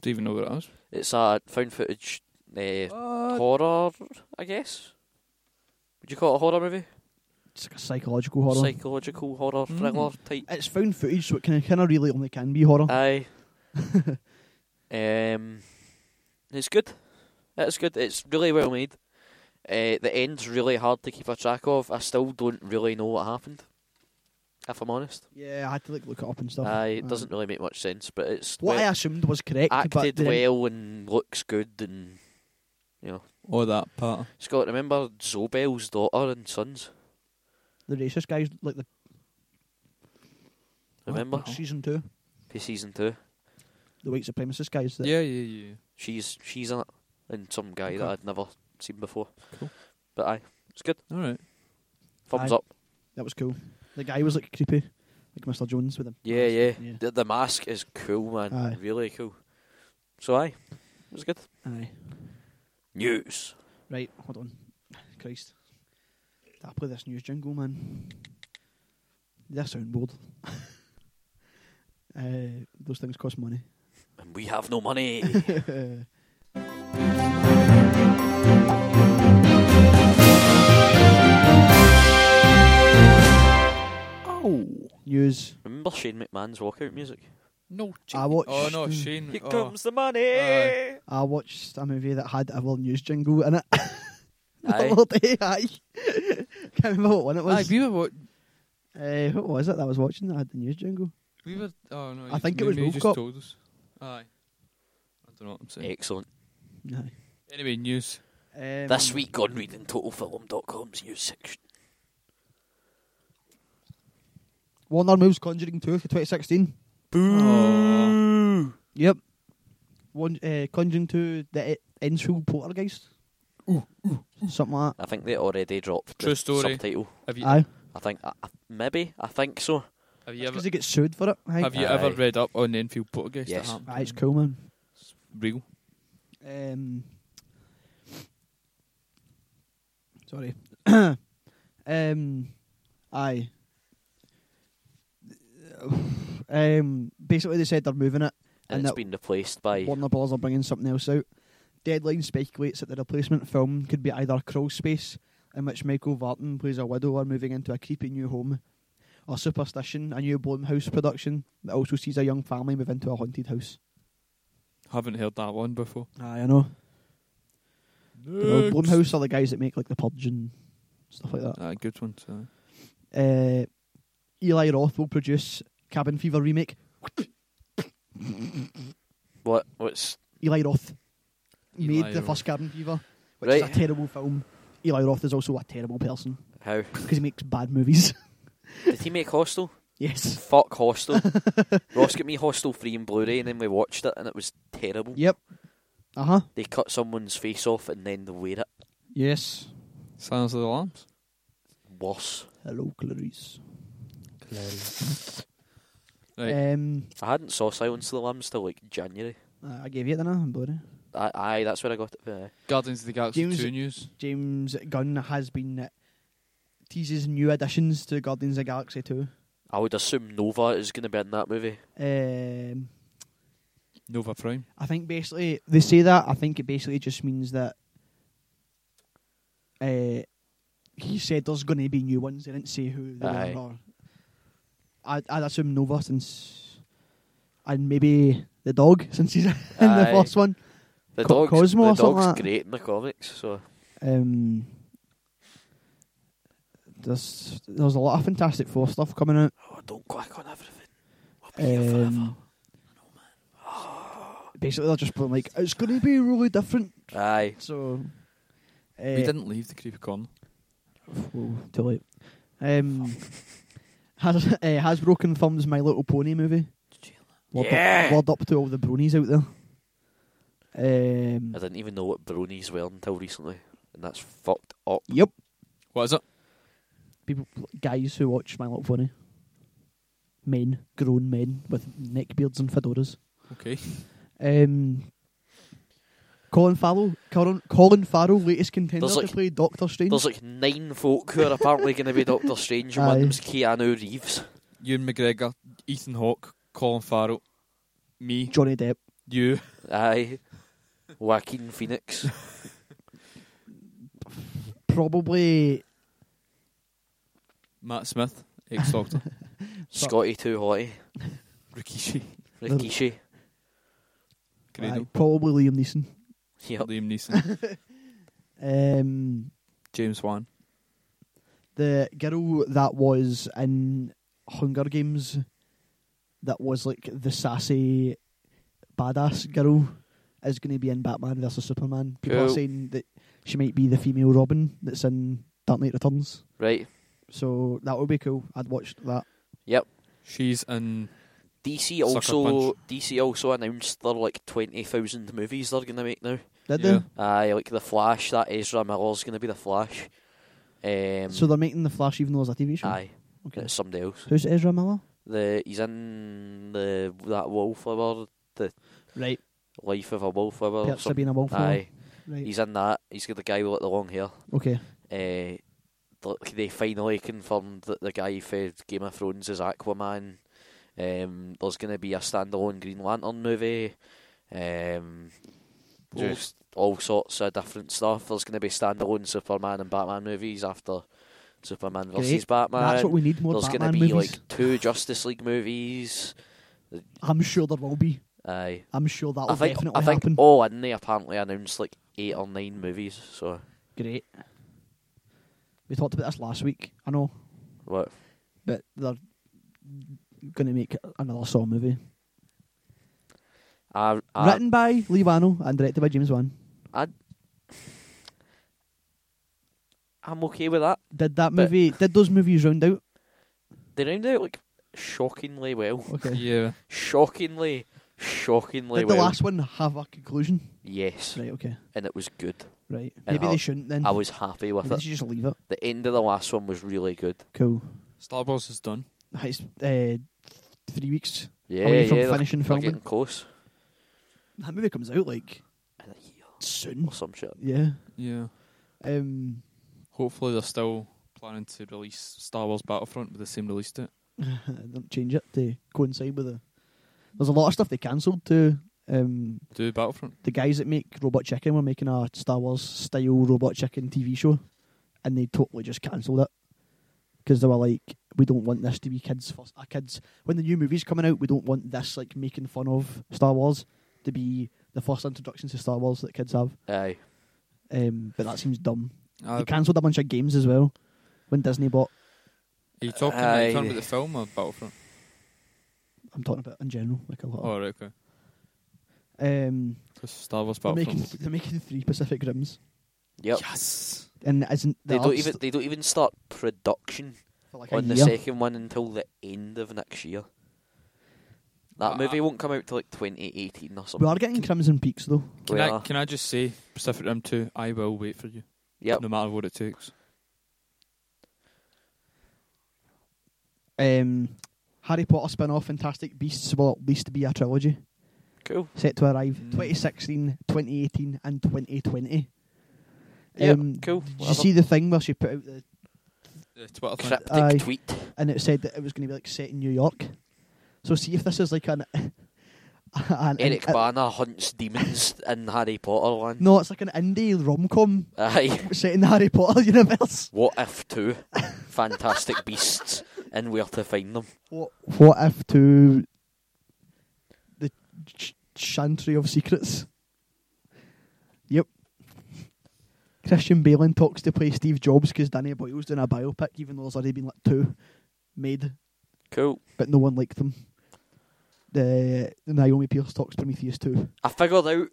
[SPEAKER 3] Do you even know what it is?
[SPEAKER 2] It's a found footage uh, horror, I guess. Would you call it a horror movie?
[SPEAKER 1] It's like a psychological horror.
[SPEAKER 2] Psychological horror
[SPEAKER 3] Mm.
[SPEAKER 2] thriller type.
[SPEAKER 1] it's found footage, so it can kind of really only can be horror.
[SPEAKER 2] Aye. um, it's good. It's good. It's really well made. Uh, the end's really hard to keep a track of. I still don't really know what happened. If I'm honest,
[SPEAKER 1] yeah, I had to like look it up and stuff. Uh,
[SPEAKER 2] aye, it doesn't really make much sense, but it's
[SPEAKER 1] What I
[SPEAKER 2] well,
[SPEAKER 1] assumed was correct, but
[SPEAKER 2] acted
[SPEAKER 1] didn't-
[SPEAKER 2] well and looks good, and
[SPEAKER 3] Or that part.
[SPEAKER 2] it's got remember Zobel's daughter and sons.
[SPEAKER 1] the racist guys like the
[SPEAKER 2] Remember
[SPEAKER 3] Wow.
[SPEAKER 1] season two,
[SPEAKER 2] for season two,
[SPEAKER 1] the white supremacist guys. That
[SPEAKER 3] Yeah, yeah, yeah.
[SPEAKER 2] she's she's in it, and some guy
[SPEAKER 3] Okay.
[SPEAKER 2] that I'd never seen before.
[SPEAKER 3] Cool.
[SPEAKER 2] But aye, it's good.
[SPEAKER 3] All right.
[SPEAKER 2] Thumbs
[SPEAKER 1] Aye.
[SPEAKER 2] up.
[SPEAKER 1] that was cool. The guy was like creepy, like Mr. Jones with him.
[SPEAKER 2] Yeah, yeah.
[SPEAKER 1] Yeah.
[SPEAKER 2] The, the mask is cool, man.
[SPEAKER 1] Aye.
[SPEAKER 2] Really cool. So, aye. It was good.
[SPEAKER 1] Aye.
[SPEAKER 2] News.
[SPEAKER 1] Right, hold on. Christ. Did I play this news jingle, man? Did I sound bored? uh, those things cost money.
[SPEAKER 2] And we have no money.
[SPEAKER 1] oh. News.
[SPEAKER 2] Remember Shane McMahon's walkout music?
[SPEAKER 3] No,
[SPEAKER 1] I watched-
[SPEAKER 3] Oh, no, Shane.
[SPEAKER 2] Here
[SPEAKER 3] oh.
[SPEAKER 2] comes the money.
[SPEAKER 3] Aye.
[SPEAKER 1] I watched a movie that had a world news jingle in it. the
[SPEAKER 2] Aye.
[SPEAKER 1] other day, aye. Can't remember what one it
[SPEAKER 3] Aye,
[SPEAKER 1] was.
[SPEAKER 3] we were, wa-
[SPEAKER 1] Uh, what was it that I was watching that had the news jingle?
[SPEAKER 3] we were, oh no.
[SPEAKER 1] I
[SPEAKER 3] you-
[SPEAKER 1] think it
[SPEAKER 3] you-
[SPEAKER 1] was
[SPEAKER 3] you
[SPEAKER 1] Wolf
[SPEAKER 3] just
[SPEAKER 1] Cop.
[SPEAKER 3] told us. Aye. I don't know what I'm saying.
[SPEAKER 2] Excellent.
[SPEAKER 1] Aye.
[SPEAKER 3] Anyway, news.
[SPEAKER 1] Um,
[SPEAKER 2] this week on reading totalfilm.com's news section.
[SPEAKER 1] Warner moves Conjuring 2 for 2016.
[SPEAKER 3] Boo.
[SPEAKER 1] Yep. One uh, Conjuring 2, the E- Enfield Poltergeist. Something like
[SPEAKER 2] I think they already dropped
[SPEAKER 3] True
[SPEAKER 2] the
[SPEAKER 3] story.
[SPEAKER 2] subtitle.
[SPEAKER 3] Have you,
[SPEAKER 1] that. Aye.
[SPEAKER 2] I think, I, I- maybe, I think so.
[SPEAKER 3] have you
[SPEAKER 1] Because
[SPEAKER 3] ever,
[SPEAKER 1] he gets sued for it. Aye.
[SPEAKER 3] have you
[SPEAKER 2] Aye.
[SPEAKER 3] ever read up on the Enfield Poltergeist?
[SPEAKER 2] Yes.
[SPEAKER 3] That happened?
[SPEAKER 1] Aye, it's cool, man.
[SPEAKER 3] It's real.
[SPEAKER 1] Um, sorry. um, aye. Um, basically, they said they're moving it.
[SPEAKER 2] And,
[SPEAKER 1] And
[SPEAKER 2] it's
[SPEAKER 1] that-
[SPEAKER 2] been replaced by.
[SPEAKER 1] Warner Brothers are bringing something else out. Deadline speculates that the replacement film could be either Crawl Space, in which Michael Vartan plays a widower moving into a creepy new home, or Superstition, a new Blumhouse production that also sees a young family move into a haunted house.
[SPEAKER 3] Haven't heard that one before.
[SPEAKER 1] Aye, I know. You know, Blumhouse are the guys that make like the Purge and stuff like that.
[SPEAKER 3] Ah, good one. So.
[SPEAKER 1] Uh, Eli Roth will produce Cabin Fever remake.
[SPEAKER 2] What? What's.
[SPEAKER 1] Eli Roth made
[SPEAKER 3] Eli
[SPEAKER 1] the
[SPEAKER 3] Roth.
[SPEAKER 1] first Cabin Fever, which is
[SPEAKER 2] Right.
[SPEAKER 1] a terrible film. Eli Roth is also a terrible person
[SPEAKER 2] How?
[SPEAKER 1] because he makes bad movies.
[SPEAKER 2] Did he make Hostel?
[SPEAKER 1] yes.
[SPEAKER 2] Fuck Hostel. Ross got me Hostel free and Blu-ray, and then we watched it, and it was terrible.
[SPEAKER 1] Yep. Uh huh.
[SPEAKER 2] They cut someone's face off, and then they wear it.
[SPEAKER 1] Yes.
[SPEAKER 3] Silence of the Lambs.
[SPEAKER 2] Worse.
[SPEAKER 1] Hello, Clarice.
[SPEAKER 3] Right.
[SPEAKER 1] Um,
[SPEAKER 2] I hadn't saw Silence of the Lambs till like January.
[SPEAKER 1] I I gave you it then, uh, on Blu-ray.
[SPEAKER 2] I, aye, that's where I got it. for.
[SPEAKER 3] Guardians of the Galaxy
[SPEAKER 1] James-
[SPEAKER 3] 2 news.
[SPEAKER 1] James Gunn has been uh, teases new additions to Guardians of the Galaxy 2.
[SPEAKER 2] I would assume Nova is going to be in that movie.
[SPEAKER 1] Um,
[SPEAKER 3] Nova Prime.
[SPEAKER 1] I think basically they say that. I think it basically just means that uh, he said there's going to be new ones. They didn't say who they
[SPEAKER 2] Aye.
[SPEAKER 1] were. Or I'd, I'd assume Nova since, and maybe the dog since he's in the
[SPEAKER 2] Aye.
[SPEAKER 1] first one.
[SPEAKER 2] The
[SPEAKER 1] Co-
[SPEAKER 2] dog's,
[SPEAKER 1] Cosmo or
[SPEAKER 2] the
[SPEAKER 1] something
[SPEAKER 2] dog's
[SPEAKER 1] like that?
[SPEAKER 2] great in the comics, so
[SPEAKER 1] Um, there's there's a lot of Fantastic Four stuff coming out.
[SPEAKER 2] Oh, don't click on everything. We'll be here forever.
[SPEAKER 1] Um, basically, they're just putting like it's going to be really different.
[SPEAKER 2] Aye.
[SPEAKER 1] So uh,
[SPEAKER 3] We didn't leave the creepy corner.
[SPEAKER 1] Whoa, too late. Um, has uh, Hasbro confirms My Little Pony movie. Word,
[SPEAKER 2] Yeah!
[SPEAKER 1] up, word up to all the bronies out there. Um,
[SPEAKER 2] I didn't even know what bronies were until recently, and that's fucked up.
[SPEAKER 1] yep,
[SPEAKER 3] What is it?
[SPEAKER 1] people, guys who watch My Little Pony, men, grown men with neck beards and fedoras.
[SPEAKER 3] Okay.
[SPEAKER 1] Um, Colin Farrell, Colin, Colin Farrell, latest contender
[SPEAKER 2] There's like-
[SPEAKER 1] to play Doctor Strange.
[SPEAKER 2] There's like nine folk who are apparently going to be Doctor Strange, and one
[SPEAKER 1] Aye.
[SPEAKER 2] of them's Keanu Reeves.
[SPEAKER 3] Ewan McGregor, Ethan Hawke, Colin Farrell, me,
[SPEAKER 1] Johnny Depp.
[SPEAKER 3] you.
[SPEAKER 2] Aye. Joaquin Phoenix.
[SPEAKER 1] Probably
[SPEAKER 3] Matt Smith, ex Doctor,
[SPEAKER 2] Scotty Too Hotty.
[SPEAKER 3] Rikishi,
[SPEAKER 2] Rikishi.
[SPEAKER 1] aye,
[SPEAKER 3] Credo,
[SPEAKER 1] probably Liam Neeson.
[SPEAKER 2] Yep.
[SPEAKER 3] Liam Neeson,
[SPEAKER 1] Um,
[SPEAKER 3] James Wan.
[SPEAKER 1] the girl that was in Hunger Games, that was like the sassy, badass girl, is going to be in Batman versus Superman. People are
[SPEAKER 2] Cool.
[SPEAKER 1] saying that she might be the female Robin that's in Dark Knight Returns.
[SPEAKER 2] Right.
[SPEAKER 1] So that would be cool. I'd watch that.
[SPEAKER 2] Yep.
[SPEAKER 3] She's in.
[SPEAKER 2] DC
[SPEAKER 3] Sucker
[SPEAKER 2] also
[SPEAKER 3] Punch.
[SPEAKER 2] DC also announced their like twenty thousand movies they're gonna make now.
[SPEAKER 1] Did
[SPEAKER 3] Yeah.
[SPEAKER 2] Aye, like the Flash. That Ezra Miller's gonna be the Flash. Um,
[SPEAKER 1] they? So they're making the Flash, even though it's a TV show.
[SPEAKER 2] aye,
[SPEAKER 1] Okay.
[SPEAKER 2] it's somebody else.
[SPEAKER 1] Who's Ezra Miller?
[SPEAKER 2] The he's in the that wallflower,
[SPEAKER 1] Right.
[SPEAKER 2] life of a wallflower. or
[SPEAKER 1] Perks of
[SPEAKER 2] something.
[SPEAKER 1] being a wallflower.
[SPEAKER 2] Aye,
[SPEAKER 1] Right.
[SPEAKER 2] he's in that. He's got the guy with like, the long hair.
[SPEAKER 1] okay.
[SPEAKER 2] Uh, th- they finally confirmed that the guy for Game of Thrones is Aquaman. Um, there's going to be a standalone Green Lantern movie. Um, just all sorts of different stuff. There's going to be standalone Superman and Batman movies after Superman versus
[SPEAKER 1] Great.
[SPEAKER 2] Batman.
[SPEAKER 1] That's what we need more
[SPEAKER 2] there's
[SPEAKER 1] Batman
[SPEAKER 2] to be
[SPEAKER 1] movies.
[SPEAKER 2] like two Justice League movies.
[SPEAKER 1] I'm sure there will be.
[SPEAKER 2] Aye.
[SPEAKER 1] I'm sure that'll
[SPEAKER 2] I think
[SPEAKER 1] definitely
[SPEAKER 2] I think
[SPEAKER 1] happen.
[SPEAKER 2] all in they apparently announced like eight or nine movies. So
[SPEAKER 1] Great. We talked about this last week. I know,
[SPEAKER 2] what?
[SPEAKER 1] but they're going to make another Saw movie
[SPEAKER 2] I, I,
[SPEAKER 1] written by Lee Wano and directed by James Wan.
[SPEAKER 2] I'm okay with that.
[SPEAKER 1] Did that
[SPEAKER 2] But-
[SPEAKER 1] movie? Did those movies round out?
[SPEAKER 2] They round out like shockingly well.
[SPEAKER 1] Okay.
[SPEAKER 3] Yeah.
[SPEAKER 2] Shockingly, shockingly
[SPEAKER 1] Did the
[SPEAKER 2] well.
[SPEAKER 1] last one have a conclusion?
[SPEAKER 2] Yes,
[SPEAKER 1] Right. Okay.
[SPEAKER 2] and it was good.
[SPEAKER 1] Right.
[SPEAKER 2] And
[SPEAKER 1] Maybe
[SPEAKER 2] I'll-
[SPEAKER 1] they shouldn't then.
[SPEAKER 2] I was happy with
[SPEAKER 1] Maybe they
[SPEAKER 2] it.
[SPEAKER 1] should just leave it.
[SPEAKER 2] The end of the last one was really good.
[SPEAKER 1] Cool.
[SPEAKER 3] Star Wars is done.
[SPEAKER 1] It's uh, three weeks
[SPEAKER 2] Yeah,
[SPEAKER 1] away from
[SPEAKER 2] yeah. they're-
[SPEAKER 1] finishing
[SPEAKER 2] they're
[SPEAKER 1] filming.
[SPEAKER 2] getting close.
[SPEAKER 1] That movie comes out like
[SPEAKER 2] In a year
[SPEAKER 1] soon.
[SPEAKER 2] or some shit.
[SPEAKER 1] Yeah.
[SPEAKER 3] Yeah.
[SPEAKER 1] Um.
[SPEAKER 3] Hopefully they're still planning to release Star Wars Battlefront with the same release date.
[SPEAKER 1] don't change it to coincide with the. There's a lot of stuff they cancelled too. Um,
[SPEAKER 3] Do Battlefront.
[SPEAKER 1] the guys that make Robot Chicken were making a Star Wars style Robot Chicken TV show, and they totally just cancelled it because they were like, "We don't want this to be kids' first. Our kids when the new movie's coming out, we don't want this like making fun of Star Wars to be the first introduction to Star Wars that kids have."
[SPEAKER 2] Aye,
[SPEAKER 1] Um, but that seems dumb.
[SPEAKER 3] Uh,
[SPEAKER 1] they cancelled a bunch of games as well when Disney bought.
[SPEAKER 3] are you talking, are
[SPEAKER 2] Aye.
[SPEAKER 3] you talking about the film or Battlefront?
[SPEAKER 1] I'm talking about in general, like a lot. Of,
[SPEAKER 3] Oh, right, okay.
[SPEAKER 1] um,
[SPEAKER 3] Because Star Wars
[SPEAKER 1] they're
[SPEAKER 3] Battlefront.
[SPEAKER 1] making they're making three Pacific Rims,
[SPEAKER 2] yep.
[SPEAKER 3] Yes.
[SPEAKER 1] and isn't
[SPEAKER 2] They
[SPEAKER 1] the
[SPEAKER 2] don't
[SPEAKER 1] arts
[SPEAKER 2] even they don't even start production
[SPEAKER 1] for like a
[SPEAKER 2] on the
[SPEAKER 1] year?
[SPEAKER 2] second one until the end of next year. That
[SPEAKER 3] Uh,
[SPEAKER 2] movie won't come out till like 2018 or something.
[SPEAKER 1] We are getting Crimson Peaks though.
[SPEAKER 3] Can
[SPEAKER 2] We
[SPEAKER 3] I
[SPEAKER 2] are.
[SPEAKER 3] can I just say Pacific Rim Two? I will wait for you,
[SPEAKER 2] Yep.
[SPEAKER 3] no matter what it takes.
[SPEAKER 1] Um, Harry Potter spin off Fantastic Beasts will at least be a trilogy
[SPEAKER 2] Cool.
[SPEAKER 1] set to arrive
[SPEAKER 3] Mm.
[SPEAKER 1] 2016, 2018, and 2020.
[SPEAKER 2] Yep,
[SPEAKER 1] Um,
[SPEAKER 2] cool,
[SPEAKER 1] Did you
[SPEAKER 2] whatever.
[SPEAKER 1] see the thing where she put out the,
[SPEAKER 3] The Twitter thing.
[SPEAKER 2] Cryptic
[SPEAKER 1] Aye.
[SPEAKER 2] tweet.
[SPEAKER 1] and it said that it was going to be like set in New York? So see if this is like an, an
[SPEAKER 2] Eric
[SPEAKER 1] an-
[SPEAKER 2] Bana hunts demons in Harry Potter land.
[SPEAKER 1] no, it's like an indie rom com
[SPEAKER 2] Aye.
[SPEAKER 1] set in the Harry Potter universe.
[SPEAKER 2] What if two fantastic beasts and where to find them?
[SPEAKER 1] What, what if to the ch- chantry of secrets? Yep. Christian Bale talks to play Steve Jobs because Danny Boyle's doing a biopic, even though there's already been like two made,
[SPEAKER 2] Cool.
[SPEAKER 1] but no one liked them. The Naomi Pierce talks Prometheus too.
[SPEAKER 2] I figured out.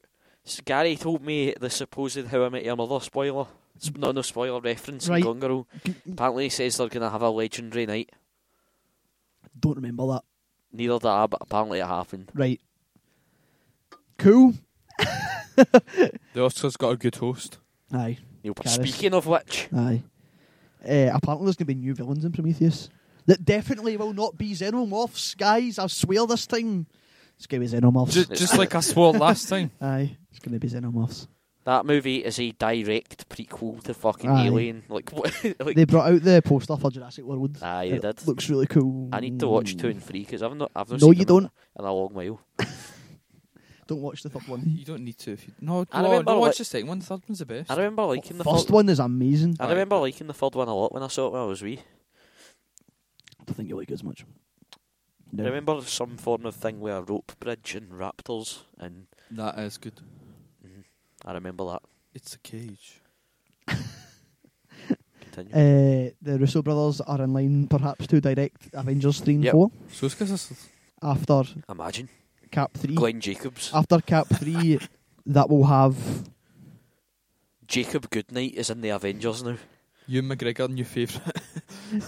[SPEAKER 2] s- Gary told me the supposed How I Met Your Mother spoiler. It's not no spoiler reference.
[SPEAKER 1] Right.
[SPEAKER 2] In Gone Girl. Apparently, he says they're gonna have a legendary night.
[SPEAKER 1] Don't remember that.
[SPEAKER 2] Neither did I, but apparently it happened.
[SPEAKER 1] Right. Cool.
[SPEAKER 3] The Oscars got a good host.
[SPEAKER 1] Aye.
[SPEAKER 2] Neil-
[SPEAKER 1] Gareth.
[SPEAKER 2] Speaking of which,
[SPEAKER 1] Aye. Uh, apparently, there's going to be new villains in Prometheus. That definitely will not be xenomorphs, guys. I swear this time. It's going to be xenomorphs.
[SPEAKER 3] Just, just like I swore last time.
[SPEAKER 1] Aye. It's going to be xenomorphs.
[SPEAKER 2] that movie is a direct prequel to fucking
[SPEAKER 1] Aye.
[SPEAKER 2] Alien. Like, what? like
[SPEAKER 1] They brought out the poster for Jurassic World.
[SPEAKER 2] aye, they
[SPEAKER 1] It
[SPEAKER 2] did.
[SPEAKER 1] Looks really cool.
[SPEAKER 2] I need to watch two and three because I've not. I've not
[SPEAKER 1] No,
[SPEAKER 2] seen
[SPEAKER 1] you
[SPEAKER 2] them
[SPEAKER 1] don't.
[SPEAKER 2] In a long while.
[SPEAKER 1] Don't watch the third one.
[SPEAKER 3] You don't need to if you no.
[SPEAKER 2] I
[SPEAKER 3] no,
[SPEAKER 2] remember,
[SPEAKER 3] no, watch
[SPEAKER 2] like-
[SPEAKER 3] the second one. The third one's the best.
[SPEAKER 2] I remember liking the
[SPEAKER 1] First
[SPEAKER 2] third- Ah.
[SPEAKER 1] one is amazing.
[SPEAKER 2] I remember liking the third one a lot when I saw it when I was wee.
[SPEAKER 1] I don't think you like it as much.
[SPEAKER 2] I remember some form of thing with a rope bridge and raptors, and mm,
[SPEAKER 3] That is good.
[SPEAKER 2] I remember that.
[SPEAKER 3] It's a cage.
[SPEAKER 2] Continue.
[SPEAKER 1] Uh, the Russo brothers are in line, perhaps, to direct Avengers 3 and
[SPEAKER 2] Yep.
[SPEAKER 1] 4
[SPEAKER 3] So it's 'cause it's-
[SPEAKER 1] after
[SPEAKER 2] Imagine
[SPEAKER 1] Cap 3.
[SPEAKER 2] Glenn Jacobs,
[SPEAKER 1] After Cap 3, that will have.
[SPEAKER 2] Jacob Goodnight is in the Avengers now.
[SPEAKER 3] you and McGregor and your favourite.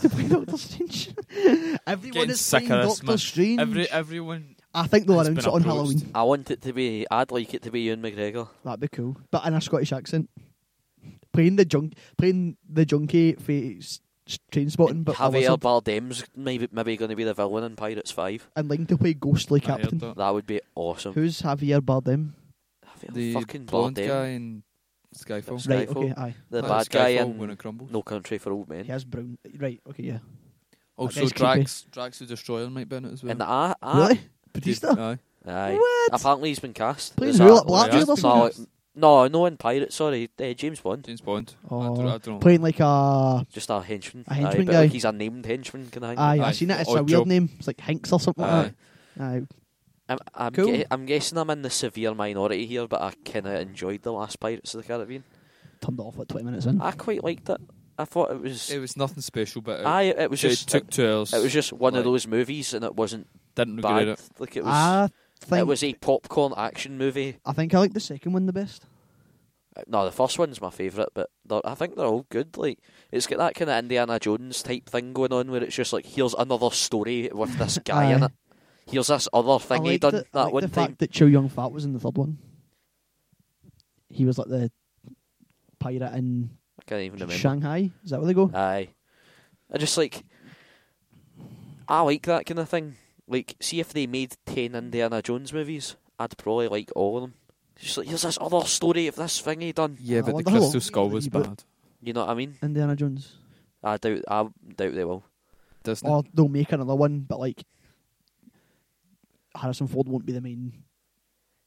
[SPEAKER 1] to play Doctor Strange. Everyone
[SPEAKER 3] Getting
[SPEAKER 1] is
[SPEAKER 3] sick
[SPEAKER 1] playing
[SPEAKER 3] of this,
[SPEAKER 1] Doctor
[SPEAKER 3] man.
[SPEAKER 1] Strange.
[SPEAKER 3] Every everyone.
[SPEAKER 1] I think they'll
[SPEAKER 3] has
[SPEAKER 1] announce it
[SPEAKER 3] been
[SPEAKER 1] on
[SPEAKER 3] approached.
[SPEAKER 1] Halloween.
[SPEAKER 2] I want it to be. I'd like it to be Ewan McGregor.
[SPEAKER 1] That'd be cool, but in a Scottish accent. Playing the junk, playing the junkie face train spotting, but a
[SPEAKER 2] Javier
[SPEAKER 1] lizard,
[SPEAKER 2] Bardem's maybe maybe going to be the villain in Pirates Five.
[SPEAKER 1] and linked to play ghostly
[SPEAKER 3] I heard
[SPEAKER 1] captain.
[SPEAKER 3] that.
[SPEAKER 2] That would be awesome.
[SPEAKER 1] Who's Javier Bardem?
[SPEAKER 2] Javier
[SPEAKER 3] The
[SPEAKER 2] fucking
[SPEAKER 3] blonde
[SPEAKER 2] Bardem,
[SPEAKER 3] guy in Skyfall.
[SPEAKER 2] Sky-
[SPEAKER 1] Right,
[SPEAKER 2] Skyfall.
[SPEAKER 1] okay, aye.
[SPEAKER 2] the
[SPEAKER 3] Uh,
[SPEAKER 2] bad guy
[SPEAKER 3] Skyfall when
[SPEAKER 2] in
[SPEAKER 3] it crumbles.
[SPEAKER 2] No Country for Old Men.
[SPEAKER 1] He has brown. Right, okay, yeah.
[SPEAKER 3] Also,
[SPEAKER 1] guy's
[SPEAKER 3] Oh, Drax, Drax the Destroyer might be in it as well.
[SPEAKER 2] And I, I,
[SPEAKER 1] Really,
[SPEAKER 3] Dave-
[SPEAKER 1] Batista?
[SPEAKER 3] aye.
[SPEAKER 2] Aye.
[SPEAKER 1] What?
[SPEAKER 2] Apparently he's been cast.
[SPEAKER 1] Playing
[SPEAKER 2] Is
[SPEAKER 1] Hewlett
[SPEAKER 2] that-
[SPEAKER 3] Oh, yeah.
[SPEAKER 1] Blackbeard or
[SPEAKER 2] No,
[SPEAKER 1] something?
[SPEAKER 2] it- no, no, in Pirates. Sorry, uh, James Bond.
[SPEAKER 3] James Bond. I,
[SPEAKER 1] Oh,
[SPEAKER 3] don't, I don't know.
[SPEAKER 1] Playing like a
[SPEAKER 2] Just a henchman.
[SPEAKER 1] A henchman
[SPEAKER 2] Aye, but
[SPEAKER 1] guy.
[SPEAKER 2] Like he's a named henchman. Can I?
[SPEAKER 1] aye. I
[SPEAKER 3] Aye,
[SPEAKER 1] seen it. It's a
[SPEAKER 3] odd
[SPEAKER 1] weird
[SPEAKER 3] job.
[SPEAKER 1] name. It's like Hinks or something like
[SPEAKER 3] Aye.
[SPEAKER 1] that. Aye.
[SPEAKER 2] I'm, I'm,
[SPEAKER 1] Cool.
[SPEAKER 2] gue- I'm guessing I'm in the severe minority here, but I kind of enjoyed the last Pirates of the Caribbean.
[SPEAKER 1] Turned it off like twenty minutes in.
[SPEAKER 2] I quite liked it. I thought it was.
[SPEAKER 3] It was nothing special, but it,
[SPEAKER 2] aye, it was
[SPEAKER 3] it
[SPEAKER 2] just.
[SPEAKER 3] took two hours.
[SPEAKER 2] it was just one
[SPEAKER 3] like-
[SPEAKER 2] of those movies, and it wasn't
[SPEAKER 3] didn't
[SPEAKER 2] bad.
[SPEAKER 3] regret it.
[SPEAKER 2] Like it was.
[SPEAKER 1] I think
[SPEAKER 2] it was a popcorn action movie.
[SPEAKER 1] I think I like the second one the best.
[SPEAKER 2] Uh, No, the first one's my favourite, but they're- I think they're all good. Like it's got that kind of Indiana Jones type thing going on, where it's just like, here's another story with this guy in
[SPEAKER 1] Aye.
[SPEAKER 2] it. Here's this other
[SPEAKER 1] I
[SPEAKER 2] thing he
[SPEAKER 1] liked
[SPEAKER 2] done
[SPEAKER 1] it- I
[SPEAKER 2] that
[SPEAKER 1] liked
[SPEAKER 2] one
[SPEAKER 1] the
[SPEAKER 2] time.
[SPEAKER 1] fact that Chow Young Fat was in the third one. He was like the pirate in
[SPEAKER 2] I can't even remember.
[SPEAKER 1] Shanghai. Is that where they go?
[SPEAKER 2] Aye. I just like. I like that kind of thing. Like, see if they made 10 Indiana Jones movies, I'd probably like all of them. Just like, here's this other story of this thing he done.
[SPEAKER 3] Yeah,
[SPEAKER 1] I
[SPEAKER 3] but the
[SPEAKER 1] wonder how long
[SPEAKER 3] Crystal Skull
[SPEAKER 1] it'll
[SPEAKER 3] was
[SPEAKER 1] be, but-
[SPEAKER 3] bad.
[SPEAKER 2] You know what I mean?
[SPEAKER 1] Indiana Jones.
[SPEAKER 2] I doubt I doubt they will.
[SPEAKER 3] Disney.
[SPEAKER 1] Or they'll make another one, but like Harrison Ford won't be the main.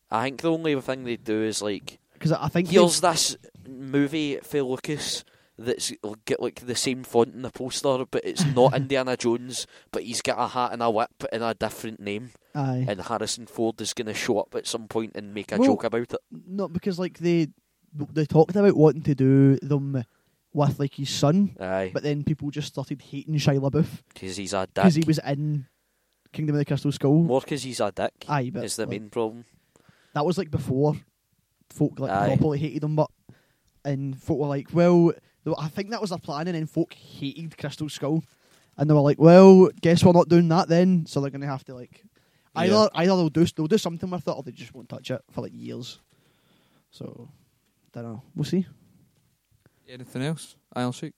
[SPEAKER 2] I think the only thing they do is like,
[SPEAKER 1] Because I think they,
[SPEAKER 2] here's this movie for Lucas that's get like the same font in the poster, but it's not Indiana Jones, but he's got a hat and a whip and a different name,
[SPEAKER 1] aye,
[SPEAKER 2] and Harrison Ford is gonna show up at some point and make a
[SPEAKER 1] Well,
[SPEAKER 2] joke about it.
[SPEAKER 1] no, because like they they talked about wanting to do them with like his son,
[SPEAKER 2] Aye.
[SPEAKER 1] but then people just started hating Shia LaBeouf
[SPEAKER 2] Because he's a dick.
[SPEAKER 1] because he was in Kingdom of the Crystal Skull.
[SPEAKER 2] More 'cause he's a dick
[SPEAKER 1] Aye, but
[SPEAKER 2] is the
[SPEAKER 1] like,
[SPEAKER 2] main problem.
[SPEAKER 1] that was like before folk like
[SPEAKER 2] Aye.
[SPEAKER 1] properly hated him, but and folk were like, well, th- I think that was their plan, and then folk hated Crystal Skull, and they were like, well, guess we're not doing that then, so they're gonna have to like either
[SPEAKER 3] Yeah.
[SPEAKER 1] either they'll do they'll do something with it or they just won't touch it for like years. So don't know, we'll see.
[SPEAKER 3] Anything else? I'll shake.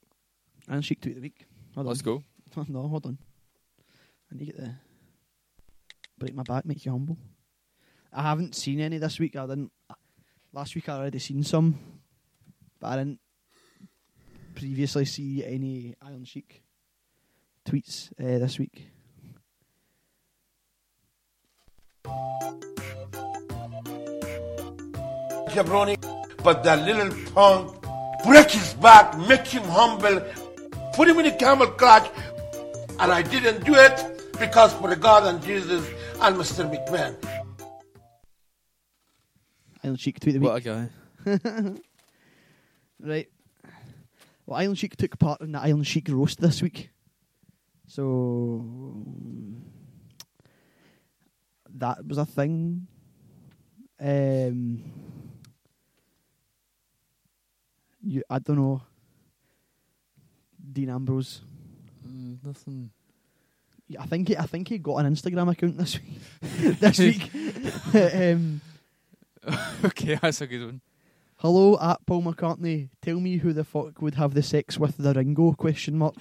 [SPEAKER 1] And Sheik tweet of the week. Hold
[SPEAKER 3] Let's
[SPEAKER 1] on.
[SPEAKER 3] go.
[SPEAKER 1] no, hold on. I need to get the break my back, make you humble. I haven't seen any this week. I didn't last week. I already seen some, but I didn't previously see any Iron Sheik tweets uh, this week.
[SPEAKER 4] jabroni, but that little punk break his back, make him humble, put him in a camel clutch, and I didn't do it because for the God and Jesus and Mr. McMahon.
[SPEAKER 1] Iron Sheik tweet of the
[SPEAKER 3] What
[SPEAKER 1] week.
[SPEAKER 3] a guy.
[SPEAKER 1] Right. Well, Island Sheik took part in the Island Sheik roast this week. So that was a thing. Um, you, I don't know. Dean Ambrose.
[SPEAKER 3] Mm, nothing.
[SPEAKER 1] I think he, I think he got an Instagram account this week. this week. um,
[SPEAKER 3] okay, that's a good one.
[SPEAKER 1] Hello at Paul McCartney. Tell me who the fuck would have the sex with the Ringo? Question mark.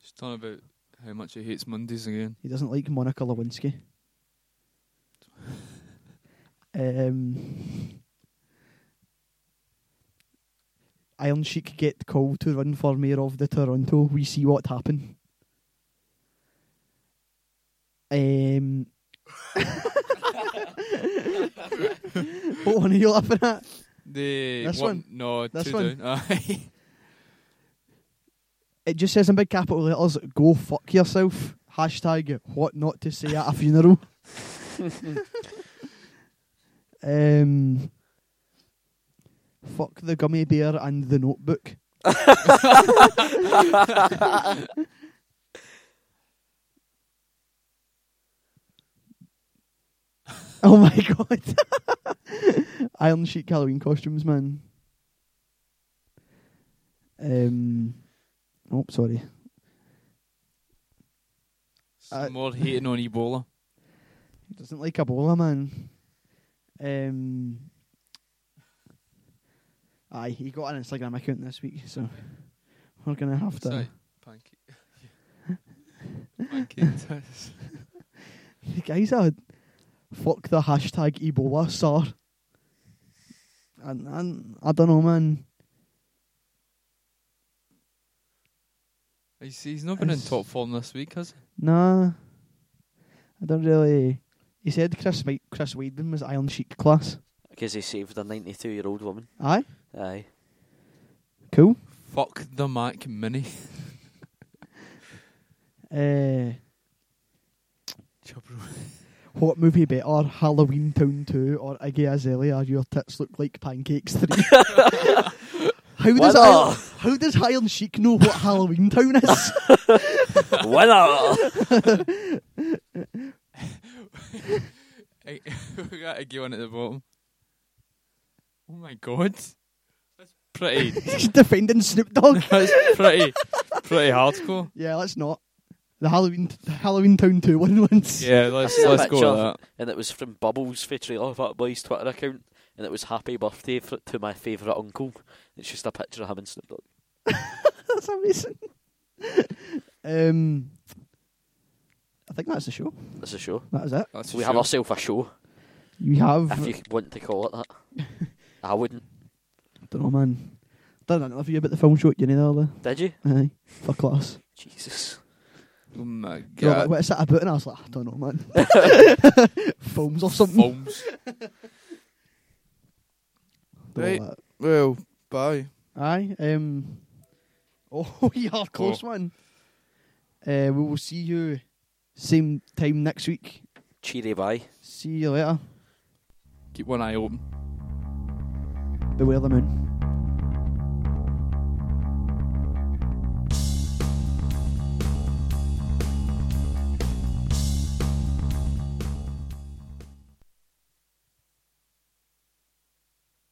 [SPEAKER 3] She's talking about how much he hates Mondays again.
[SPEAKER 1] He doesn't like Monica Lewinsky. um, Iron Sheik get called to run for mayor of the Toronto. We see what happen. Um, what one are you laughing at?
[SPEAKER 3] The
[SPEAKER 1] This
[SPEAKER 3] one, no,
[SPEAKER 1] This
[SPEAKER 3] two
[SPEAKER 1] one?
[SPEAKER 3] down. Aye.
[SPEAKER 1] It just says in big capital letters, "Go fuck yourself." Hashtag what not to say at a funeral. um, fuck the gummy bear and the notebook. oh my god! Iron Sheik Halloween costumes, man. Um. Oh, sorry.
[SPEAKER 3] Some
[SPEAKER 1] Uh,
[SPEAKER 3] more hating on Ebola.
[SPEAKER 1] Doesn't like Ebola, man. Um, aye, he got an Instagram account this week, so we're gonna have to.
[SPEAKER 3] Sorry, pancake. pancake.
[SPEAKER 1] The guys are fuck the hashtag Ebola, sir. And, and I don't know, man.
[SPEAKER 3] you see, he's not been in
[SPEAKER 1] It's-
[SPEAKER 3] top form this week, has he?
[SPEAKER 1] Nah, I don't really. He said Chris Wi- Chris Weidman was Iron Sheik class.
[SPEAKER 2] Because he saved a 92 year old woman.
[SPEAKER 1] Aye,
[SPEAKER 2] Aye.
[SPEAKER 1] cool.
[SPEAKER 3] Fuck the Mac Mini.
[SPEAKER 1] Uh, What movie better, Halloween Town 2 or Iggy Azalea, Your Tits Look Like Pancakes 3? how, does
[SPEAKER 2] Winner!
[SPEAKER 1] I, how does Iron Sheik know what Halloween Town is?
[SPEAKER 2] Winner!
[SPEAKER 3] I- we got a gay one at the bottom. Oh my god. That's pretty.
[SPEAKER 1] He's defending Snoop Dogg.
[SPEAKER 3] that's pretty. Pretty hardcore.
[SPEAKER 1] yeah, let's not. The Halloween the Halloween Town 2 one once.
[SPEAKER 3] Yeah, let's
[SPEAKER 2] seen a
[SPEAKER 3] let's go
[SPEAKER 2] picture
[SPEAKER 3] with
[SPEAKER 2] of
[SPEAKER 3] that.
[SPEAKER 2] and it was from Bubbles for Trailer Park Boys Twitter account, and it was Happy Birthday fr to my favourite uncle. It's just a picture of him and Snoop Dogg.
[SPEAKER 1] That's amazing. um, I think that's the show.
[SPEAKER 2] That's a show.
[SPEAKER 1] That is it.
[SPEAKER 3] That's
[SPEAKER 2] we
[SPEAKER 3] for
[SPEAKER 2] have
[SPEAKER 3] sure.
[SPEAKER 2] ourselves a show,
[SPEAKER 1] You have.
[SPEAKER 2] if you want to call it that. I wouldn't.
[SPEAKER 1] don't know, man. Done an interview about the film show at uni the other day.
[SPEAKER 2] Did you?
[SPEAKER 1] Aye, for class.
[SPEAKER 2] Jesus.
[SPEAKER 3] Oh my
[SPEAKER 1] They were like,
[SPEAKER 3] god.
[SPEAKER 1] What's that about? And I was like, I don't know, man. Films or something.
[SPEAKER 3] Films.
[SPEAKER 1] Don't
[SPEAKER 3] Right.
[SPEAKER 1] know that.
[SPEAKER 3] Well, bye.
[SPEAKER 1] Aye. Um, oh, you are close, man. Uh, we will see you same time next week.
[SPEAKER 2] Cheery bye.
[SPEAKER 1] See you later.
[SPEAKER 3] Keep one eye open.
[SPEAKER 1] Beware the moon.